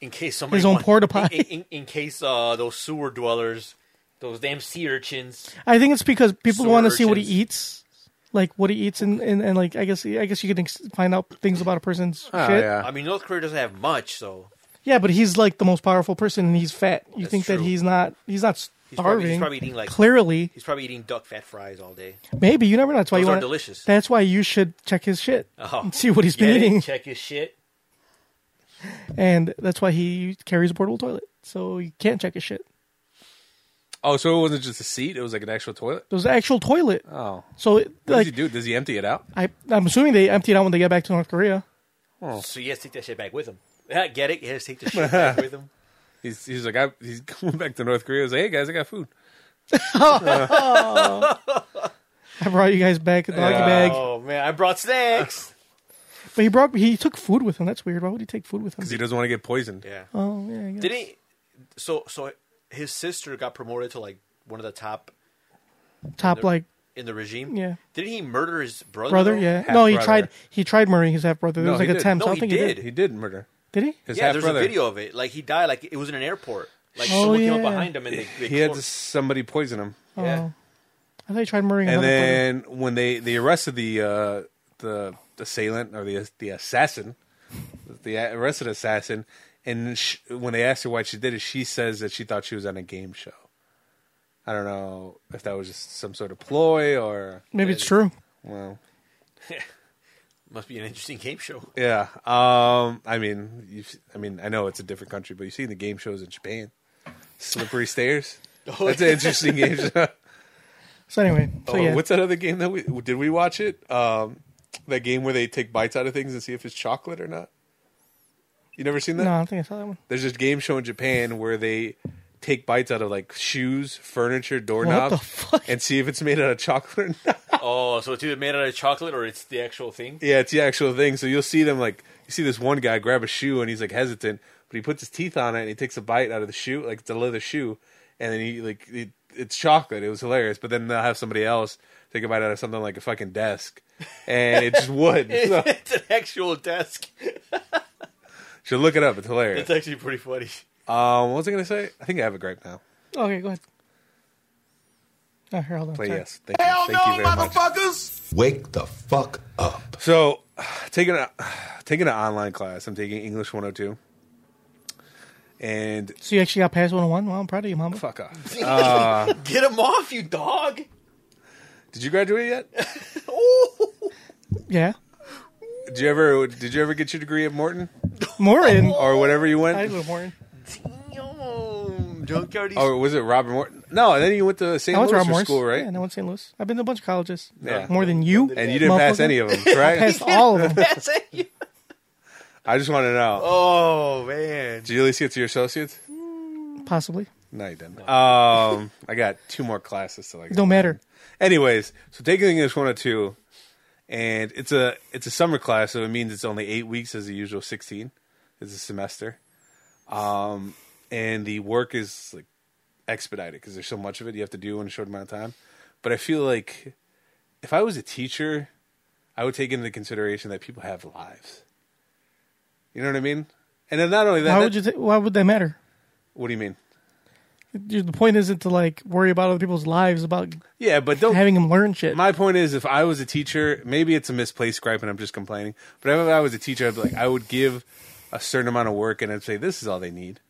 Speaker 3: in case somebody
Speaker 1: His own
Speaker 3: want-
Speaker 1: porta potty.
Speaker 3: In, in, in case uh, those sewer dwellers, those damn sea urchins.
Speaker 1: I think it's because people
Speaker 3: Sewer
Speaker 1: want to see what he
Speaker 3: urchins.
Speaker 1: eats, like what he eats, and, and, and like I guess I guess you can ex- find out things about a person's
Speaker 2: Oh,
Speaker 1: shit.
Speaker 2: yeah.
Speaker 3: I mean, North Korea doesn't have much, so
Speaker 1: Yeah, but he's like the most powerful person, and he's fat. You
Speaker 3: That's
Speaker 1: think that
Speaker 3: true.
Speaker 1: he's not? He's not starving.
Speaker 3: he's probably, he's probably eating like
Speaker 1: Clearly,
Speaker 3: he's probably eating duck fat fries all day.
Speaker 1: maybe you never know. That's why
Speaker 3: Those
Speaker 1: you
Speaker 3: are
Speaker 1: want
Speaker 3: delicious.
Speaker 1: That's why you should check his shit
Speaker 3: Oh.
Speaker 1: and see what he's
Speaker 3: Get
Speaker 1: been
Speaker 3: it?
Speaker 1: eating,
Speaker 3: Check his shit.
Speaker 1: and that's why he carries a portable toilet, so you can't check his shit.
Speaker 2: Oh, so it wasn't just a seat; it was like an actual toilet.
Speaker 1: There's an actual toilet,
Speaker 2: Oh,
Speaker 1: so it,
Speaker 2: what
Speaker 1: like
Speaker 2: does he do? Does he empty it out?
Speaker 1: I, I'm assuming they emptied out when they got back to North Korea. Oh.
Speaker 3: So you has to take that shit back with him. Yeah, get it? He has to take the shit back with him.
Speaker 2: He's he's like I, he's going back to North Korea. He's like, hey guys, I got food.
Speaker 1: I brought you guys back a doggy
Speaker 2: Yeah.
Speaker 1: bag,
Speaker 3: Oh man, I brought snacks.
Speaker 1: but he brought he took food with him. That's weird. Why would he take food with him?
Speaker 2: because he doesn't want to get poisoned.
Speaker 3: yeah.
Speaker 1: oh yeah, I guess.
Speaker 3: Didn't he, so so his sister got promoted to like one of the top
Speaker 1: top
Speaker 3: they're-
Speaker 1: like
Speaker 3: in the regime.
Speaker 1: Yeah.
Speaker 3: Didn't he murder his Oh, brother?
Speaker 1: brother?
Speaker 3: though?
Speaker 1: Yeah. No, he
Speaker 2: Half-brother.
Speaker 1: tried. He tried murdering his half brother. There
Speaker 2: No,
Speaker 1: was like
Speaker 2: he did.
Speaker 1: attempts.
Speaker 3: No,
Speaker 1: I
Speaker 3: he
Speaker 1: don't think he did.
Speaker 3: did.
Speaker 2: He did murder
Speaker 1: Did he?
Speaker 2: his
Speaker 3: Yeah,
Speaker 2: half
Speaker 3: there's
Speaker 2: brother.
Speaker 3: a video of it. Like he died. Like it was in an airport. Like
Speaker 1: Oh,
Speaker 3: someone came
Speaker 1: yeah.
Speaker 3: up behind him and they, they
Speaker 2: He had
Speaker 3: closed-
Speaker 2: somebody poison him,
Speaker 3: yeah.
Speaker 1: Oh. I thought he tried murdering.
Speaker 2: and
Speaker 1: another brother.
Speaker 2: then when they they arrested the uh, the assailant or the the assassin, the arrested assassin, and sh when they asked her why she did it, she says that she thought she was on a game show. I don't know if that was just some sort of ploy or
Speaker 1: maybe it's true.
Speaker 2: well,
Speaker 3: Must be an interesting game show.
Speaker 2: yeah. Um, I mean, you've, I mean, I know it's a different country, but you've seen the game shows in Japan, slippery stairs. That's an interesting game show.
Speaker 1: So anyway, so
Speaker 2: oh,
Speaker 1: yeah,
Speaker 2: what's that other game that we did we watch it? Um, that game where they take bites out of things and see if it's chocolate or not. You never seen that?
Speaker 1: no, I don't think I saw that one.
Speaker 2: There's this game show in Japan where they take bites out of like shoes, furniture, doorknobs,
Speaker 1: the fuck?
Speaker 2: and see if it's made out of chocolate or not.
Speaker 3: Oh, so it's either made out of chocolate or it's the actual thing.
Speaker 2: Yeah, it's the actual thing. So you'll see them like you see this one guy grab a shoe and he's like hesitant, but he puts his teeth on it and he takes a bite out of the shoe, like it's a leather shoe, and then he like it, it's chocolate. It was hilarious. But then they'll have somebody else take a bite out of something like a fucking desk, and it's wood. So you
Speaker 3: it's an actual desk.
Speaker 2: should look it up. It's hilarious.
Speaker 3: It's actually pretty funny.
Speaker 2: Um, what was I gonna say? I think I have a gripe now.
Speaker 1: Okay, go ahead. Oh, here, hold on.
Speaker 2: Play
Speaker 1: sorry.
Speaker 2: yes. Thank you. Thank you very much.
Speaker 5: Wake the fuck up.
Speaker 2: So, taking a taking an online class. I'm taking English 102, and
Speaker 1: So you actually got past 101? Well, I'm proud of you, Mama.
Speaker 2: fuck off.
Speaker 3: Get him off, you dog.
Speaker 2: Did you graduate yet?
Speaker 3: Oh,
Speaker 1: Yeah.
Speaker 2: Did you ever Did you ever get your degree at Morton
Speaker 1: Morin.
Speaker 2: or whatever you
Speaker 1: I
Speaker 2: went?
Speaker 1: was Morin.
Speaker 3: damn. Junkyard.
Speaker 2: Or was it Robert Morton? No, and then you went to St.
Speaker 1: I went
Speaker 2: Louis
Speaker 1: to Rob
Speaker 2: for
Speaker 1: Morris.
Speaker 2: school, right?
Speaker 1: Yeah, and I went to St. Louis. I've been to a bunch of colleges.
Speaker 2: Yeah.
Speaker 1: More than you.
Speaker 2: and you didn't pass
Speaker 1: Motherfucker.
Speaker 2: any of them, correct?
Speaker 1: Passed all of them.
Speaker 3: That's it.
Speaker 2: I just want to know.
Speaker 3: Oh man.
Speaker 2: Did you at least get to your associates?
Speaker 1: Possibly.
Speaker 2: No, you didn't. Um, I got two more classes to like.
Speaker 1: Don't matter.
Speaker 2: Anyways, so taking English 102, and it's a it's a summer class, so it means it's only eight weeks as the usual 16 is a semester. Um, and the work is like expedited because there's so much of it you have to do in a short amount of time. But I feel like if I was a teacher, I would take into consideration that people have lives. You know what I mean? And then not only that,
Speaker 1: Why
Speaker 2: that-
Speaker 1: would you? Th- why would that matter?
Speaker 2: what do you mean?
Speaker 1: You- The point isn't to like worry about other people's lives about
Speaker 2: Yeah, but don't
Speaker 1: having them learn shit.
Speaker 2: My point is, if I was a teacher, maybe it's a misplaced gripe and I'm just complaining. But if I was a teacher, I'd be like, I would give a certain amount of work and I'd say this is all they need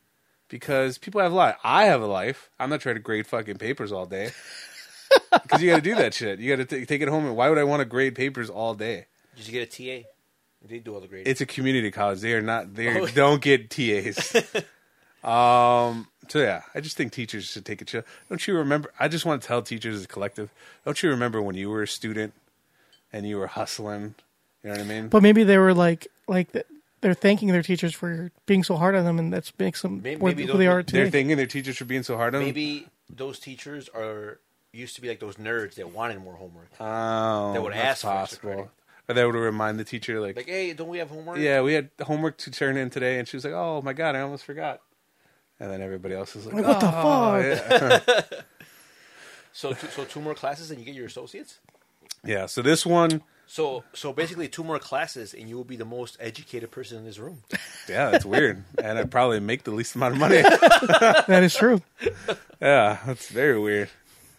Speaker 2: because people have a life. I have a life. I'm not trying to grade fucking papers all day because you got to do that shit. You got to t- take it home. And why would I want to grade papers all day?
Speaker 3: Did you get a TA? They do all the grades.
Speaker 2: It's a community college. They are not. They
Speaker 3: Oh.
Speaker 2: don't get TAs. um. So yeah, I just think teachers should take a chill. Don't you remember? I just want to tell teachers as a collective. Don't you remember when you were a student and you were hustling? You know what I mean?
Speaker 1: But maybe they were like like th- they're thanking their teachers for being so hard on them, and that's makes them
Speaker 3: May-
Speaker 1: what-
Speaker 3: maybe
Speaker 1: who they
Speaker 3: those-
Speaker 1: are
Speaker 2: They're
Speaker 1: today.
Speaker 2: thinking their teachers for being so hard on them.
Speaker 3: Maybe those teachers are used to be like those nerds that wanted more homework.
Speaker 2: Oh,
Speaker 3: They would
Speaker 2: that's
Speaker 3: ask for extra
Speaker 2: possible.
Speaker 3: credit.
Speaker 2: Or they would remind the teacher like,
Speaker 3: Like, hey, don't we have homework?
Speaker 2: "Yeah, we had homework to turn in today," and she was like, "Oh my god, I almost forgot." And then everybody else is like,
Speaker 1: Like, what the
Speaker 2: "Oh,
Speaker 1: fuck?
Speaker 2: yeah."
Speaker 3: So, two, so two more classes and you get your associates.
Speaker 2: Yeah, so this one
Speaker 3: So so basically, two more classes, and you will be the most educated person in this room.
Speaker 2: Yeah, that's weird. and I probably make the least amount of money.
Speaker 1: That is true.
Speaker 2: yeah, that's very weird.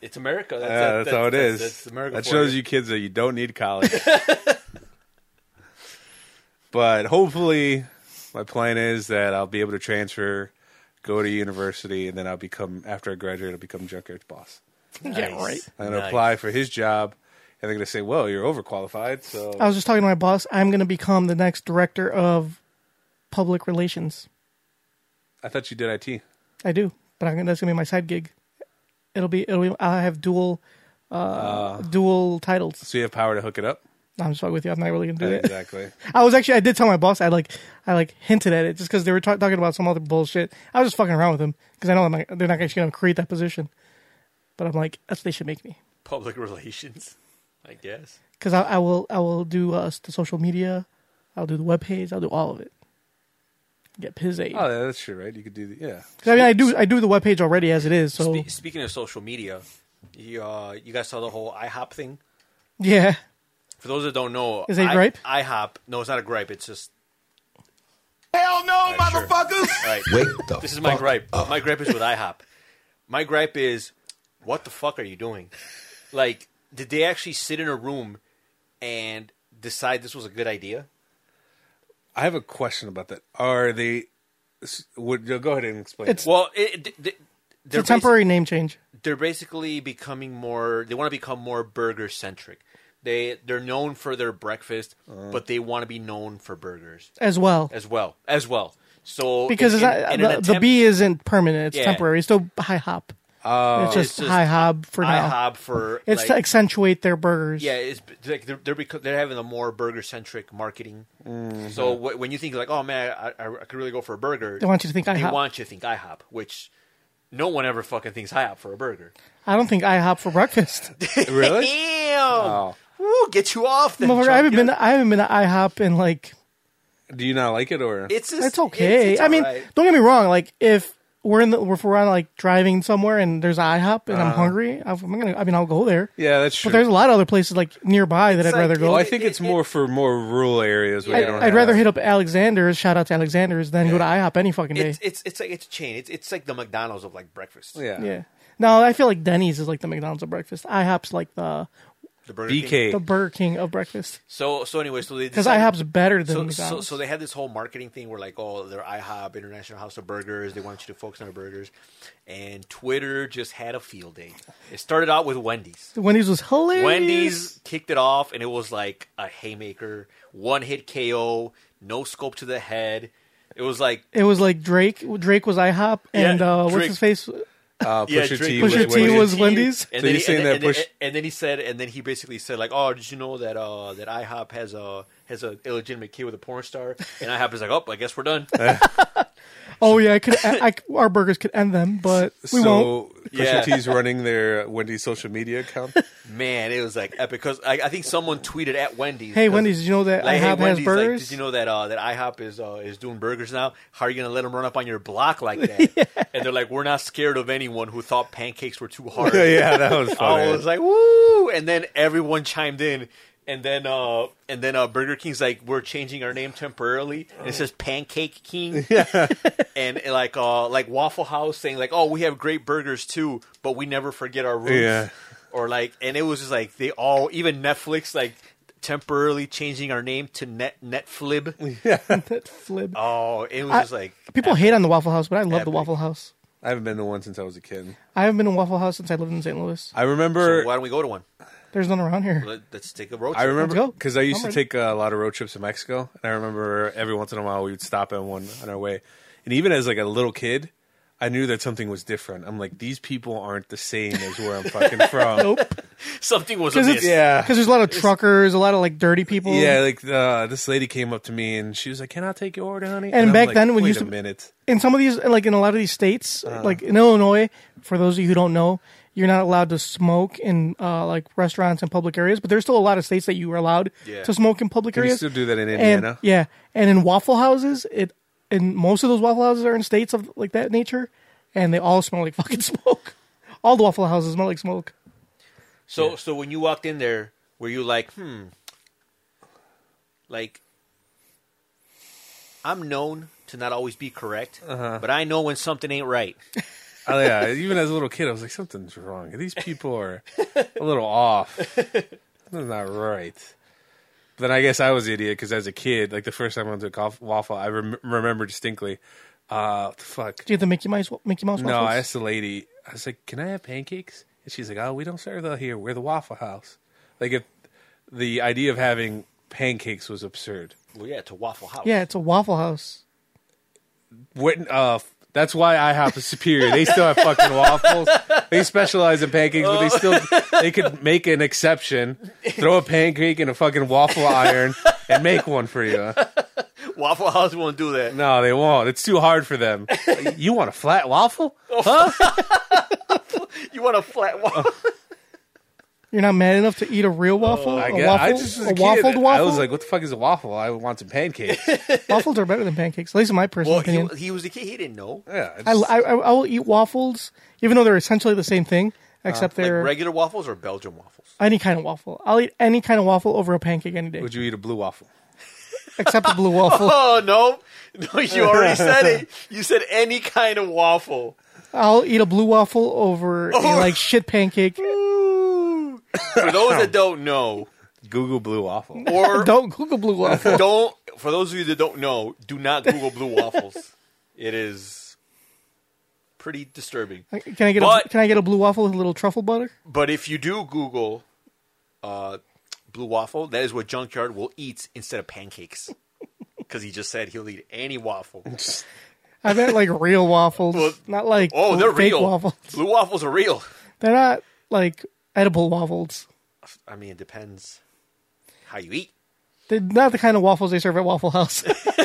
Speaker 3: It's America. That's,
Speaker 2: Yeah, that's, how it is.
Speaker 3: That's, America.
Speaker 2: that
Speaker 3: for
Speaker 2: shows you kids that you don't need college. but hopefully, my plan is that I'll be able to transfer, go to university, and then I'll become after I graduate, I'll become junkyard's boss.
Speaker 1: Yeah, right.
Speaker 2: I'm gonna
Speaker 3: Nice.
Speaker 2: apply for his job, and they're gonna say, "Well, you're overqualified." So
Speaker 3: Oh.
Speaker 1: I was just talking to my boss. I'm going to become the next director of public relations.
Speaker 2: I thought you did IT.
Speaker 1: I do, but I'm gonna, that's going to be my side gig. It'll be. It'll be. I have dual, uh,
Speaker 2: Ah.
Speaker 1: dual titles.
Speaker 2: So you have power to hook it up.
Speaker 1: No, I'm just fucking with you. I'm not really going to do that.
Speaker 2: exactly.
Speaker 1: I was actually I did tell my boss I like I like hinted at it just because they were ta- talking about some other bullshit. I was just fucking around with them because I know I'm not, they're not actually going to create that position, but I'm like that's what they should make me
Speaker 3: public relations. I guess.
Speaker 1: because I, I will I will do uh, the social media, I'll do the web page, I'll do all of it. Get his aid.
Speaker 2: Oh, yeah, that's true, right? You could do the yeah.
Speaker 1: 'Cause I mean I do I do the web page already as it is so
Speaker 3: Spe- speaking of social media, you, uh, you guys saw the whole IHOP thing.
Speaker 1: yeah
Speaker 3: For those that don't know,
Speaker 1: Is it a
Speaker 3: I-
Speaker 1: gripe?
Speaker 3: IHOP. No, it's not a gripe. It's just
Speaker 5: Hell no,
Speaker 3: Alright, sure.
Speaker 5: motherfuckers!
Speaker 3: all right.
Speaker 5: Wake the
Speaker 3: This is my
Speaker 5: fuck
Speaker 3: gripe. My gripe is with IHOP. My gripe is, what the fuck are you doing? Like, did they actually sit in a room and decide this was a good idea?
Speaker 2: I have a question about that. Are they? s- Would go ahead and explain.
Speaker 1: It's-
Speaker 2: it.
Speaker 3: Well, it, it- they-
Speaker 1: it's
Speaker 3: they're
Speaker 1: a temporary name change.
Speaker 3: basi- they're basically becoming more. They want to become more burger centric. They they're known for their breakfast,
Speaker 5: Oh.
Speaker 3: but they want to be known for burgers
Speaker 1: As well,
Speaker 3: as well. As well. So
Speaker 1: because
Speaker 3: in-
Speaker 1: it's
Speaker 3: in-
Speaker 1: not,
Speaker 3: in
Speaker 1: the,
Speaker 3: an
Speaker 1: the
Speaker 3: attempt-
Speaker 1: B isn't permanent; it's
Speaker 3: Yeah.
Speaker 1: temporary. It's still high hop. Oh, it's just,
Speaker 3: It's just
Speaker 1: high hop for now.
Speaker 3: IHOP for
Speaker 1: It's
Speaker 3: like-
Speaker 1: to accentuate their burgers.
Speaker 3: Yeah, it's it's like they're they're, becau- they're having a more burger centric marketing.
Speaker 2: Mm-hmm.
Speaker 3: So wh- when you think like, oh man, I, I, I could really go for a burger,
Speaker 1: They want you to think
Speaker 3: They
Speaker 1: IHOP.
Speaker 3: want you to think IHOP, which no one ever fucking thinks IHOP for a burger.
Speaker 1: I don't think IHOP for breakfast.
Speaker 2: really?
Speaker 3: Damn,
Speaker 2: Oh.
Speaker 3: Woo, get you off then.
Speaker 1: Motherfucker, I haven't been.
Speaker 3: junkyard.
Speaker 1: To, I haven't been to IHOP in like.
Speaker 2: Do you not like it or?
Speaker 3: It's just,
Speaker 1: It's okay.
Speaker 3: it's
Speaker 1: I mean,
Speaker 3: alright.
Speaker 1: don't get me wrong. Like if we're in the, if we're on like driving somewhere and there's IHOP and I'm hungry, I'm gonna. I mean, I'll go there.
Speaker 2: yeah, that's true.
Speaker 1: But there's a lot of other places like nearby that I'd
Speaker 3: like-
Speaker 1: rather
Speaker 2: Well,
Speaker 1: go.
Speaker 2: I
Speaker 3: It-
Speaker 2: think
Speaker 3: it-
Speaker 2: it's more for more rural areas where you
Speaker 1: I,
Speaker 2: don't.
Speaker 1: would
Speaker 2: have-
Speaker 1: rather hit up Alexander's. Shout out to Alexander's than go to IHOP any fucking day.
Speaker 3: it's it's it's like it's a chain. It's it's like the McDonald's of like breakfast.
Speaker 2: Yeah.
Speaker 1: yeah. No, I feel like Denny's is like the McDonald's of breakfast. IHOP's like the
Speaker 3: The Burger King.
Speaker 2: BK.
Speaker 1: the Burger King of breakfast
Speaker 3: So so anyway, so they
Speaker 1: because
Speaker 3: decided-
Speaker 1: IHOP's better than
Speaker 3: So, so,
Speaker 1: McDonald's.
Speaker 3: so they had this whole marketing thing where like, oh, they're IHOP, International House of Burgers. They want you to focus on their burgers, and Twitter just had a field day. It started out with Wendy's.
Speaker 1: Wendy's was hilarious.
Speaker 3: Wendy's kicked it off, and it was like a haymaker, one hit KO, no scope to the head. It was like
Speaker 1: It was like Drake. Drake was IHOP, and
Speaker 3: Yeah,
Speaker 1: uh, what's
Speaker 3: Drake-
Speaker 1: his face?
Speaker 2: Uh,
Speaker 3: yeah,
Speaker 2: Pusha T
Speaker 3: Drake-
Speaker 2: was.
Speaker 1: Pusha T
Speaker 2: winning.
Speaker 1: was- Wendy's?
Speaker 3: And
Speaker 2: So
Speaker 3: then
Speaker 2: you're
Speaker 3: he-
Speaker 2: saying
Speaker 3: and then-
Speaker 2: that
Speaker 3: and then-
Speaker 2: Push-
Speaker 3: and then he said, and then he basically said like, oh, did you know that uh, that IHOP has a has a illegitimate kid with a porn star? And IHOP is like, oh, I guess we're done.
Speaker 1: Oh yeah, I could. I, I- our burgers could end them, but we won't.
Speaker 2: So Pusha
Speaker 3: Yeah.
Speaker 2: T's running their Wendy's social media account.
Speaker 3: Man, it was like epic because I, I think someone tweeted at Wendy's.
Speaker 1: Hey
Speaker 3: 'cause-
Speaker 1: Wendy's, did you know that
Speaker 3: like, hey,
Speaker 1: IHOP has
Speaker 3: Wendy's, like,
Speaker 1: burgers?
Speaker 3: did you know that uh, that IHOP is uh, is doing burgers now? How are you gonna let them run up on your block like that? And they're like, we're not scared of anyone who thought pancakes were too hard.
Speaker 2: yeah, that was
Speaker 3: Oh, I
Speaker 2: funny.
Speaker 3: was like, woo! And then everyone chimed in, and then uh, and then uh, Burger King's like, we're changing our name temporarily. And it says Pancake King. and and, like uh, like Waffle House saying like, oh, we have great burgers too, but we never forget our roots.
Speaker 2: Yeah.
Speaker 3: Or like, and it was just like they all, even Netflix, like temporarily changing our name to Net Netflib.
Speaker 1: that flib.
Speaker 3: Oh, it was just like
Speaker 1: People hate on the Waffle House, but I love the
Speaker 3: Epic.
Speaker 1: Waffle House.
Speaker 2: I haven't been to one since I was a kid.
Speaker 1: I haven't been in Waffle House since I lived in St. Louis.
Speaker 2: I
Speaker 3: why
Speaker 2: remember.
Speaker 3: don't we go to one?
Speaker 1: There's none around here.
Speaker 3: Let, us take a road trip.
Speaker 2: I remember
Speaker 1: Let's go.
Speaker 2: because I used
Speaker 1: I'm
Speaker 2: to
Speaker 1: ready.
Speaker 2: take uh, a lot of road trips to Mexico, and I remember every once in a while we would stop at one on our way. And even as like a little kid, I knew that something was different. I'm like, these people aren't the same as where I'm fucking from.
Speaker 3: something was
Speaker 1: Because
Speaker 3: amiss.
Speaker 1: it's
Speaker 2: Yeah.
Speaker 1: because there's a lot of truckers, a lot of like dirty people.
Speaker 2: Yeah, like the, this lady came up to me and she was like, "Can I take your order, honey?"
Speaker 1: And
Speaker 2: I'm
Speaker 1: back
Speaker 2: like,
Speaker 1: then when you
Speaker 2: wait
Speaker 1: used
Speaker 2: a
Speaker 1: to-
Speaker 2: minute,
Speaker 1: in some of these, like in a lot of these states,
Speaker 2: Uh-huh.
Speaker 1: like in Illinois, for those of you who don't know, you're not allowed to smoke in uh, like restaurants and public areas. But there's still a lot of states that you are allowed
Speaker 3: Yeah.
Speaker 1: to smoke in public
Speaker 2: you
Speaker 1: areas.
Speaker 2: still do that in
Speaker 1: And-
Speaker 2: Indiana?
Speaker 1: yeah, and in waffle houses, it and most of those waffle houses are in states of like that nature, and they all smell like fucking smoke. All the waffle houses smell like smoke.
Speaker 3: So so when you walked in there, were you like, hmm, like I'm known to not always be correct, but I know when something ain't right.
Speaker 2: Oh, yeah, even as a little kid, I was like, something's wrong. These people are a little off. Something's not right. But then I guess I was the idiot because as a kid, like the first time I went to a golf- waffle, I rem- remember distinctly. Uh, what the fuck.
Speaker 1: Do you have the Mickey Mouse? Mickey Mouse?
Speaker 2: No, I
Speaker 1: waffles?
Speaker 2: asked the lady. I was like, "Can I have pancakes?" And she's like, "Oh, we don't serve that here. We're the Waffle House." Like, if the idea of having pancakes was absurd.
Speaker 3: Well, yeah, to Waffle House.
Speaker 1: Yeah, it's a Waffle House.
Speaker 2: When, uh, that's why IHOP is superior. They still have fucking waffles. They specialize in pancakes, but they still they could make an exception, throw a pancake in a fucking waffle iron, and make one for you.
Speaker 3: Waffle House won't do that.
Speaker 2: No, they won't. It's too hard for them. You want a flat waffle?
Speaker 1: Oh,
Speaker 3: You want a flat waffle?
Speaker 1: You're not mad enough to eat a real waffle?
Speaker 2: Oh, I
Speaker 1: A
Speaker 2: guess
Speaker 1: waffle?
Speaker 2: I just was a
Speaker 1: a
Speaker 2: kid,
Speaker 1: waffled waffle?
Speaker 2: I was like, "What the fuck is a waffle? I want some pancakes."
Speaker 1: waffles are better than pancakes, at least in my personal
Speaker 3: Well,
Speaker 1: opinion.
Speaker 3: he, he was the kid. He didn't know.
Speaker 2: Yeah, it's-
Speaker 1: I, I, I will eat waffles, even though they're essentially the same thing, except
Speaker 3: Uh, Like
Speaker 1: they're
Speaker 3: regular waffles or Belgian waffles?
Speaker 1: any kind of waffle. I'll eat any kind of waffle over a pancake any day,
Speaker 2: would you eat a blue waffle?
Speaker 1: except a blue waffle.
Speaker 3: Oh no, no! You already said it. You said any kind of waffle.
Speaker 1: I'll eat a blue waffle over
Speaker 3: Oh.
Speaker 1: a, like shit pancake.
Speaker 3: For those that don't know,
Speaker 2: Google blue waffle.
Speaker 3: or
Speaker 1: Don't Google blue waffle.
Speaker 3: don't for those of you that don't know, do not Google blue waffles. It is pretty disturbing.
Speaker 1: Can I get a,
Speaker 3: But-
Speaker 1: can I get a blue waffle with a little truffle butter?
Speaker 3: But if you do Google uh, blue waffle, that is what Junkyard will eat instead of pancakes. Because he just said he'll eat any waffle.
Speaker 1: I meant like real waffles,
Speaker 3: Well,
Speaker 1: not like
Speaker 3: Oh, they're
Speaker 1: fake
Speaker 3: real.
Speaker 1: waffles.
Speaker 3: Blue waffles are real.
Speaker 1: They're not like edible waffles.
Speaker 3: I mean, it depends how you eat.
Speaker 1: They're not the kind of waffles they serve at Waffle House.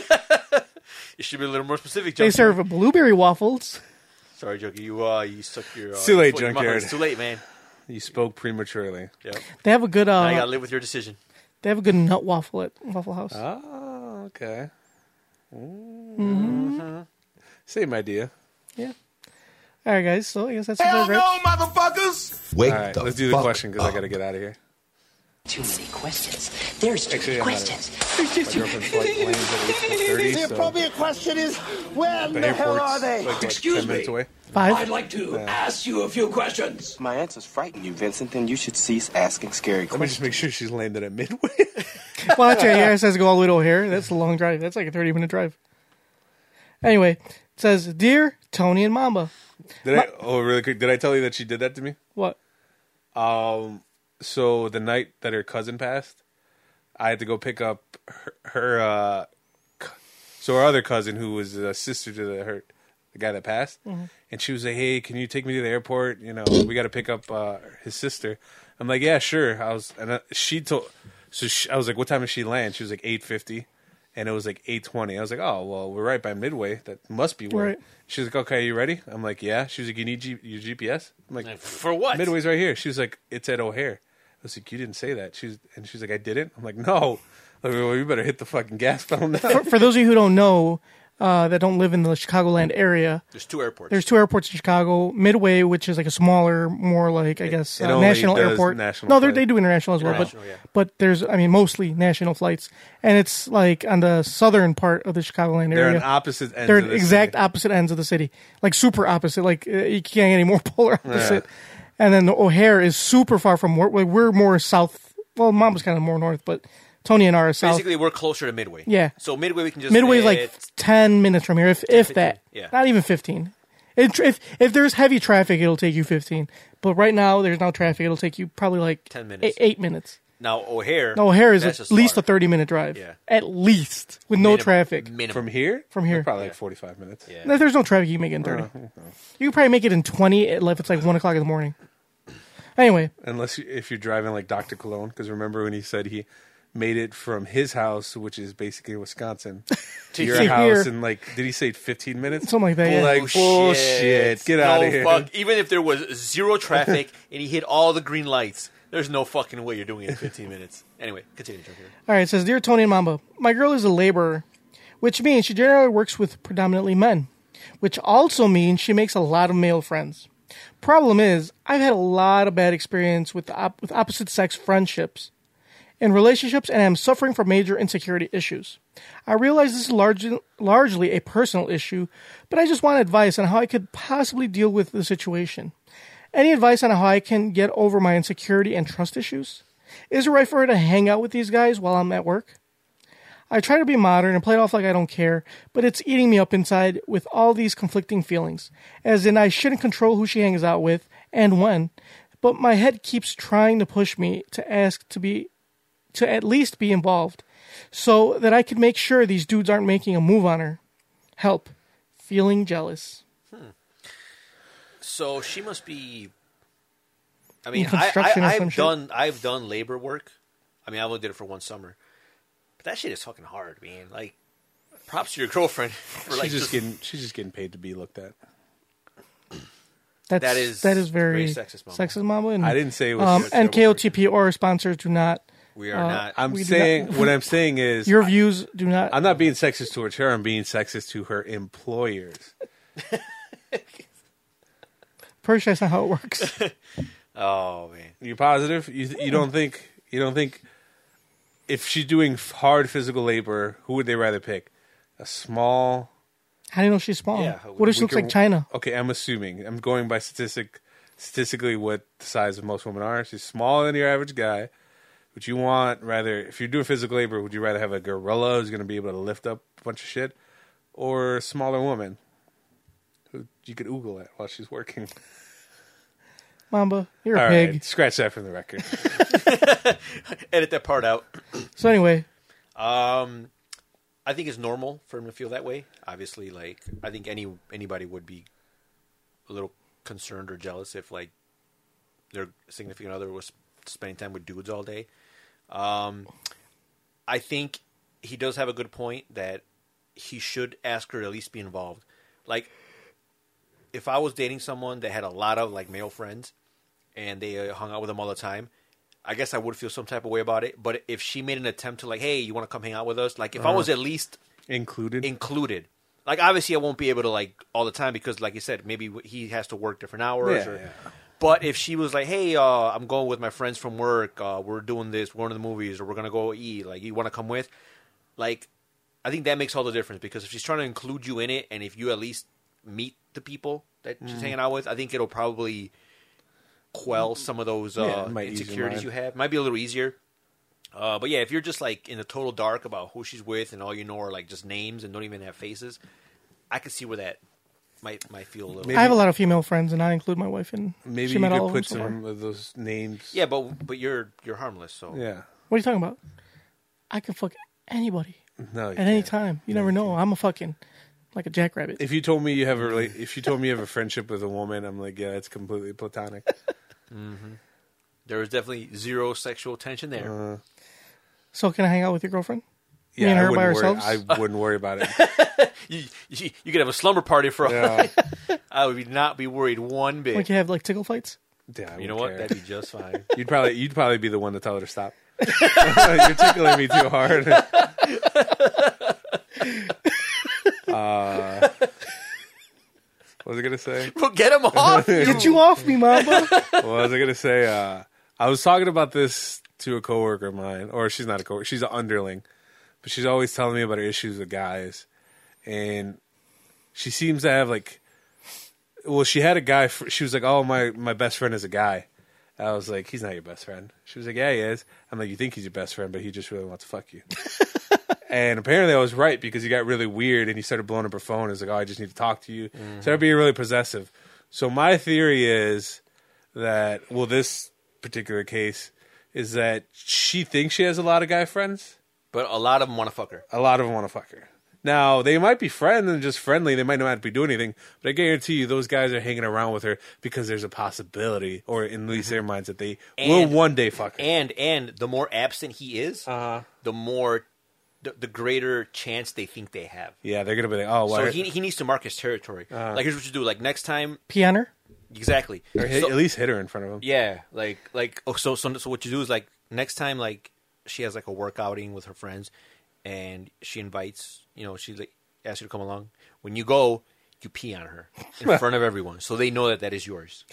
Speaker 3: You should be a little more specific.
Speaker 1: they
Speaker 3: Junkyard.
Speaker 1: serve blueberry waffles.
Speaker 3: Sorry, Junkie. You uh, you suck your. Uh,
Speaker 2: It's too late,
Speaker 3: foot in my-
Speaker 2: Junkyard.
Speaker 3: It's too late, man.
Speaker 2: You spoke prematurely.
Speaker 3: Yep.
Speaker 1: They have a good
Speaker 3: I gotta
Speaker 1: uh,
Speaker 3: live with your decision.
Speaker 1: they have a good nut waffle at Waffle House.
Speaker 2: Oh, okay.
Speaker 1: Mm-hmm.
Speaker 2: Same idea.
Speaker 1: Yeah. All right, guys. So I guess that's
Speaker 5: Hell
Speaker 1: it, right?
Speaker 5: no, motherfuckers! Wake
Speaker 2: All right,
Speaker 5: the
Speaker 2: let's do the
Speaker 5: fuck
Speaker 2: question because I
Speaker 5: up.
Speaker 2: got to get out of here.
Speaker 6: Too many questions. There's too
Speaker 2: Actually,
Speaker 6: many
Speaker 2: I'm not-
Speaker 6: questions.
Speaker 2: My girlfriend's flight lands at 8:30,
Speaker 7: The
Speaker 2: so
Speaker 7: appropriate question is, where in
Speaker 2: the
Speaker 7: the hell
Speaker 2: airport's
Speaker 7: are they?
Speaker 2: like, like,
Speaker 6: Excuse
Speaker 2: 10 minutes
Speaker 6: me.
Speaker 2: away.
Speaker 1: Five.
Speaker 6: like to ask you a few questions.
Speaker 7: My answers frighten you, Vincent. Then you should cease asking scary
Speaker 2: Let me
Speaker 7: questions.
Speaker 2: just make sure she's landed at Midway.
Speaker 1: Well, that's right. You guys has to go all the way to O'Hare. That's a long drive. That's like a thirty-minute drive. Anyway, it says, "Dear Tony and Mamba,
Speaker 2: Did I? Oh, really quick. Did I tell you that she did that to me?
Speaker 1: what?
Speaker 2: so the night that her cousin passed, I had to go pick up her, her uh, c- so her other cousin who was a sister to the her the guy that passed, and she was like, "Hey, can you take me to the airport? You know, we got to pick up uh, his sister." I'm like, "Yeah, sure." I was, and uh, she told, so she, I was like, "What time did she land?" She was like, 8.50. And it was like eight twenty. I was like, "Oh well, we're right by Midway. That must be where."
Speaker 1: Right.
Speaker 2: She's like, "Okay, you ready?" I'm like, "Yeah." She was like, "You need G- your GPS?" I'm like,
Speaker 3: For what?
Speaker 2: Midway's right here. She was like, it's at O'Hare. I was like, you didn't say that. She's and she's like, I didn't. I'm like, no. Like, well, you better hit the fucking gas pedal now.
Speaker 1: For those of you who don't know, uh, that don't live in the Chicagoland area,
Speaker 3: There's two airports.
Speaker 1: there's two airports in Chicago. Midway, which is like a smaller, more like I guess
Speaker 2: it
Speaker 1: uh,
Speaker 2: only
Speaker 1: national
Speaker 2: does
Speaker 1: airport.
Speaker 2: national
Speaker 1: no, they're-
Speaker 2: flight.
Speaker 1: they do international as well,
Speaker 3: International,
Speaker 1: but
Speaker 3: yeah.
Speaker 1: but there's I mean mostly national flights, and it's like on the southern part of the Chicagoland
Speaker 2: They're
Speaker 1: area.
Speaker 2: on opposite ends.
Speaker 1: they're
Speaker 2: of the
Speaker 1: exact
Speaker 2: city.
Speaker 1: opposite ends of the city, like super opposite. Like uh, you can't get any more polar opposite. And then the O'Hare is super far from where like, we're more south. Well, mom was kind of more north, but Tony and I are south.
Speaker 3: Basically, we're closer to Midway.
Speaker 1: Yeah.
Speaker 3: So Midway, we can just
Speaker 1: Midway's like
Speaker 3: it's-
Speaker 1: ten minutes from here, if if that.
Speaker 3: 15, yeah.
Speaker 1: Not even fifteen. If, if if there's heavy traffic, it'll take you fifteen. But right now, there's no traffic. It'll take you probably like
Speaker 3: 10 minutes.
Speaker 1: eight, eight minutes.
Speaker 3: now O'Hare.
Speaker 1: No, O'Hare is
Speaker 3: that's
Speaker 1: at
Speaker 3: just
Speaker 1: least
Speaker 3: far.
Speaker 1: a thirty minute drive.
Speaker 3: Yeah.
Speaker 1: At least with no
Speaker 3: Minimum.
Speaker 1: traffic.
Speaker 3: Minimum.
Speaker 2: from here.
Speaker 1: From here.
Speaker 2: They're probably like 45 minutes.
Speaker 3: Yeah.
Speaker 1: No, there's no traffic you can make it in 30. You can probably make it in 20 at- if it's like 1 o'clock in the morning. Anyway,
Speaker 2: Unless you, if you're driving like Dr. Cologne, because remember when he said he made it from his house, which is basically Wisconsin, to your
Speaker 1: here.
Speaker 2: house in like did he say 15 minutes?
Speaker 1: Something like that, yeah.
Speaker 2: Like bullshit. Get
Speaker 3: Oh, no
Speaker 2: out of here.
Speaker 3: Fuck. Even if there was zero traffic and he hit all the green lights, there's no fucking way you're doing it in 15 minutes. Anyway, continue, Junkyard.
Speaker 1: all right, it says Dear Tony and Mamba, my girl is a laborer, which means she generally works with predominantly men, which also means she makes a lot of male friends. Problem is, I've had a lot of bad experience with, op- with opposite sex friendships. in relationships and am suffering from major insecurity issues. I realize this is largely, largely a personal issue, but I just want advice on how I could possibly deal with the situation. Any advice on how I can get over my insecurity and trust issues? Is it right for her to hang out with these guys while I'm at work? I try to be modern and play it off like I don't care, but it's eating me up inside with all these conflicting feelings. As in, I shouldn't control who she hangs out with and when, but my head keeps trying to push me to ask to be, to at least be involved, so that I can make sure these dudes aren't making a move on her. Help. Feeling jealous.
Speaker 3: So she must be. I mean, I,
Speaker 1: construction or
Speaker 3: I,
Speaker 1: some
Speaker 3: I've
Speaker 1: shit.
Speaker 3: done I've done labor work. I mean, I only did it for one summer, but that shit is fucking hard, man. Like, props to your girlfriend for like
Speaker 2: she's just
Speaker 3: just-
Speaker 2: getting she's just getting paid to be looked at.
Speaker 1: That's,
Speaker 3: That is
Speaker 1: that is very,
Speaker 3: very sexist, Mama.
Speaker 1: Sexist mama. And,
Speaker 2: I didn't say it was.
Speaker 1: um,
Speaker 2: a terrible
Speaker 1: and
Speaker 2: word.
Speaker 1: KOTP or our sponsors do not.
Speaker 3: We
Speaker 1: Uh,
Speaker 3: are not.
Speaker 2: I'm
Speaker 1: we do
Speaker 2: saying
Speaker 1: not-
Speaker 2: what I'm saying is
Speaker 1: Your views do not.
Speaker 2: I'm not being sexist towards her. I'm being sexist to her employers.
Speaker 1: pretty sure that's not how it works.
Speaker 3: oh man,
Speaker 2: You positive? You you don't think you don't think if she's doing f- hard physical labor, who would they rather pick? A small.
Speaker 1: How do you know she's small?
Speaker 3: Yeah,
Speaker 1: what if she looks
Speaker 2: weaker-
Speaker 1: like China?
Speaker 2: Okay, I'm assuming. I'm going by statistic statistically what the size of most women are. She's smaller than your average guy. Would you want rather if you're doing physical labor? Would you rather have a gorilla who's going to be able to lift up a bunch of shit, or a smaller woman who you could oogle at while she's working?
Speaker 1: Mamba, you're a
Speaker 2: All
Speaker 1: pig.
Speaker 2: right, scratch that from the record.
Speaker 3: edit that part out.
Speaker 1: So anyway,
Speaker 3: I think it's normal for him to feel that way. Obviously, like I think any anybody would be a little concerned or jealous if like their significant other was spending time with dudes all day. Um, I think he does have a good point that he should ask her to at least be involved. Like, if I was dating someone that had a lot of like male friends and they uh, hung out with them all the time, I guess I would feel some type of way about it. But if she made an attempt to like, hey, you want to come hang out with us? Like, if I was at least
Speaker 2: Included.
Speaker 3: included. Like obviously, I won't be able to like all the time because, like you said, maybe he has to work different hours.
Speaker 2: Yeah,
Speaker 3: or,
Speaker 2: yeah.
Speaker 3: But if she was like, "Hey, uh, I'm going with my friends from work. Uh, we're doing this. We're going to the movies, or we're gonna go eat. Like, you want to come with?" Like, I think that makes all the difference because if she's trying to include you in it, and if you at least meet the people that
Speaker 2: Mm.
Speaker 3: she's hanging out with, I think it'll probably quell some of those
Speaker 2: Yeah,
Speaker 3: uh,
Speaker 2: it might ease your
Speaker 3: insecurities
Speaker 2: mind.
Speaker 3: you have. Might be a little easier. Uh, but yeah, if you're just like in the total dark about who she's with and all you know are like just names and don't even have faces, I could see where that might might feel a little.
Speaker 1: I have a lot of female friends, and I include my wife in.
Speaker 2: Maybe
Speaker 1: she
Speaker 2: you
Speaker 1: met all
Speaker 2: could
Speaker 1: of
Speaker 2: put
Speaker 1: them so far.
Speaker 2: some of those names.
Speaker 3: Yeah, but but you're you're harmless, so
Speaker 2: Yeah.
Speaker 1: What are you talking about? I can fuck anybody
Speaker 2: No. you
Speaker 1: at any
Speaker 2: can't.
Speaker 1: time. You never know. I'm a fucking like a jackrabbit.
Speaker 2: If you told me you have a rela- if you told me you have a friendship with a woman, I'm like, yeah, it's completely platonic.
Speaker 3: there is definitely zero sexual tension there.
Speaker 2: Uh-huh.
Speaker 1: so can I hang out with your girlfriend?
Speaker 2: Yeah,
Speaker 1: and
Speaker 2: I
Speaker 1: her by
Speaker 2: wouldn't worry-
Speaker 1: ourselves?
Speaker 2: I wouldn't worry about it.
Speaker 3: You, you you could have a slumber party for. all
Speaker 2: Yeah,
Speaker 3: I would not be worried one bit.
Speaker 1: We can have like tickle fights.
Speaker 2: Yeah, I
Speaker 3: you know
Speaker 2: wouldn't
Speaker 3: what? e-
Speaker 2: care.
Speaker 3: That'd be just fine.
Speaker 2: You'd probably you'd probably be the one to tell her to stop. You're tickling me too hard. Uh, Uh, what was I gonna say?
Speaker 3: well, get him off.
Speaker 1: Get you off me, Mamba.
Speaker 2: What was I gonna say? Uh, I was talking about this to a coworker of mine, or she's not a coworker, she's an underling, but she's always telling me about her issues with guys, and she seems to have like, well, she had a guy. fr- She was like, "Oh, my my best friend is a guy." I was like, "He's not your best friend." She was like, "Yeah, he is." I'm like, "You think he's your best friend, but he just really wants to fuck you." And apparently, I was right because he got really weird and he started blowing up her phone. He's like, "Oh, I just need to talk to you." Started being really possessive. So my theory is that well, this particular case is that she thinks she has a lot of guy friends.
Speaker 3: but a lot of them want to fuck her.
Speaker 2: A lot of them want to fuck her. Now they might be friends and just friendly. They might not be doing anything, but I guarantee you, those guys are hanging around with her because there's a possibility, or in at least their minds, that they will
Speaker 3: Mm-hmm. And-
Speaker 2: one day fuck her.
Speaker 3: And and the more absent he is, the more the, the greater chance they think they have.
Speaker 2: yeah, they're gonna be like, "Oh, why?"
Speaker 3: So he, he needs to mark his territory. like here's what you do. Like next time,
Speaker 1: Pianer.
Speaker 3: exactly.
Speaker 2: or hit,
Speaker 3: So-
Speaker 2: at least hit her in front of him.
Speaker 3: yeah, like like oh, so, so so what you do is like next time like she has like a work outing with her friends, and she invites you know she like asks you to come along. When you go, you pee on her in front of everyone, so they know that that is yours.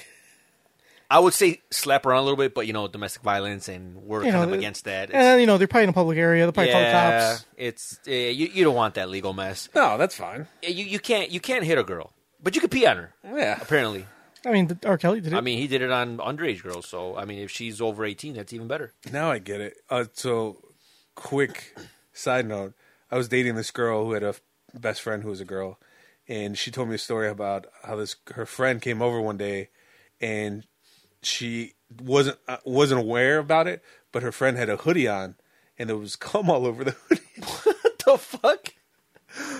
Speaker 3: I would say slap around a little bit, but you know, domestic violence and we're
Speaker 1: You
Speaker 3: kind
Speaker 1: know, eh,
Speaker 3: of against that.
Speaker 1: And then, you know, they're probably in a public area. They're probably call the
Speaker 3: yeah,
Speaker 1: cops.
Speaker 3: it's yeah, you, you don't want that legal mess.
Speaker 2: No, that's fine.
Speaker 3: You you can't you can't hit a girl, but you could pee on her.
Speaker 2: Yeah.
Speaker 3: Apparently,
Speaker 1: I mean, the- R. Kelly did it.
Speaker 3: I mean, he did it on underage girls. So I mean, if she's over eighteen, that's even better.
Speaker 2: Now I get it. Uh, so, quick side note: I was dating this girl who had a f- best friend who was a girl, and she told me a story about how this her friend came over one day, and she wasn't uh, wasn't aware about it, but her friend had a hoodie on, and there was cum all over the hoodie.
Speaker 3: What the fuck?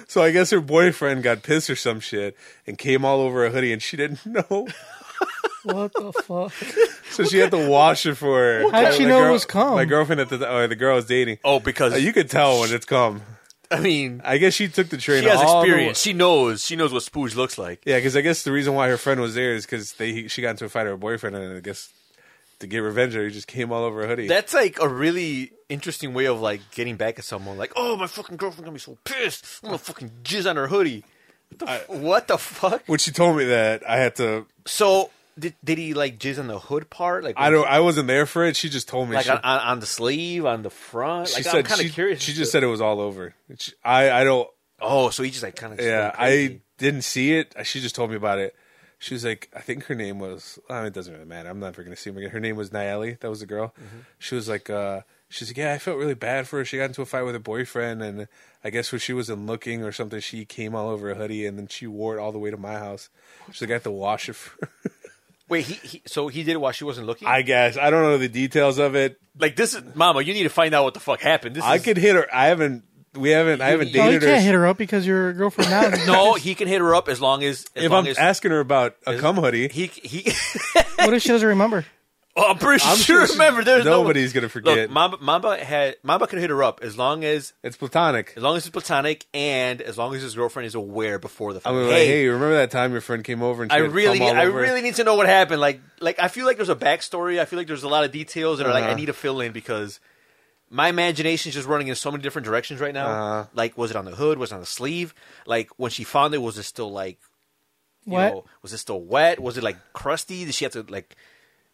Speaker 2: So I guess her boyfriend got pissed or some shit and came all over a hoodie, and she didn't know.
Speaker 1: what the fuck?
Speaker 2: So she had to wash it for her.
Speaker 1: How'd she
Speaker 2: My
Speaker 1: know it
Speaker 2: girl-
Speaker 1: was cum?
Speaker 2: My girlfriend at the t- or the girl I was dating.
Speaker 3: Oh, because
Speaker 2: Uh, you could tell when it's cum.
Speaker 3: I mean,
Speaker 2: I guess she took the train.
Speaker 3: she has
Speaker 2: all the
Speaker 3: experience.
Speaker 2: way-
Speaker 3: She knows. She knows what spooge looks like.
Speaker 2: yeah, because I guess the reason why her friend was there is because they she got into a fight with her boyfriend, and I guess to get revenge, he just came all over her hoodie.
Speaker 3: That's like a really interesting way of like getting back at someone. Like, oh, my fucking girlfriend gonna be so pissed. I'm gonna fucking jizz on her hoodie. What the, f what the fuck?
Speaker 2: when she told me that, I had to.
Speaker 3: So did, did he like jizz on the hood part? Like
Speaker 2: I don't. I wasn't there for it. She just told me.
Speaker 3: like
Speaker 2: she,
Speaker 3: on, on, on the sleeve, on the front.
Speaker 2: she
Speaker 3: Like I'm
Speaker 2: said
Speaker 3: kind
Speaker 2: she-
Speaker 3: of curious.
Speaker 2: She
Speaker 3: as
Speaker 2: just
Speaker 3: to-
Speaker 2: said it was all over. She- I I don't.
Speaker 3: oh, so he just like kind of
Speaker 2: Yeah, I didn't see it. Uh, She just told me about it. She was like, I think her name was. I mean, it doesn't really matter. I'm never going to see him again. Her name was Nayeli. That was the girl.
Speaker 1: Mm-hmm.
Speaker 2: She was like, uh, she's like, yeah, I felt really bad for her. She got into a fight with her boyfriend, and I guess when she wasn't looking or something, she came all over a hoodie, and then she wore it all the way to my house. She's like, I had to wash it. For
Speaker 3: wait. He, he so he did it while she wasn't looking.
Speaker 2: I guess I don't know the details of it.
Speaker 3: like this is Mama. You need to find out what the fuck happened. This
Speaker 2: I
Speaker 3: is,
Speaker 2: could hit her. I haven't. We haven't. I haven't
Speaker 1: No, you
Speaker 2: dated
Speaker 1: can't
Speaker 2: her.
Speaker 1: hit her up because you're a girlfriend now.
Speaker 3: no. He can hit her up as long as as
Speaker 2: If
Speaker 3: long
Speaker 2: I'm
Speaker 3: as
Speaker 2: asking her about a cum hoodie,
Speaker 3: he he.
Speaker 1: What if she doesn't remember?
Speaker 3: Oh, I'm pretty
Speaker 2: I'm
Speaker 3: sure.
Speaker 2: sure she-
Speaker 3: remember, there's no one-
Speaker 2: nobody's gonna forget.
Speaker 3: Look, Mamba, Mamba had Mamba could hit her up as long as
Speaker 2: it's platonic.
Speaker 3: as long as it's platonic and as long as his girlfriend is aware before the.
Speaker 2: I'm
Speaker 3: fact.
Speaker 2: gonna be like, hey, remember that time your friend came over and she
Speaker 3: I
Speaker 2: had
Speaker 3: really,
Speaker 2: cum
Speaker 3: need,
Speaker 2: all
Speaker 3: I
Speaker 2: over her?"
Speaker 3: really need to know what happened. Like, like I feel like there's a backstory. I feel like there's a lot of details that are like I
Speaker 2: Uh-huh.
Speaker 3: need to fill in because my imagination's just running in so many different directions right now.
Speaker 2: Uh-huh.
Speaker 3: Like, was it on the hood? Was it on the sleeve? Like, when she found it, was it still like, you
Speaker 1: Wet?
Speaker 3: know, was it still wet? Was it like crusty? Did she have to like,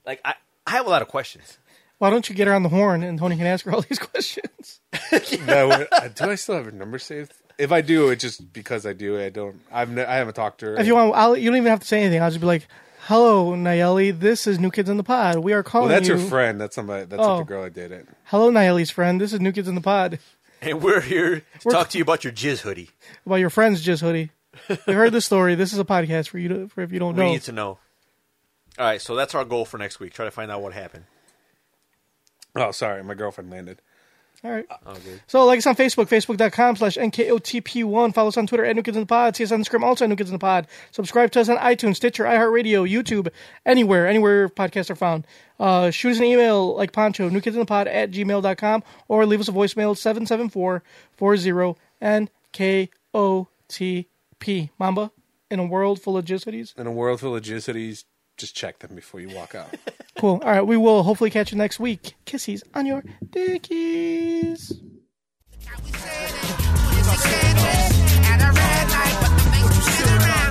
Speaker 3: like I, I have a lot of questions.
Speaker 1: Why don't you get her on the horn and Tony can ask her all these questions?
Speaker 2: That would- uh, do I still have her number saved? If I do, it's just because I do. I don't. I've. Ne- I haven't talked to her.
Speaker 1: If you want, I'll, you don't even have to say anything. I'll just be like, "Hello, Nayeli. This is New Kids in the Pod. We are
Speaker 2: well,
Speaker 1: calling
Speaker 2: that's
Speaker 1: you."
Speaker 2: her friend. That's somebody. That's
Speaker 1: Oh.
Speaker 2: the girl I did it.
Speaker 1: Hello, Nayeli's friend. This is New Kids in the Pod.
Speaker 3: And we're here to talk to you about your jizz hoodie.
Speaker 1: About your friend's jizz hoodie. We heard this story. This is a podcast for you to, for if you don't
Speaker 3: We
Speaker 1: know.
Speaker 3: need to know. All right, so that's our goal for next week. Try to find out what happened.
Speaker 2: Oh, sorry, my girlfriend landed.
Speaker 1: All right.
Speaker 3: Oh,
Speaker 1: So like us on Facebook, facebook.com slash NKOTP1. Follow us on Twitter at New Kids in the Pod. See us on Instagram, also at New Kids in the Pod. Subscribe to us on iTunes, Stitcher, iHeartRadio, YouTube, anywhere, anywhere podcasts are found. Uh, shoot us an email like Poncho, newkidsinthepod at gmail.com, or leave us a voicemail at 774-40-NKOTP. Mamba, in a world full of jizz hoodies.
Speaker 2: In a world full of jizz hoodies, just check them before you walk out.
Speaker 1: Cool. All right, we will hopefully catch you next week. Kissies on your dickies.
Speaker 8: At a red light, but the bank around.